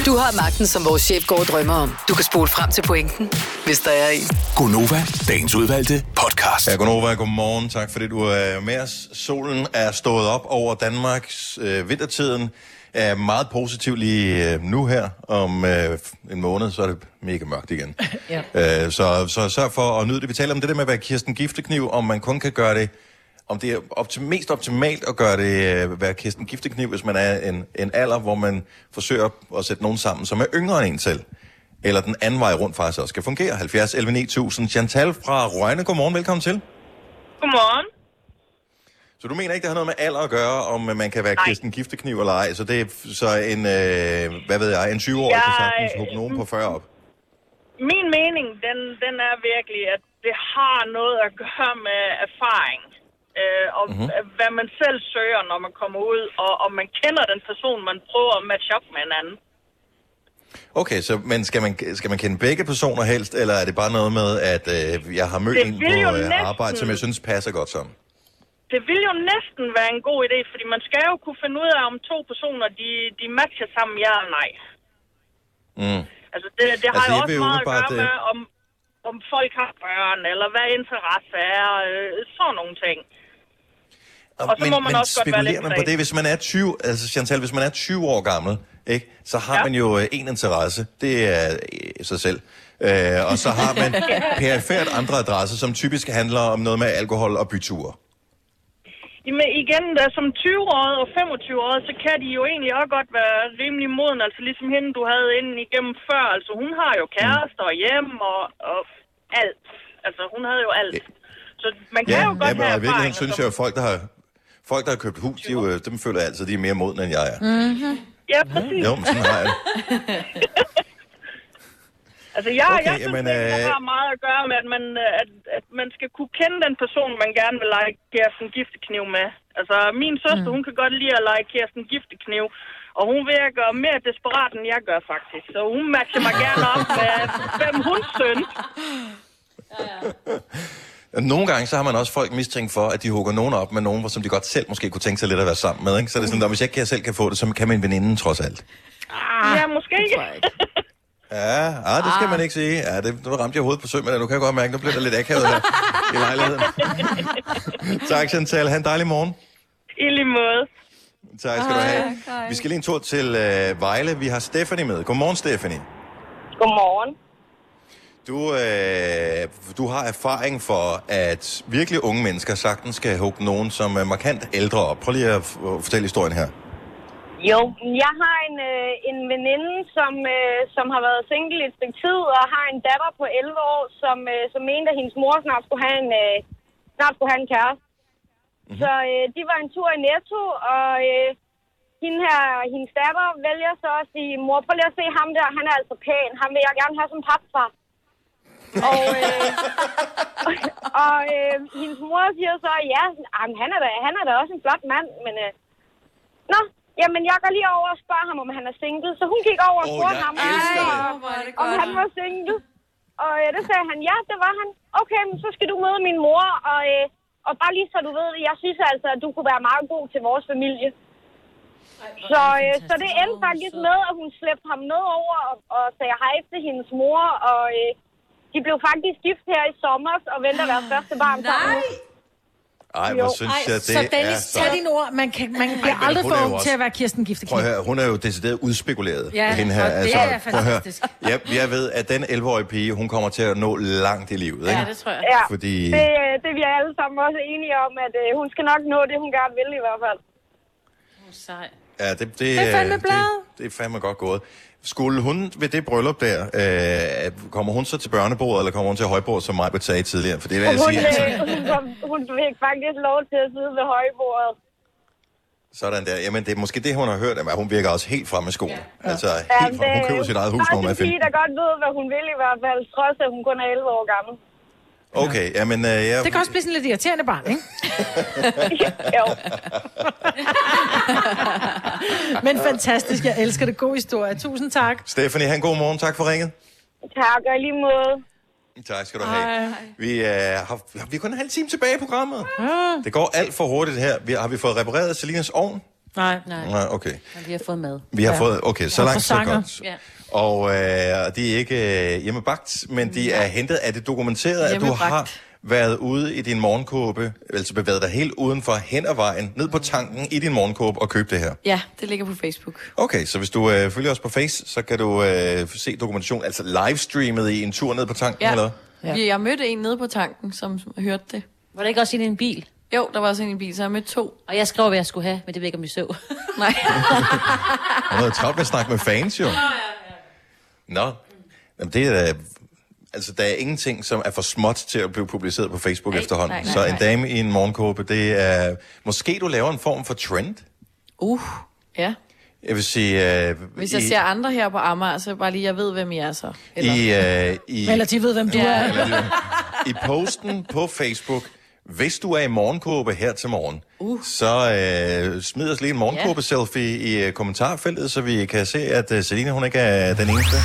S18: Du har magten, som vores chef går og drømmer om. Du kan spole frem til pointen, hvis der er en.
S6: Gonova, dagens udvalgte podcast.
S1: Ja, godnova, godmorgen. Tak fordi du er med os. Solen er stået op over Danmarks øh, vintertiden. er meget positiv lige øh, nu her. Om øh, en måned, så er det mega mørkt igen.
S5: Ja.
S1: Øh, så, så sørg for at nyde det. Vi taler om det der med at være Kirsten Giftekniv, om man kun kan gøre det om det er optim- mest optimalt at gøre det, øh, være Kirsten Giftekniv, hvis man er en, en alder, hvor man forsøger at sætte nogen sammen, som er yngre end en selv. Eller den anden vej rundt faktisk også skal fungere. 70 11 9000. Chantal fra Rønne, godmorgen, velkommen til.
S17: Godmorgen.
S1: Så du mener ikke, det har noget med alder at gøre, om øh, man kan være Kirsten Giftekniv eller ej? Så det er f- så en, øh, hvad ved jeg, en 20-årig ja, kan
S17: Jeg-
S1: sagtens hugge nogen på 40 op.
S17: Min mening, den, den er virkelig, at det har noget at gøre med erfaring. Øh, og
S1: Mhm.
S17: mm-hmm. hvad man selv søger, når man kommer ud, og om man kender den person, man prøver at matche op med hinanden.
S1: Okay, så, men skal man, skal man kende begge personer helst, eller er det bare noget med, at øh, jeg har mødt
S17: Det
S1: en
S17: vil jo
S1: på øh, arbejde,
S17: næsten-
S1: som jeg synes passer godt sammen?
S17: Det vil jo næsten være en god idé, fordi man skal jo kunne finde ud af, om to personer, de, de matcher sammen, ja eller nej.
S1: Mm.
S17: Altså, det, det har altså,
S1: Altså,
S17: jo
S1: jeg
S17: også
S1: vil jo
S17: meget at
S1: umiddelbart,
S17: gøre med,
S1: øh,
S17: om, om folk har børn, eller hvad interesse er, øh, sådan nogle ting. Og så
S1: men,
S17: må man
S1: men
S17: også godt være
S1: spekulerer
S17: lidt
S1: man på
S17: præg.
S1: det, hvis man er 20, altså Chantal, hvis man er 20 år gammel, ikke, så har ja. man jo øh, en interesse, det er øh, sig selv. Øh, og så har man perifært andre adresser, som typisk handler om noget med alkohol og byture.
S17: Jamen igen, der, som 20-årige og 25-årige, så kan de jo egentlig også godt være rimelig moden. Altså ligesom hende, du havde inden igennem før. Altså hun har jo kærester og hjem og, og alt. Altså hun havde jo alt. Så man kan
S1: ja,
S17: jo godt
S1: ja, men
S17: have
S1: i virkeligheden
S17: erfaring. altså.
S1: synes jeg, at folk, der har, folk, der har købt hus, de, er jo, øh, dem føler jeg altid, de er mere modne, end jeg er.
S17: Mm-hmm. Ja, præcis.
S1: Jo, men sådan har jeg det.
S17: Altså jeg,
S1: Okay,
S17: okay, jeg synes,
S1: jamen,
S17: jamen, øh... det
S1: øh,
S17: har meget at gøre med, at man, øh, at, at man skal kunne kende den person, man gerne vil lege Kirsten Giftekniv med. Altså min søster, mm. hun kan godt lide at lege Kirsten Giftekniv, og hun virker mere desperat, end jeg gør faktisk. Så hun matcher mig gerne op med, hvem hun søn.
S1: Nogle gange så har man også folk mistænkt for, at de hugger nogen op med nogen, hvor- som de godt selv måske kunne tænke sig lidt at være sammen med. Ikke? Så er det sådan, at hvis jeg ikke kan- selv kan få det, så kan min veninde trods alt.
S17: Ah, ja, måske ikke.
S1: Ja, ah, det skal man ikke sige. Ja, det, nu ramte jeg hovedet på sømmen, og nu kan jeg godt mærke, nu bliver der lidt akavet her i lejligheden. tak, Chantal. Ha' en dejlig morgen.
S17: I lige måde.
S1: Tak skal du have.
S17: Ah,
S1: Vi skal lige en tur til øh, Vejle. Vi har Stephanie med. Godmorgen, Stephanie.
S2: Godmorgen.
S1: Du, øh, du har erfaring for, at virkelig unge mennesker sagtens skal hugge nogen, som er markant ældre op. Prøv lige at f- at fortælle historien her.
S2: Jo, jeg har en, øh, en veninde, som, øh, som har været single i et stykke tid, og har en datter på 11 år, som, øh, som mente, at hendes mor snart skulle have en, øh, snart skulle have en kæreste.
S8: Mhm.
S2: Mm-hmm. Så øh, de var en tur i Netto, og øh, hende her, hendes datter vælger så at sige, mor, prøv lige at se ham der, han er altså pæn, ham vil jeg gerne have som papfar. Og, øh, og øh, hendes mor siger så, ja, jamen, han, er da, han er da også en flot mand, men... Øh, Nå, jamen jeg går lige over og spørger ham, om han er single. Så hun gik over og
S8: Åh,
S2: spurgte
S8: jeg
S2: ham,
S8: elsker
S2: om,
S8: det.
S2: om,
S8: Hvor er det
S2: om
S8: godt,
S2: han
S8: mand.
S2: var single. Og øh, det sagde han, ja, det var han. Okay, men så skal du møde min mor, og, øh, og bare lige så du ved det, jeg synes altså, at du kunne være meget god til vores familie. Så, øh, så det endte faktisk med, at hun slæbte ham med over og, og sagde hej til hendes mor, og øh, de blev faktisk gift her i sommer og venter deres første barn sammen. Ah, Nej!
S1: Ej,
S2: Jo.
S1: hvor synes
S2: Ej,
S1: jeg, det
S5: så
S1: er
S5: Dennis,
S1: så...
S5: tag dine ord. Man, kan, man bliver
S1: men
S5: aldrig
S1: hun
S5: for
S1: er jo
S5: ung
S1: også-
S5: til at være Kirsten Giftekniv.
S1: Prøv at høre, hun er jo decideret udspekuleret,
S5: Ja,
S1: ja, hende her. altså.
S5: og det er
S1: prøv at høre.
S5: fantastisk.
S1: Jeg, jeg ved, at den 11-årige pige, hun kommer til at nå langt i livet. Ikke?
S2: tror jeg. Ja,
S1: Fordi...
S2: det, øh, det er vi alle sammen også enige om, at øh, hun skal nok nå det, hun gerne vil i hvert fald. Sej.
S1: Ja, det, det,
S2: Det er fandme
S1: øh,
S2: bladet.
S1: Det, det er fandme godt gået. Skulle hun ved det bryllup der, øh, kommer hun så til børnebordet, eller kommer hun til højbordet, som mig sagde tidligere? For det vil
S2: Og
S1: jeg
S2: hun,
S1: sige, altså,
S2: øh, hun, kom, hun fik faktisk lov til at sidde ved højbordet.
S1: altså, sådan der. Jamen, det er måske det, hun har hørt, at hun virker også helt fremme i skoene. Ja. Altså,
S2: Ja,
S1: helt fremme. Hun køber sit eget hus, når hun
S2: øh,
S1: er
S2: Bare en pige,
S1: 15.
S2: der godt ved, hvad hun vil i hvert fald, trods at hun kun er 11 år gammel.
S1: Okay, jamen, øh, jeg...
S5: Det kan også blive sådan lidt irriterende barn, ikke? Men fantastisk, jeg elsker det. God historie. Tusind tak.
S1: Stephanie, han god morgen. Tak for ringet.
S2: Tak, og i lige måde.
S1: Tak skal du have. Vi, øh, har, vi har kun en halv time tilbage i programmet. Det går alt for hurtigt her. Vi, har vi fået repareret Selinas ovn?
S5: Nej,
S4: nej.
S1: Nej, okay.
S4: Men vi har fået mad.
S1: Vi har fået- okay, så
S4: Og
S1: langt, så
S4: croissanter.
S1: godt.
S4: Ja.
S1: Og øh, de er ikke øh, hjemmebagt, men de er hentet. Er det dokumenteret, at du
S4: Hjemmebagt.
S1: har været ude i din morgenkåbe, altså bevæget dig helt udenfor hen ad vejen, ned på tanken i din morgenkåbe og købe det her?
S3: Ja, det ligger på Facebook.
S1: Okay, så hvis du øh, følger os på Face, så kan du øh, se dokumentation, altså livestreamet i en tur ned på tanken
S3: Ja.
S1: eller hvad?
S3: ja. Jeg mødte en nede på tanken, som hørte det.
S4: Var det ikke også en i en bil?
S3: Jo, der var også en i en bil, så jeg mødte to.
S4: Og jeg skrev, hvad jeg skulle have, men det ved jeg ikke, om I så.
S3: Nej.
S1: Han havde travlt med at snakke med fans, jo. Nå, Jamen, det er da- Altså, der er ingenting, som er for småt til at blive publiceret på Facebook nej, efterhånden.
S3: nej, nej,
S1: så en
S3: nej.
S1: dame i en morgenkåbe, det er... Måske du laver en form for trend.
S3: Uh, ja.
S1: Jeg vil sige... Øh,
S3: Hvis jeg
S1: i,
S3: ser andre her på Amager, så bare lige, jeg ved, hvem I er så.
S1: I, øh, i,
S5: Eller de ved, hvem du
S3: Ja.
S5: er.
S1: I posten på Facebook, hvis du er i morgenkåbe her til morgen, uh. så øh, smid os lige en morgenkåbe-selfie i øh, kommentarfeltet, så vi kan se, at øh, Selina, hun ikke er den eneste.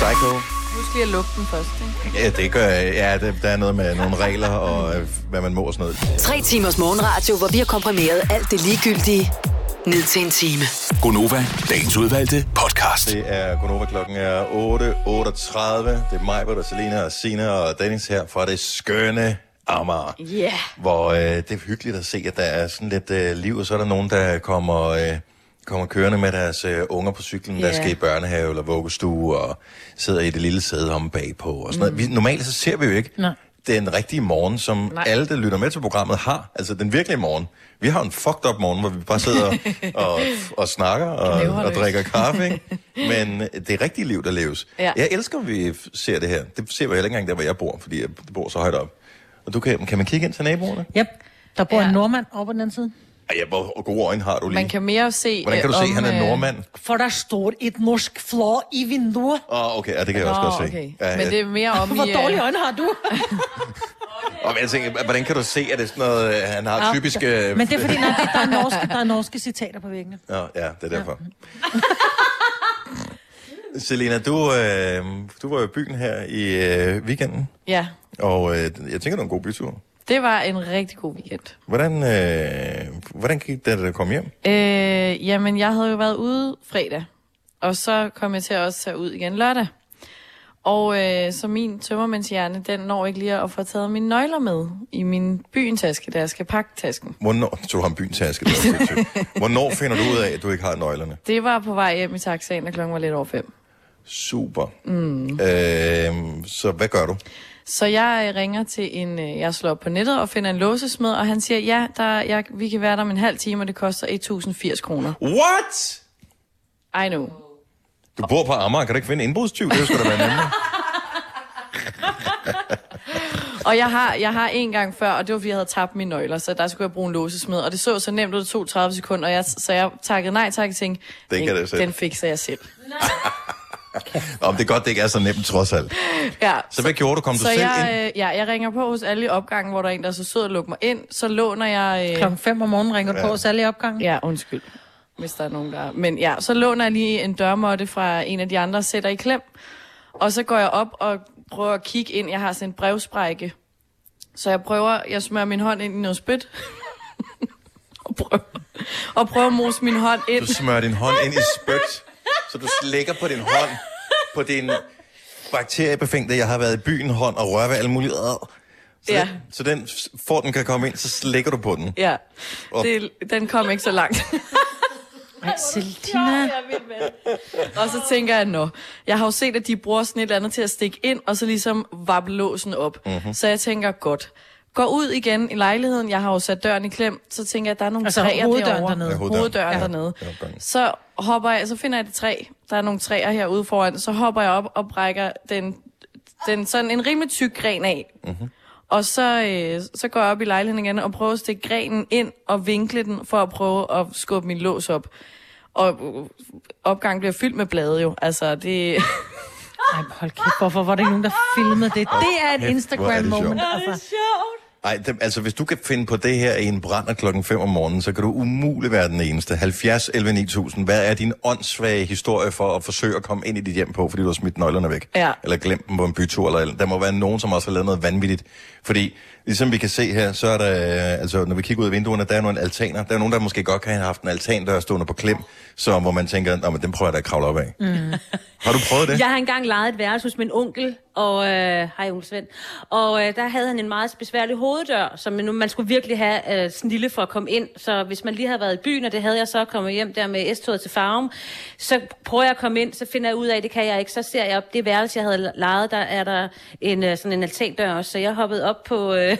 S1: Psycho.
S3: Husk lige at lukke den først, ikke?
S1: Ja, det gør Ja, det, der er noget med nogle regler og øh, hvad man må og sådan noget.
S18: Tre timers morgenradio, hvor vi har komprimeret alt det ligegyldige ned til en time.
S6: Gonova, dagens udvalgte podcast.
S1: Det er Gunova, klokken er 8.38. Det er mig, Britt og Selina og Sina og Dennis her fra det skønne Amager.
S3: Ja.
S1: hvor øh, det er hyggeligt at se, at der er sådan lidt øh, liv, og så er der nogen, der kommer, øh, kommer kørende med deres øh, unger på cyklen, yeah.
S8: Ja.
S1: der skal i børnehave eller vuggestue, og sidder i det lille sæde om bagpå. Og sådan mm. noget. Vi, normalt så ser vi jo ikke
S5: Nej.
S1: den rigtige morgen, som Nej. alle, der lytter med til programmet, har. Altså den virkelige morgen. Vi har en fucked up morgen, hvor vi bare sidder og, og snakker og, og drikker kaffe. Ikke? Men øh, det er rigtige liv, der leves.
S8: Ja.
S1: Jeg elsker, at vi f- ser det her. Det ser vi heller ikke engang der, hvor jeg bor, fordi jeg bor så højt op. Og du kan, kan man kigge ind til naboerne?
S5: Yep. Der bor ja. en nordmand over på den anden side.
S1: Ej, ja, hvor gode øjne har du lige.
S3: Man kan mere se...
S1: Hvordan kan du se,
S3: øh,
S1: at han er
S3: om, øh,
S1: nordmand?
S5: For der står et norsk flå i vinduet.
S1: Åh, oh, okay, ja, det kan jeg også
S5: Nå,
S1: godt se.
S5: okay.
S1: Ja,
S3: Men det er mere om
S5: Hvor
S3: i... øh,
S5: dårlige øjne har du?
S1: Og jeg tænker, hvordan kan du se, at det er sådan noget, øh, han har
S5: Ah,
S1: typisk...
S5: ja.
S1: øh,
S5: Men det er fordi, nej, det- der, er norske, der er norske citater på væggene.
S1: Nå, ja, det er derfor. Selena, du, øh, du var jo i byen her i øh, weekenden,
S3: Ja,
S1: og øh, jeg tænker, det var en god bytur.
S3: det var en rigtig god weekend.
S1: Hvordan, øh, hvordan gik det, da du kom hjem?
S3: Øh, jamen, jeg havde jo været ude fredag, og så kom jeg til at også tage ud igen lørdag. Og øh, så min tømmermandshjerne, den når ikke lige at få taget mine nøgler med i min byentaske, da jeg skal pakke tasken.
S1: Hvornår tog ham byen taske? det var sindssygt. Hvornår finder du ud af, at du ikke har nøglerne?
S3: Det var på vej hjem i taxaen, og klokken var lidt over fem.
S1: Super.
S3: Mm.
S1: Øh, så hvad gør du?
S3: Så jeg øh, ringer til en, øh, jeg slår op på nettet og finder en låsesmed, og han siger, ja, der, jeg, vi kan være der om en halv time, og det koster 1080 kroner.
S1: What?
S3: I know.
S1: Du bor på Amager, kan du ikke finde en indbrudstyv? Det skulle da være nemmere.
S3: Og jeg har, jeg har en gang før, og det var fordi, jeg havde tabt mine nøgler, så der skulle jeg bruge en låsesmed. Og det så så nemt ud, det tog 30 sekunder, og jeg, så jeg takkede nej tak og tænkte,
S1: Den kan jeg selv."
S3: den fikser jeg selv.
S1: Nå, men det er godt, det ikke er så nemt trods alt.
S3: Ja.
S1: Så hvad gjorde du? Kom du
S3: så
S1: selv
S3: jeg,
S1: ind?
S3: øh, ja, jeg ringer på hos alle i opgangen, hvor der er en, der er så sød at lukke mig ind. Så låner jeg... Øh,
S5: Klokken 5 om morgenen ringer du
S3: Ja.
S5: på os alle i opgangen.
S3: Ja, undskyld. hvis der er nogen, der... Men ja, så låner jeg lige en dørmåtte fra en af de andre og sætter i klem. Og så går jeg op og prøver at kigge ind. Jeg har sådan en brevsprække. Så jeg prøver, jeg smører min hånd ind i noget spyt. og prøver, og prøver at mose min hånd ind.
S1: Du smører din hånd ind i spyt, så du slikker på din hånd, på din bakteriebefængte, jeg har været i byen hånd og rører ved alle mulige ad. Så,
S3: Ja.
S1: den, så den, for at den kan komme ind, så slikker du på den.
S3: Ja,
S1: Og-
S3: det, den kom ikke så langt.
S5: Ej, Selina.
S3: Og så tænker jeg, nå, jeg har jo set, at de bruger sådan et eller andet til at stikke ind, og så ligesom vappe låsen op.
S5: Mhm.
S3: Mm-hmm. Så jeg tænker, godt. Går ud igen i lejligheden, jeg har jo sat døren i klem, så tænker jeg, at der er nogle
S5: Altså,
S3: træer
S5: hoveddøren
S3: derovre.
S5: dernede. Ja, hoveddøren.
S3: hoveddøren
S5: Ja.
S3: dernede. Så hopper jeg, så finder jeg et træ. Der er nogle træer herude foran. Så hopper jeg op og brækker den, den sådan en rimelig tyk gren af.
S1: Mhm.
S3: Og så, øh, så går jeg op i lejligheden igen og prøver at stikke grenen ind og vinkle den for at prøve at skubbe min lås op. Og øh, opgangen bliver fyldt med blade jo. Altså, det...
S5: Ej, hold kæft, hvorfor var der ikke nogen, der filmede det? Det er et
S1: Kæft, hvor er det sjovt.
S5: Instagram-moment.
S1: Ja, det er
S5: Altså.
S1: Ej, det, altså hvis du kan finde på det her i en brænder klokken 5 om morgenen, så kan du umuligt være den eneste. 70 11 9000. Hvad er din åndssvage historie for at forsøge at komme ind i dit hjem på, fordi du har smidt nøglerne væk?
S3: Ja.
S1: Eller glemt dem på en bytur? Eller, eller, der må være nogen, som også har lavet noget vanvittigt. Fordi, ligesom vi kan se her, så er der, øh, altså når vi kigger ud af vinduerne, der er nogle altaner. Der er nogen, der måske godt kan have haft en altandør stående på klem, så, hvor man tænker, "Nå, men den prøver jeg da at kravle op af.
S4: Mm.
S1: Har du prøvet det?
S4: Jeg har engang lejet et værelse hos min onkel, og øh, hej Ole Svend. Og øh, der havde han en meget besværlig hoveddør, som man, nu- man skulle virkelig have øh, snille for at komme ind. Så hvis man lige havde været i byen, og det havde jeg så kommet hjem der med S-toget til Farum, så prøver jeg at komme ind, så finder jeg ud af, at det kan jeg ikke. Så ser jeg op det værelse, jeg havde lejet, der er der en, øh, sådan en altandør også. Så jeg hoppede op på... Øh,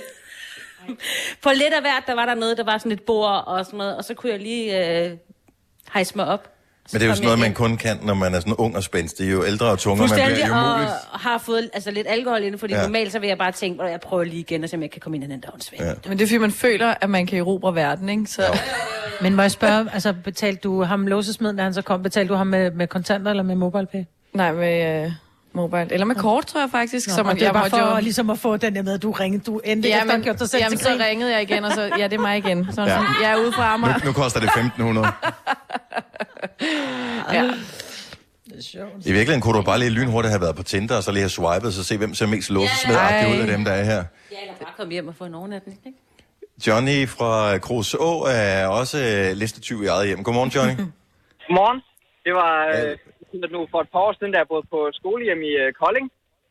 S4: på lidt af hvert, der var der noget, der var sådan et bord og sådan noget, og så kunne jeg lige øh, hejse mig op.
S1: Men det er jo
S4: kom
S1: sådan
S4: jeg
S1: noget, man
S4: ind.
S1: kun kan, når man er sådan ung og spændstig. Jo ældre og tungere man bliver,
S4: Fuldstændig,
S1: jo muligt.
S4: og, og har fået altså, lidt alkohol inden, fordi
S1: Ja.
S4: ja. normalt så vil jeg bare tænke, at jeg prøver lige igen, og se om jeg kan komme ind i den der åndssvagt. Ja.
S3: Men det er fordi, man føler, at man kan erobre verden, ikke? Så...
S5: Men må jeg spørge, altså betalte du ham låsesmeden, da han så kom, betalte du ham med, med kontanter eller med MobilePay?
S3: Nej, med øh, mobile. Eller med kort, tror jeg faktisk.
S5: Nå,
S3: så man,
S5: det er
S3: jeg
S5: bare
S3: måtte
S5: for
S3: jo-
S5: ligesom at få den der med, at du ringede, du endte ja, efter men, gjort dig selv
S3: jamen,
S5: til grin.
S3: så ringede jeg igen, og så, ja, det er mig igen. Sådan,
S1: Ja.
S3: ja. sådan, jeg er ude fra
S1: Nu,
S3: Amager.
S1: nu koster det 1.500.
S3: Ja.
S1: I virkeligheden kunne du bare lige lynhurtigt have været på Tinder, og så lige have swipet, så se, hvem ser mest låsesmedagtig ud af
S4: Ej.
S1: dem, der er her.
S4: ja, eller bare komme hjem og få en overnatning, ikke?
S1: Johnny fra Kroos Å er også øh, listetyv i eget hjem. Godmorgen, Johnny.
S8: Godmorgen. Det var øh, sådan, at nu for et par år siden, da jeg boede på et skolehjem i øh, Kolding,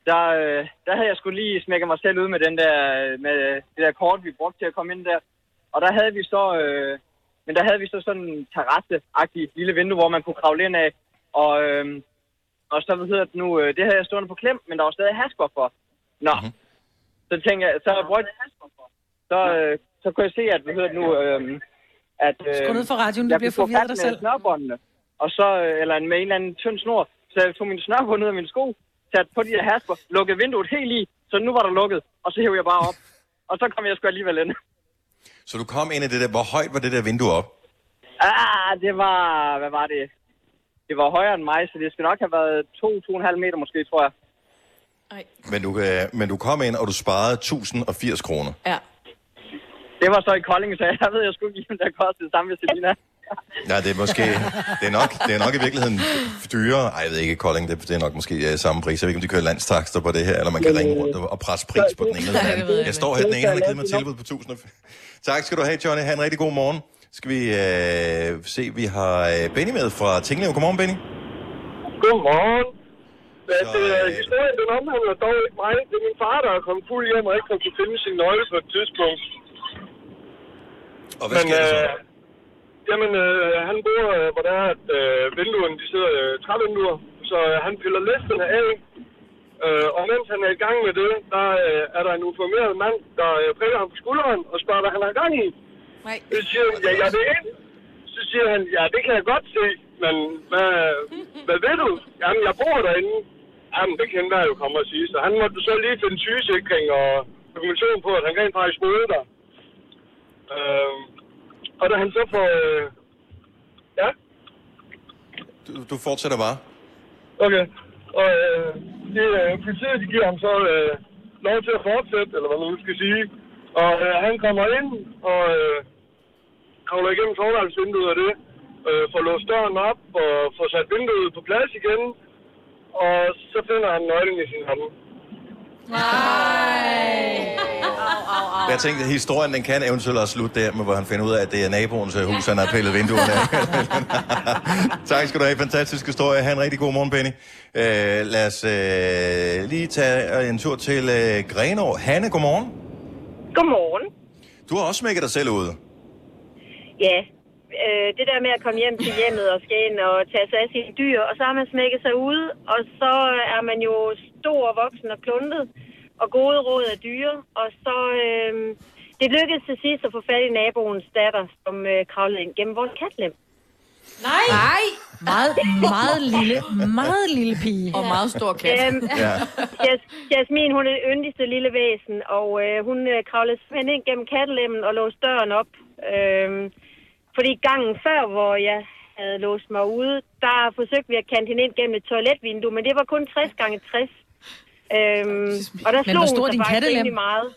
S8: der, øh, der havde jeg skulle lige smækket mig selv ud med, den der, øh, med det der kort, vi brugte til at komme ind der. Og der havde vi så, øh, men der havde vi så sådan en terrasse lille vindue, hvor man kunne kravle ind af. Og, øh, og så, hvad hedder det nu, øh, det havde jeg stående på klem, men der var stadig hasker for. Nå, mm-hmm. så tænkte jeg, så, brød, så, øh, så kunne jeg se, at, hvad hedder det nu, øh, at... øh,
S5: Skru ned for radioen, du
S8: jeg
S5: bliver
S8: kunne få
S5: forvirret
S8: fat
S5: dig
S8: med
S5: selv.
S8: snørbåndene, og så, øh, eller en- med en eller anden tynd snor. Så jeg tog min snørbånd ud af min sko, satte på de der hasper, lukkede vinduet helt i, så nu var der lukket, og så hæv jeg bare op. og så kom jeg sgu alligevel ind.
S1: Så du kom ind i det der, hvor højt var det der vindue op?
S8: Ah, det var, hvad var det? Det var højere end mig, så det skal nok have været 2-2,5 meter måske, tror jeg.
S1: Men du, øh, men du kom ind, og du sparede 1080 kroner.
S3: Ja.
S8: Det var så i Kolding, så jeg ved, jeg skulle give dem der kostede det samme ved Selina.
S1: Nej, det er måske... Det er nok, det er nok i virkeligheden dyrere. Ej, jeg ved ikke, Kolding, det, det er nok måske øh, samme pris. Jeg ved ikke, om de kører landstakster på det her, eller man kan ringe rundt og, og presse pris på den ene eller den anden. Jeg står her, den ene, han har givet mig tilbud på 1000. og- Tak skal du have, Johnny. Ha' en rigtig god morgen. Skal vi øh, se, vi har øh, Benny med fra Tinglev. Godmorgen, Benny.
S23: Godmorgen. Men
S1: Så,
S23: øh,
S1: øh,
S23: historien, den omhandler dog ikke mig. Det er min far, der er kommet fuld hjem og ikke har kunne finde sin nøgle på et tidspunkt.
S1: Og hvad sker der så?
S23: Jamen, øh, han bor, øh, hvor der er, at øh, vinduerne, de sidder øh, trævinduer, så øh, han piller listerne af. Øh, og mens han er i gang med det, der øh, er der en uformeret mand, der øh, prikker ham på skulderen og spørger, hvad han har gang i.
S3: Nej.
S23: Så siger han, ja, jeg vil ind. Så siger han, ja, det kan jeg godt se, men hvad, hvad ved du? Jamen, jeg bor derinde. Jamen, det kan der jo komme og sige. Så han måtte så lige finde sygesikring og dokumentation på, at han rent faktisk boede der. Øh, og da han så får... Øh, ja,
S1: Du, du fortsætter bare.
S23: okay. Og øh, det, øh, politiet, de giver ham så øh, lov til at fortsætte, eller hvad man nu skal sige. Og øh, han kommer ind, og... Øh, kravler igennem forværelsesvinduet og det, øh, får låst døren op og får sat vinduet på plads igen, og så finder han nøglen i sin lomme.
S1: Jeg tænkte, at historien den kan eventuelt også slutte der, med, hvor han finder ud af, at det er naboens øh, hus, han har pillet vinduerne af. tak skal du have. Fantastisk historie. Ha' en rigtig god morgen, Benny. Øh, lad os øh, lige tage en tur til øh, Grenå. Hanne, godmorgen.
S9: Godmorgen.
S1: Du har også smækket dig selv ud.
S9: Ja, øh, det der med at komme hjem til hjemmet og skal ind og tage sig af sine dyr, og så har man smækket sig ud, og så er man jo stor, voksen og kluntet, og gode råd af dyre, og så... Øh, det lykkedes til sidst at få fat i naboens datter, som øh, kravlede ind gennem vores katlem.
S5: Nej! Nej! Meget, meget lille, meget lille pige.
S9: Og meget stor kat. Øhm,
S5: ja.
S9: Ja. Jas, Jasmin, hun er det yndigste lille væsen, og øh, hun øh, kravlede simpelthen ind gennem kattelemmen og låste døren op. Øhm, fordi gangen før, hvor jeg havde låst mig ude, der forsøgte vi at kante hende ind gennem et toiletvindue, men det var kun 60 gange 60. Øhm, og der
S5: Men
S9: slog
S5: hvor
S9: hun
S5: stor er
S9: sig
S5: din
S9: faktisk
S5: kattelem?
S9: rimelig meget.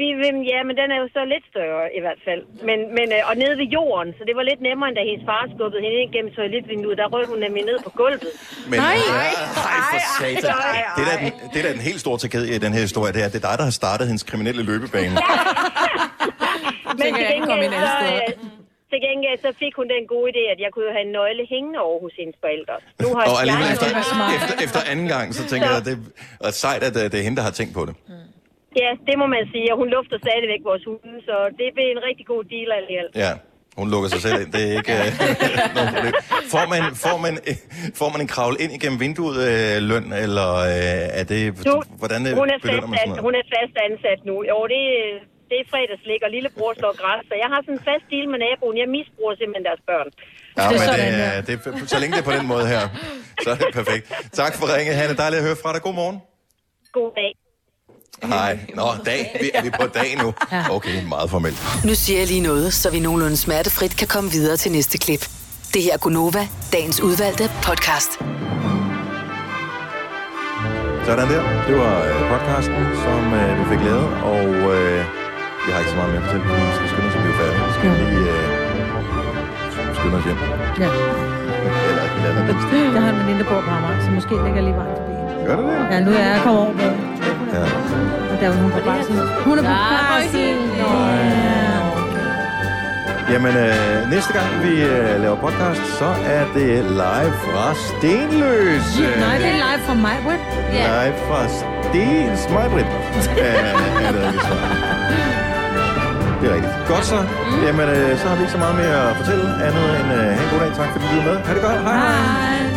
S9: Vi, vi- ja, men den er jo så lidt større i hvert fald. Men, men, øh, og nede ved jorden, så det var lidt nemmere, end da hendes far skubbede hende ind gennem toiletvinduet. Der røg hun nemlig ned på gulvet.
S1: Men,
S9: Nej.
S1: Ja, ej, for
S9: Ej, ej,
S1: satan.
S9: ej, ej.
S1: Det, der er den, det der er den helt store tragedie i den her historie, det er, at det er dig, der har startet hendes kriminelle løbebane.
S9: Men
S3: Tænker
S9: til
S3: jeg, jeg kan
S9: gengæld,
S3: komme ind alle
S9: så,
S3: steder.
S9: øh, Til gengæld så fik hun den gode idé, at jeg kunne jo have en nøgle hængende over hos hendes forældre. Nu har
S1: Og alligevel
S9: jeg...
S1: efter, efter, efter anden gang, så tænker jeg, at det er sejt, at øh, det er hende, der har tænkt på det.
S9: Ja, det må man sige, og hun lufter stadigvæk vores hunde, så det blev en rigtig god deal alligevel.
S1: Ja, hun lukker sig selv ind. Det er ikke øh, noget problem. Får man, får, man, øh, får man en kravl ind igennem vinduet øh, løn, eller øh, er det...
S9: Nu,
S1: Hvordan øh,
S9: hun, er
S1: belønner
S9: fast
S1: man sådan
S9: an,
S1: noget?
S9: hun er fast ansat nu. Jo, det, er- det er fredagslik, og lillebror slår græs, så jeg har sådan en fast deal med naboen. Jeg misbruger simpelthen deres børn.
S1: Ja, men det, er, det er, så længe det er på den måde her, så er det perfekt. Tak for ringe, Hanne. Dejligt at høre fra dig. God morgen.
S9: God dag.
S1: Nej, nå, dag. Vi er vi på dag nu. Okay, meget formelt.
S18: Nu siger jeg lige noget, så vi nogenlunde smertefrit kan komme videre til næste klip. Det her er Gunova, dagens udvalgte podcast.
S1: Sådan der. Det var øh, podcasten, som øh, vi fik lavet, og øh, jeg har ikke så meget mere at fortælle, fordi vi skal skynde os at blive færdige. Vi skal lige øh, skynde os hjem.
S5: Ja.
S1: Eller ikke lade det.
S5: Jeg har en veninde på Amager, så måske ligger jeg lige vejen forbi.
S1: Gør det det?
S5: Ja, nu er jeg kommet over broen.
S1: Ja.
S5: Og der er hun på barsel. Hun er på barsel. Nå.
S1: Jamen, øh, næste gang vi øh, laver podcast, så er det live fra Stenløse.
S5: Nej, det er live fra mig, Britt.
S1: Live fra Sten Smøjbrip. er det rigtigt svar. Det er rigtigt. Godt
S5: Mm.
S1: så. Jamen, øh, så har vi ikke så meget mere at fortælle andet end øh, have en god dag. Tak fordi du er med. Ha' det godt. Hej. hej.